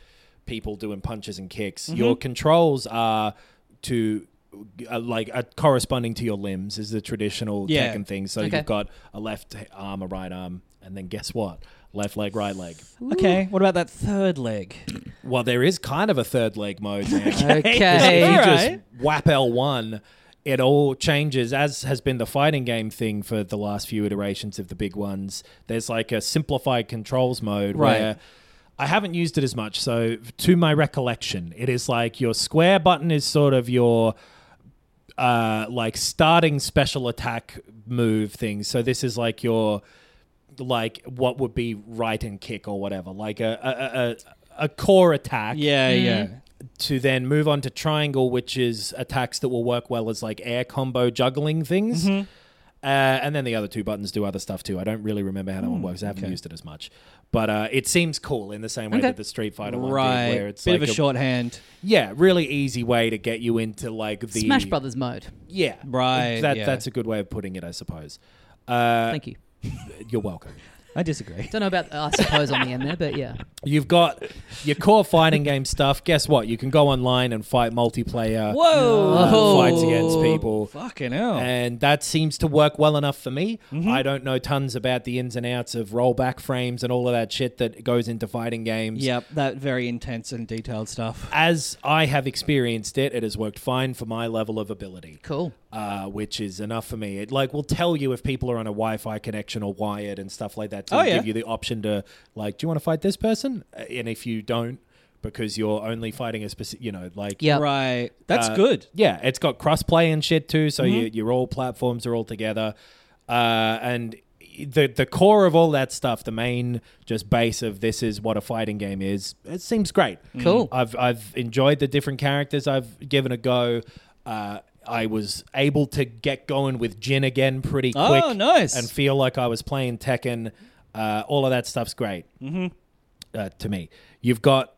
[SPEAKER 4] people doing punches and kicks.
[SPEAKER 2] Mm-hmm.
[SPEAKER 4] Your controls are to. Uh, like uh, corresponding to your limbs is the traditional
[SPEAKER 3] Yeah.
[SPEAKER 4] Tekken thing. So
[SPEAKER 2] Okay.
[SPEAKER 4] you've got a left arm, a right arm, and then guess what? Left leg, right leg.
[SPEAKER 3] Okay, what about that third leg?
[SPEAKER 4] Well, there is kind of a third leg mode now.
[SPEAKER 2] Okay.
[SPEAKER 4] if you just
[SPEAKER 3] Alright.
[SPEAKER 4] whap L1, it all changes, as has been the fighting game thing for the last few iterations of the big ones. There's like a simplified controls mode
[SPEAKER 3] Right.
[SPEAKER 4] where I haven't used it as much. So, to my recollection, it is like your square button is sort of your uh, like starting special attack move things. So this is like your like what would be right and kick or whatever, like a a, a, a core attack.
[SPEAKER 3] Yeah, yeah.
[SPEAKER 4] To then move on to triangle, which is attacks that will work well as like air combo juggling things.
[SPEAKER 3] Mm-hmm.
[SPEAKER 4] Uh, and then the other two buttons do other stuff too. I don't really remember how that
[SPEAKER 3] Hmm,
[SPEAKER 4] one works. I haven't used it as much, but uh, it seems cool in the same way
[SPEAKER 2] Okay.
[SPEAKER 4] that the Street Fighter one
[SPEAKER 3] Right.
[SPEAKER 4] did, where it's
[SPEAKER 3] Bit
[SPEAKER 4] like
[SPEAKER 3] of a, shorthand.
[SPEAKER 4] yeah, really easy way to get you into like the
[SPEAKER 2] Smash Brothers mode.
[SPEAKER 4] Yeah,
[SPEAKER 3] Right,
[SPEAKER 4] That
[SPEAKER 3] yeah.
[SPEAKER 4] that's a good way of putting it, I suppose. Uh,
[SPEAKER 2] Thank you.
[SPEAKER 4] You're welcome.
[SPEAKER 3] I disagree.
[SPEAKER 2] Don't know about I suppose on the end there, but yeah.
[SPEAKER 4] You've got your core fighting game stuff. Guess what? You can go online and fight multiplayer uh,
[SPEAKER 2] Whoa.
[SPEAKER 4] fights against people.
[SPEAKER 3] Fucking hell.
[SPEAKER 4] And that seems to work well enough for me.
[SPEAKER 3] Mm-hmm.
[SPEAKER 4] I don't know tons about the ins and outs of rollback frames and all of that shit that goes into fighting games.
[SPEAKER 3] yep, that very intense and detailed stuff.
[SPEAKER 4] As I have experienced it, it has worked fine for my level of ability.
[SPEAKER 2] Cool.
[SPEAKER 4] uh, which is enough for me. It like will tell you if people are on a Wi-Fi connection or wired and stuff like that. To
[SPEAKER 3] Oh, yeah.
[SPEAKER 4] give you the option to like, do you want to fight this person? Uh, And if you don't, because you're only fighting a specific, you know, like
[SPEAKER 2] Yeah.
[SPEAKER 3] Right. That's
[SPEAKER 4] uh,
[SPEAKER 3] good. Mm-hmm.
[SPEAKER 4] Yeah, it's got crossplay and shit too, so you, your all platforms are all together, uh, and the the core of all that stuff, the main just base of this is what a fighting game is. It seems great.
[SPEAKER 3] Mm.
[SPEAKER 2] Cool.
[SPEAKER 4] I've I've enjoyed the different characters I've given a go. Uh, I was able to get going with Jin again pretty
[SPEAKER 3] Oh,
[SPEAKER 4] quick.
[SPEAKER 3] nice.
[SPEAKER 4] And feel like I was playing Tekken. Uh, all of that stuff's great
[SPEAKER 3] Mm-hmm.
[SPEAKER 4] uh, to me. You've got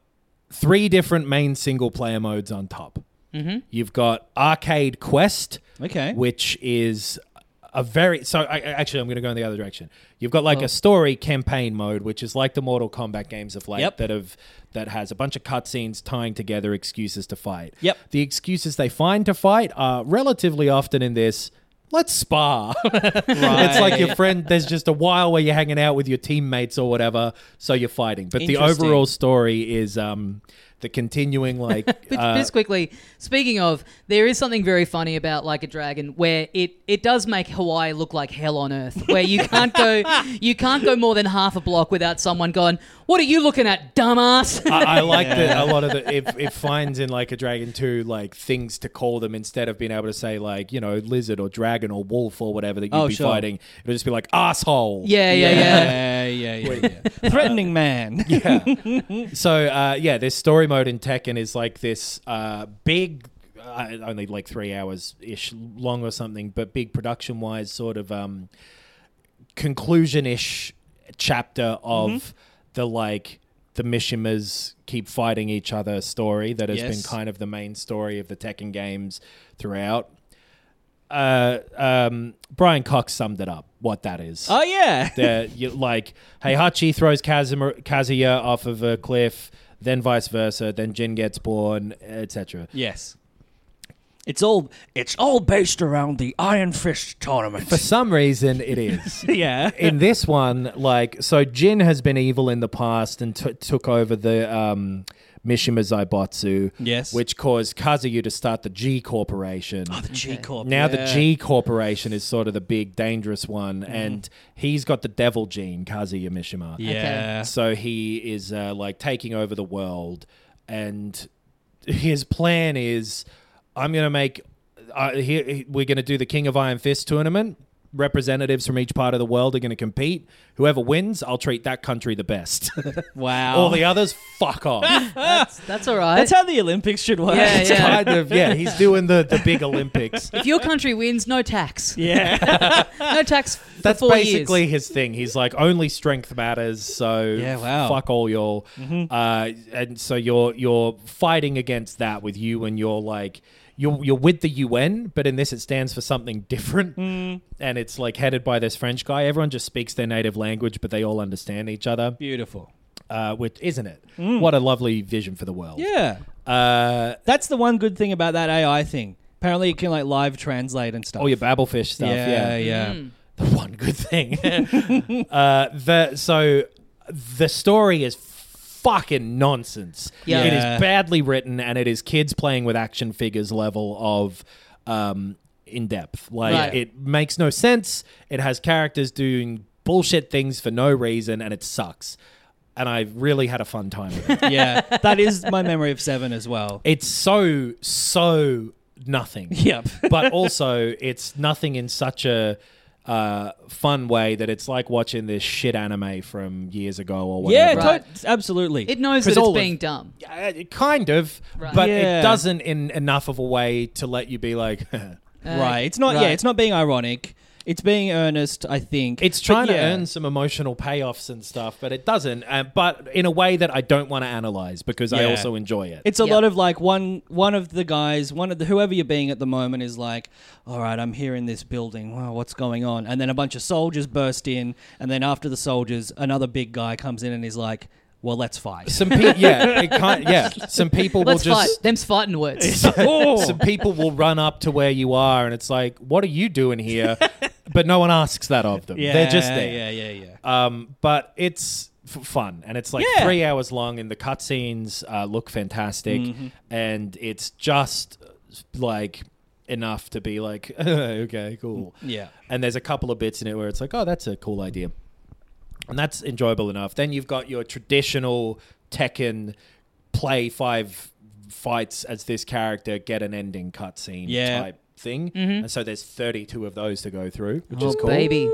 [SPEAKER 4] three different main single player modes on top. Mm-hmm. You've got Arcade Quest,
[SPEAKER 3] Okay.
[SPEAKER 4] which is a very so. I, I- actually, I'm going to go in the other direction. You've got like
[SPEAKER 3] Oh.
[SPEAKER 4] a story campaign mode, which is like the Mortal Kombat games of late
[SPEAKER 3] Yep.
[SPEAKER 4] that have that has a bunch of cutscenes tying together excuses to fight.
[SPEAKER 3] Yep.
[SPEAKER 4] The excuses they find to fight are relatively often in this. Let's spar. It's like your friend. There's just a while where you're hanging out with your teammates or whatever, so you're fighting. But the
[SPEAKER 3] Interesting.
[SPEAKER 4] overall story is um, the continuing like
[SPEAKER 2] But
[SPEAKER 4] uh,
[SPEAKER 2] just quickly, speaking of, there is something very funny about like a dragon where it it does make Hawaii look like hell on earth, where you can't go you can't go more than half a block without someone going, "What are you looking at, dumbass?"
[SPEAKER 4] I, I like that a lot of the it, it finds in like a dragon two like things to call them instead of being able to say like you know lizard or dragon or wolf or whatever that you'd
[SPEAKER 3] Oh,
[SPEAKER 4] be
[SPEAKER 3] sure.
[SPEAKER 4] fighting. It'll just be like asshole.
[SPEAKER 2] yeah, yeah, yeah.
[SPEAKER 3] Yeah, yeah, yeah. yeah. Threatening man.
[SPEAKER 4] So uh, yeah, this story mode in Tekken is like this uh, big, uh, only like three hours ish long or something, but big production wise sort of um, conclusion ish chapter of the like the Mishimas keep fighting each other story that has been
[SPEAKER 3] Yes.
[SPEAKER 4] kind of the main story of the Tekken games throughout. Uh, um, Brian Cox summed it up what that is
[SPEAKER 3] Oh, yeah.
[SPEAKER 4] that you like Heihachi throws Kazuma, Kazuya off of a cliff, then vice versa, then Jin gets born, etc.
[SPEAKER 3] yes.
[SPEAKER 5] It's all it's all based around the Iron Fist
[SPEAKER 4] For
[SPEAKER 5] tournament.
[SPEAKER 4] some reason, it is.
[SPEAKER 3] Yeah.
[SPEAKER 4] in this one, like, so Jin has been evil in the past and t- took over the um, Mishima Zaibatsu,
[SPEAKER 3] Yes. Oh,
[SPEAKER 4] which caused Kazuya to start the G Corporation.
[SPEAKER 5] The G Corp.
[SPEAKER 4] now the
[SPEAKER 3] yeah. Mm.
[SPEAKER 4] G Corporation is sort of the big dangerous one, and he's got the devil gene, Kazuya Mishima.
[SPEAKER 3] Yeah.
[SPEAKER 4] So he is uh, like taking over the world, and his plan is, I'm gonna make, uh, here we're gonna do the King of Iron Fist tournament. Representatives from each part of the world are gonna compete. Whoever wins, I'll treat that country the best.
[SPEAKER 3] Wow.
[SPEAKER 4] All the others, fuck off.
[SPEAKER 2] That's, that's all right.
[SPEAKER 3] That's how the Olympics should work.
[SPEAKER 2] yeah, yeah.
[SPEAKER 4] kind of, yeah. He's doing the the big Olympics.
[SPEAKER 2] If your country wins, no tax.
[SPEAKER 3] Yeah.
[SPEAKER 2] No tax for
[SPEAKER 4] That's
[SPEAKER 2] four
[SPEAKER 4] basically
[SPEAKER 2] years.
[SPEAKER 4] his thing. He's like only strength matters, so
[SPEAKER 3] Yeah, wow. Mm-hmm.
[SPEAKER 4] fuck all y'all. Uh, and so you're you're fighting against that with you, and you're like you're you're with the UN, but in this it stands for something different,
[SPEAKER 3] Mm.
[SPEAKER 4] and it's like headed by this French guy. Everyone just speaks their native language, but they all understand each other,
[SPEAKER 3] Beautiful.
[SPEAKER 4] uh, which isn't it? What a lovely vision for the world.
[SPEAKER 3] Mm. Yeah.
[SPEAKER 4] Uh,
[SPEAKER 3] That's the one good thing about that AI thing. Apparently, it can like live translate and stuff.
[SPEAKER 4] all your babblefish Oh, stuff.
[SPEAKER 3] yeah, yeah.
[SPEAKER 2] Mm.
[SPEAKER 4] the one good thing. uh, the so the story is fucking nonsense.
[SPEAKER 2] Yeah.
[SPEAKER 4] It
[SPEAKER 3] Yeah.
[SPEAKER 4] is badly written, and it is kids playing with action figures level of. Um, in depth, like
[SPEAKER 2] Right.
[SPEAKER 4] it makes no sense. It has characters doing bullshit things for no reason, and it sucks. And I really had a fun time with it.
[SPEAKER 3] yeah. That is my memory of Seven as well.
[SPEAKER 4] it's so so nothing.
[SPEAKER 3] Yep.
[SPEAKER 4] but also, it's nothing in such a uh, fun way that it's like watching this shit anime from years ago or
[SPEAKER 3] Yeah,
[SPEAKER 4] whatever.
[SPEAKER 2] Right.
[SPEAKER 3] tot- absolutely.
[SPEAKER 2] It knows that
[SPEAKER 4] Chris
[SPEAKER 2] it's
[SPEAKER 4] Olive.
[SPEAKER 2] being dumb.
[SPEAKER 4] Uh, it kind of,
[SPEAKER 2] Right.
[SPEAKER 4] but
[SPEAKER 3] Yeah.
[SPEAKER 4] it doesn't in enough of a way to let you be like,
[SPEAKER 3] right. It's not. Yeah,
[SPEAKER 2] right.
[SPEAKER 3] it's not being ironic. It's being earnest. I think
[SPEAKER 4] it's trying
[SPEAKER 3] But
[SPEAKER 4] to
[SPEAKER 3] yeah.
[SPEAKER 4] earn some emotional payoffs and stuff, but it doesn't. Uh, but in a way that I don't want to analyze because I
[SPEAKER 3] Yeah.
[SPEAKER 4] also enjoy it.
[SPEAKER 3] It's a
[SPEAKER 2] Yeah.
[SPEAKER 3] lot of like one one of the guys, one of the whoever you're being at the moment is like, all right, I'm here in this building. Wow, what's going on? And then a bunch of soldiers burst in, and then after the soldiers, another big guy comes in and is like, well, let's fight.
[SPEAKER 4] some people, yeah, it kind, yeah. Some people
[SPEAKER 2] Let's
[SPEAKER 4] will
[SPEAKER 2] fight.
[SPEAKER 4] just
[SPEAKER 2] Them's fighting words.
[SPEAKER 3] Oh.
[SPEAKER 4] some people will run up to where you are, and it's like, what are you doing here? but no one asks that of them. They're just there.
[SPEAKER 3] Yeah, yeah, yeah.
[SPEAKER 4] Um, but it's f- fun, and it's like
[SPEAKER 3] Yeah.
[SPEAKER 4] three hours long, and the cutscenes uh, look fantastic,
[SPEAKER 3] Mm-hmm.
[SPEAKER 4] and it's just uh, like enough to be like, okay, cool.
[SPEAKER 3] Yeah.
[SPEAKER 4] And there's a couple of bits in it where it's like, oh, that's a cool idea, and that's enjoyable enough. Then you've got your traditional Tekken play five fights as this character, get an ending cutscene
[SPEAKER 3] Yeah.
[SPEAKER 4] type thing, and so there's 32 of those to go through, Mm-hmm. which
[SPEAKER 2] oh,
[SPEAKER 4] is cool.
[SPEAKER 2] baby.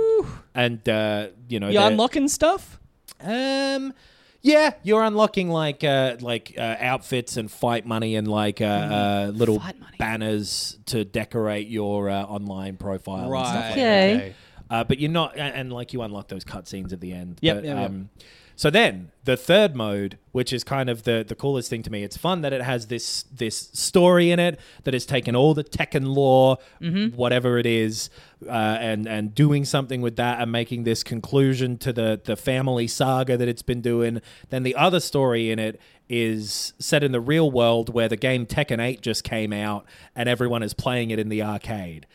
[SPEAKER 4] And uh, you know,
[SPEAKER 3] You're
[SPEAKER 4] they're-
[SPEAKER 3] unlocking stuff.
[SPEAKER 4] um, yeah, you're unlocking like uh, like uh, outfits and fight money and like uh, uh, little
[SPEAKER 2] Fight money.
[SPEAKER 4] banners to decorate your uh, online profile. And stuff like
[SPEAKER 2] Okay.
[SPEAKER 4] that. Uh, but you're not, and, and like you unlock those cutscenes at the end.
[SPEAKER 3] Yep,
[SPEAKER 4] But,
[SPEAKER 3] yep, yep.
[SPEAKER 4] um, So then the third mode, which is kind of the the coolest thing to me, it's fun that it has this this story in it that has taken all the Tekken lore,
[SPEAKER 3] Mm-hmm.
[SPEAKER 4] whatever it is, uh, and and doing something with that and making this conclusion to the the family saga that it's been doing. Then the other story in it is set in the real world where the game Tekken 8 just came out and everyone is playing it in the arcade.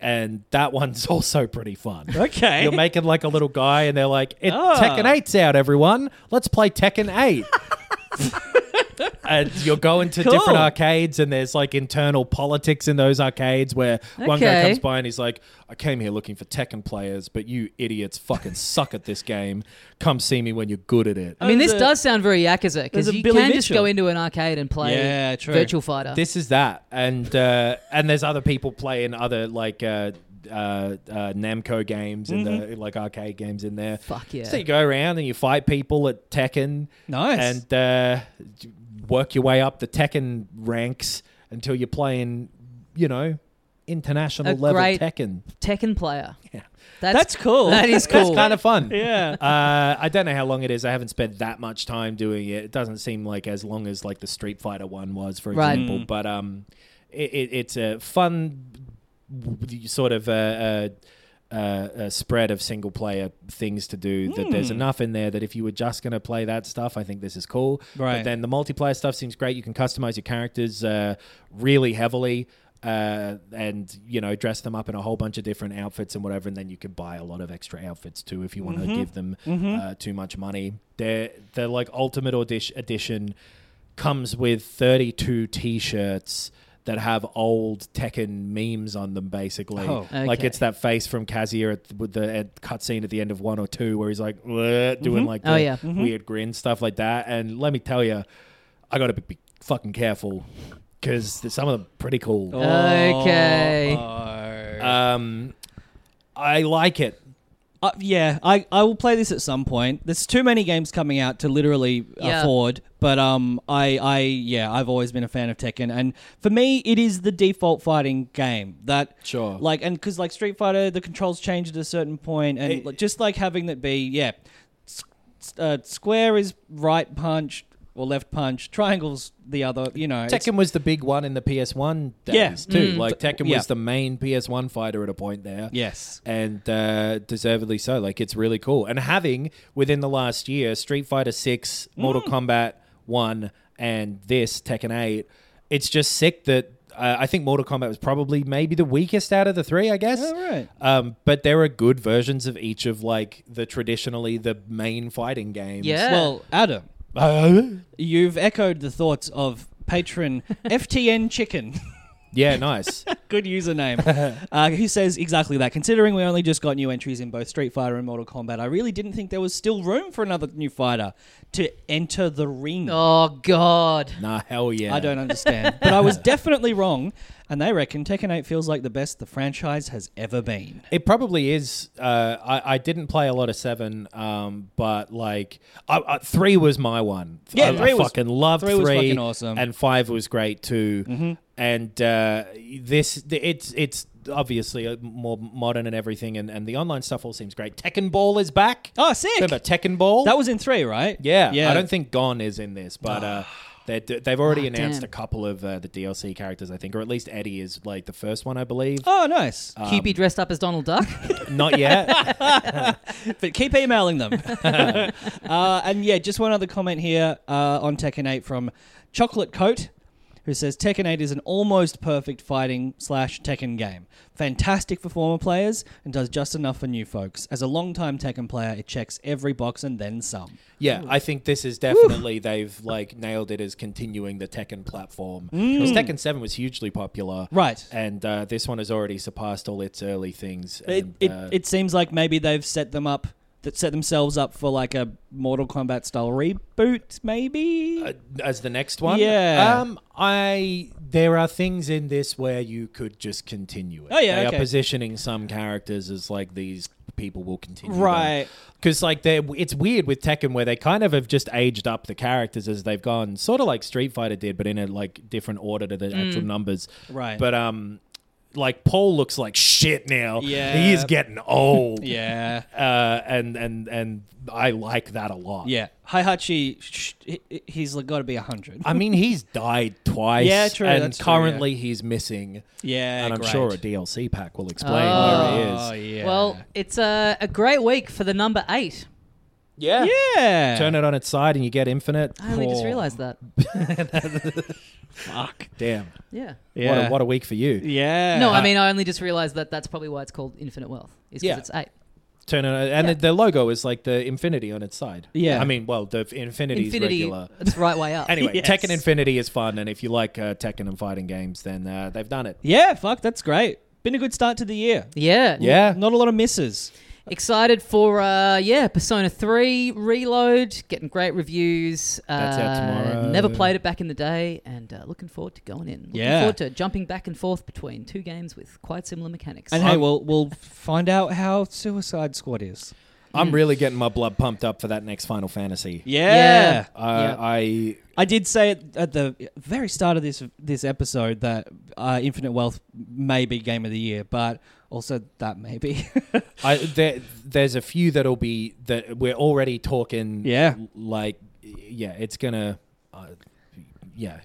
[SPEAKER 4] And that one's also pretty fun.
[SPEAKER 3] Okay.
[SPEAKER 4] You're making like a little guy, and they're like, it,
[SPEAKER 3] Ah.
[SPEAKER 4] Tekken 8's out, everyone. Let's play Tekken 8. and you're going to
[SPEAKER 3] Cool.
[SPEAKER 4] different arcades, and there's like internal politics in those arcades where one guy
[SPEAKER 2] Okay.
[SPEAKER 4] comes by and he's like, I came here looking for Tekken players, but you idiots fucking suck at this game. Come see me when you're good at it.
[SPEAKER 2] I mean, this
[SPEAKER 3] There's a-
[SPEAKER 2] does sound very Yakuza because
[SPEAKER 3] there's a
[SPEAKER 2] you
[SPEAKER 3] Billy
[SPEAKER 2] can just
[SPEAKER 3] Mitchell.
[SPEAKER 2] go into an arcade and play
[SPEAKER 3] Yeah, true.
[SPEAKER 2] Virtual Fighter.
[SPEAKER 4] This is that, and uh, and there's other people playing other like uh, uh, uh, Namco games and the like arcade games in there.
[SPEAKER 2] Mm-hmm. Fuck yeah.
[SPEAKER 4] So you go around and you fight people at Tekken.
[SPEAKER 3] Nice.
[SPEAKER 4] And uh, work your way up the Tekken ranks until you're playing, you know,
[SPEAKER 2] A
[SPEAKER 4] international level
[SPEAKER 2] great-
[SPEAKER 4] Tekken.
[SPEAKER 2] Tekken player.
[SPEAKER 4] Yeah.
[SPEAKER 3] That's cool.
[SPEAKER 2] That is
[SPEAKER 4] That's
[SPEAKER 2] cool.
[SPEAKER 4] kind of fun.
[SPEAKER 3] Yeah.
[SPEAKER 4] Uh, I don't know how long it is. I haven't spent that much time doing it. It doesn't seem like as long as like the Street Fighter one was, for
[SPEAKER 2] Right.
[SPEAKER 4] example. But um, it, it, it's a fun w- sort of uh, uh, uh, uh, spread of single player things to do. That there's enough in there that if you were just going to play that stuff, I think this is cool.
[SPEAKER 3] Right.
[SPEAKER 4] But then the multiplayer stuff seems great. You can customize your characters uh, really heavily. Uh, and you know, dress them up in a whole bunch of different outfits and whatever, and then you can buy a lot of extra outfits too if you want to give them uh, too much money. They're they're like ultimate audition edition comes with 32 t-shirts that have old Tekken memes on them, basically.
[SPEAKER 3] Oh.
[SPEAKER 4] Like
[SPEAKER 2] Okay.
[SPEAKER 4] it's that face from Kazuya at, with the at cutscene at the end of one or two, where he's like "Bleh," doing like the
[SPEAKER 2] Oh, yeah.
[SPEAKER 4] weird grin stuff like that. And let me tell you, I got to be, be fucking careful because some of them pretty cool.
[SPEAKER 2] Okay.
[SPEAKER 3] Oh.
[SPEAKER 4] Um, I like it.
[SPEAKER 3] Uh, yeah, I, I will play this at some point. There's too many games coming out to literally
[SPEAKER 2] Yeah.
[SPEAKER 3] afford, but um, I I yeah, I've always been a fan of Tekken, and for me, it is the default fighting game that
[SPEAKER 4] Sure.
[SPEAKER 3] like and because like Street Fighter, the controls change at a certain point, and like, just like having that be yeah, s- s- uh, square is right punch or left punch, triangles the other, you know, it's-
[SPEAKER 4] Tekken was the big one in the PS1 days
[SPEAKER 3] Yeah. Mm.
[SPEAKER 4] too. Like Tekken
[SPEAKER 3] Yeah.
[SPEAKER 4] was the main PS1 fighter at a point there.
[SPEAKER 3] yes,
[SPEAKER 4] and uh, deservedly so. Like it's really cool. And having within the last year, Street Fighter Six,
[SPEAKER 3] Mm.
[SPEAKER 4] Mortal Kombat One, and this Tekken Eight, it's just sick that. Uh, I think Mortal Kombat was probably maybe the weakest out of the three, I guess.
[SPEAKER 3] Oh, right.
[SPEAKER 4] Um, but there are good versions of each of like the traditionally the main fighting games.
[SPEAKER 2] Yeah.
[SPEAKER 3] well, Adam. You've echoed the thoughts of patron FTN Chicken.
[SPEAKER 4] Yeah, nice.
[SPEAKER 3] Good username. Uh, who says exactly that? Considering we only just got new entries in both Street Fighter and Mortal Kombat, I really didn't think there was still room for another new fighter to enter the ring.
[SPEAKER 2] Oh God.
[SPEAKER 4] Nah, hell yeah.
[SPEAKER 3] I don't understand. but I was definitely wrong, and they reckon Tekken 8 feels like the best the franchise has ever been.
[SPEAKER 4] It probably is. Uh, I, I didn't play a lot of seven, um, but like I, I, three was my one.
[SPEAKER 3] Yeah,
[SPEAKER 4] I,
[SPEAKER 3] three
[SPEAKER 4] I
[SPEAKER 3] was-
[SPEAKER 4] fucking love
[SPEAKER 3] three was fucking awesome. Mm-hmm.
[SPEAKER 4] and five was great too. And uh, this, it's it's obviously uh, more modern and everything, and, and the online stuff all seems great. Tekken Ball is back.
[SPEAKER 3] Oh, sick!
[SPEAKER 4] Remember Tekken Ball?
[SPEAKER 3] That was in three, right?
[SPEAKER 4] yeah,
[SPEAKER 3] yeah.
[SPEAKER 4] I don't think Gone is in this, but. Uh, they're- They've already announced
[SPEAKER 2] damn.
[SPEAKER 4] a couple of uh, the DLC characters, I think, or at least Eddie is like the first one, I believe.
[SPEAKER 3] Oh, nice.
[SPEAKER 2] Cupid dressed up as Donald Duck.
[SPEAKER 4] Not yet.
[SPEAKER 3] but keep emailing them. uh, and yeah, just one other comment here uh, on Tekken 8 from Chocolate Coat, who says Tekken 8 is an almost perfect fighting slash Tekken game. Fantastic for former players and does just enough for new folks. As a long-time Tekken player, it checks every box and then some.
[SPEAKER 4] Yeah, I think this is definitely they've like nailed it as continuing the Tekken platform. Because Tekken Seven was hugely popular,
[SPEAKER 3] Mm. Right.
[SPEAKER 4] And uh, this one has already surpassed all its early things.
[SPEAKER 3] It,
[SPEAKER 4] and,
[SPEAKER 3] it,
[SPEAKER 4] uh,
[SPEAKER 3] it seems like maybe they've set them up. That set themselves up for like a Mortal Kombat style reboot, maybe.
[SPEAKER 4] uh, as the next one,
[SPEAKER 3] Yeah.
[SPEAKER 4] Um, I there are things in this where you could just continue it.
[SPEAKER 3] Oh, yeah,
[SPEAKER 4] they
[SPEAKER 3] okay.
[SPEAKER 4] are positioning some characters as like these people will continue,
[SPEAKER 3] Right.
[SPEAKER 4] Because like they, it's weird with Tekken where they kind of have just aged up the characters as they've gone, sort of like Street Fighter did, but in a like different order to the actual numbers,
[SPEAKER 3] Mm. Right.
[SPEAKER 4] But um, like Paul looks like shit now.
[SPEAKER 3] Yeah.
[SPEAKER 4] he is getting old.
[SPEAKER 3] yeah.
[SPEAKER 4] Uh, and and and I like that a lot.
[SPEAKER 3] Yeah, Heihachi, sh- he- he's got to be hundred.
[SPEAKER 4] I mean, he's died twice.
[SPEAKER 3] Yeah, true,
[SPEAKER 4] And
[SPEAKER 3] that's true,
[SPEAKER 4] currently, he's missing.
[SPEAKER 3] Yeah,
[SPEAKER 4] and I'm
[SPEAKER 3] great.
[SPEAKER 4] sure a DLC pack will explain
[SPEAKER 3] Oh,
[SPEAKER 4] where he is.
[SPEAKER 3] yeah.
[SPEAKER 2] Well, it's a, a great week for the number eight.
[SPEAKER 4] Yeah.
[SPEAKER 3] yeah. Ah,
[SPEAKER 4] Turn it on its side, and you get infinite.
[SPEAKER 2] I only just
[SPEAKER 4] Cool.
[SPEAKER 2] realised that.
[SPEAKER 4] Damn.
[SPEAKER 2] Yeah.
[SPEAKER 3] yeah.
[SPEAKER 4] What, a, what a week for you.
[SPEAKER 3] yeah. Uh,
[SPEAKER 2] No, I mean, I only just realised that that's probably why it's called Infinite Wealth. Is because
[SPEAKER 4] Yeah.
[SPEAKER 2] it's eight.
[SPEAKER 4] Turn it, on- and the, the logo is like the infinity on its side.
[SPEAKER 3] Yeah.
[SPEAKER 4] I mean, well, the f- infinity is
[SPEAKER 2] Infinity.
[SPEAKER 4] regular.
[SPEAKER 2] It's right way up.
[SPEAKER 4] Anyway,
[SPEAKER 3] Yes.
[SPEAKER 4] Tekken Infinity is fun, and if you like uh, Tekken and fighting games, then uh, they've done it.
[SPEAKER 3] yeah. Fuck, that's great. Been a good start to the year.
[SPEAKER 2] Yeah.
[SPEAKER 4] Yeah.
[SPEAKER 3] Not a lot of misses.
[SPEAKER 2] Excited for uh yeah, Persona 3 Reload, getting great reviews. Uh,
[SPEAKER 4] That's out tomorrow.
[SPEAKER 2] Never played it back in the day and uh, looking forward to going in. Looking
[SPEAKER 3] Yeah.
[SPEAKER 2] forward to jumping back and forth between two games with quite similar mechanics.
[SPEAKER 3] And hey, we'll we'll find out how Suicide Squad is.
[SPEAKER 4] I'm really getting my blood pumped up for that next Final Fantasy.
[SPEAKER 2] Yeah.
[SPEAKER 4] Uh,
[SPEAKER 2] Yeah.
[SPEAKER 4] I
[SPEAKER 3] I did say at at the very start of this this episode that uh, Infinite Wealth may be game of the year, but also that may be.
[SPEAKER 4] I there, there's a few that'll be that we're already talking.
[SPEAKER 3] Yeah.
[SPEAKER 4] l- like yeah, it's gonna. Uh, yeah,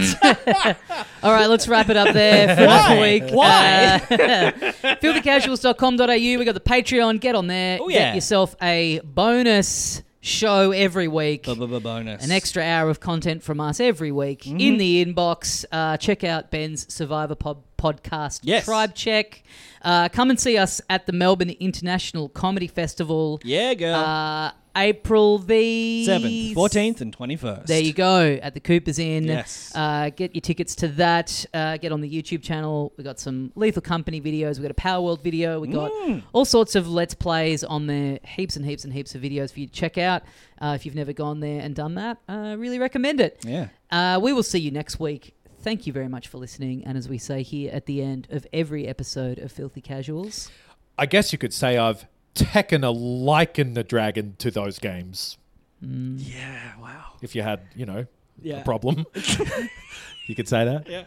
[SPEAKER 2] All right, let's wrap it up there for the week. Why? Uh, filthycasuals.com.au. We got the Patreon. Get on there.
[SPEAKER 3] Oh, yeah.
[SPEAKER 2] Get yourself a bonus show every week.
[SPEAKER 3] bonus.
[SPEAKER 2] An extra hour of content from us every week
[SPEAKER 3] Mm-hmm.
[SPEAKER 2] in the inbox. Uh, check out Ben's Survivor Pod podcast,
[SPEAKER 3] Yes.
[SPEAKER 2] Tribe Check. Uh, come and see us at the Melbourne International Comedy Festival.
[SPEAKER 3] Yeah, girl.
[SPEAKER 2] Uh, April the
[SPEAKER 3] Seventh, fourteenth, and twenty first.
[SPEAKER 2] There you go at the Cooper's Inn.
[SPEAKER 3] Yes.
[SPEAKER 2] Uh, get your tickets to that. Uh, get on the YouTube channel. We got some Lethal Company videos. We got a Power World video. We got
[SPEAKER 3] Mm.
[SPEAKER 2] all sorts of Let's Plays on there. Heaps and heaps and heaps of videos for you to check out. Uh, if you've never gone there and done that, uh, really recommend it.
[SPEAKER 3] Yeah.
[SPEAKER 2] Uh, we will see you next week. Thank you very much for listening. And as we say here at the end of every episode of Filthy Casuals,
[SPEAKER 4] I guess you could say I've taken a liking the dragon to those games.
[SPEAKER 3] Yeah. Wow.
[SPEAKER 4] If you had, you know,
[SPEAKER 3] Mm. Yeah.
[SPEAKER 4] a problem, you could say that.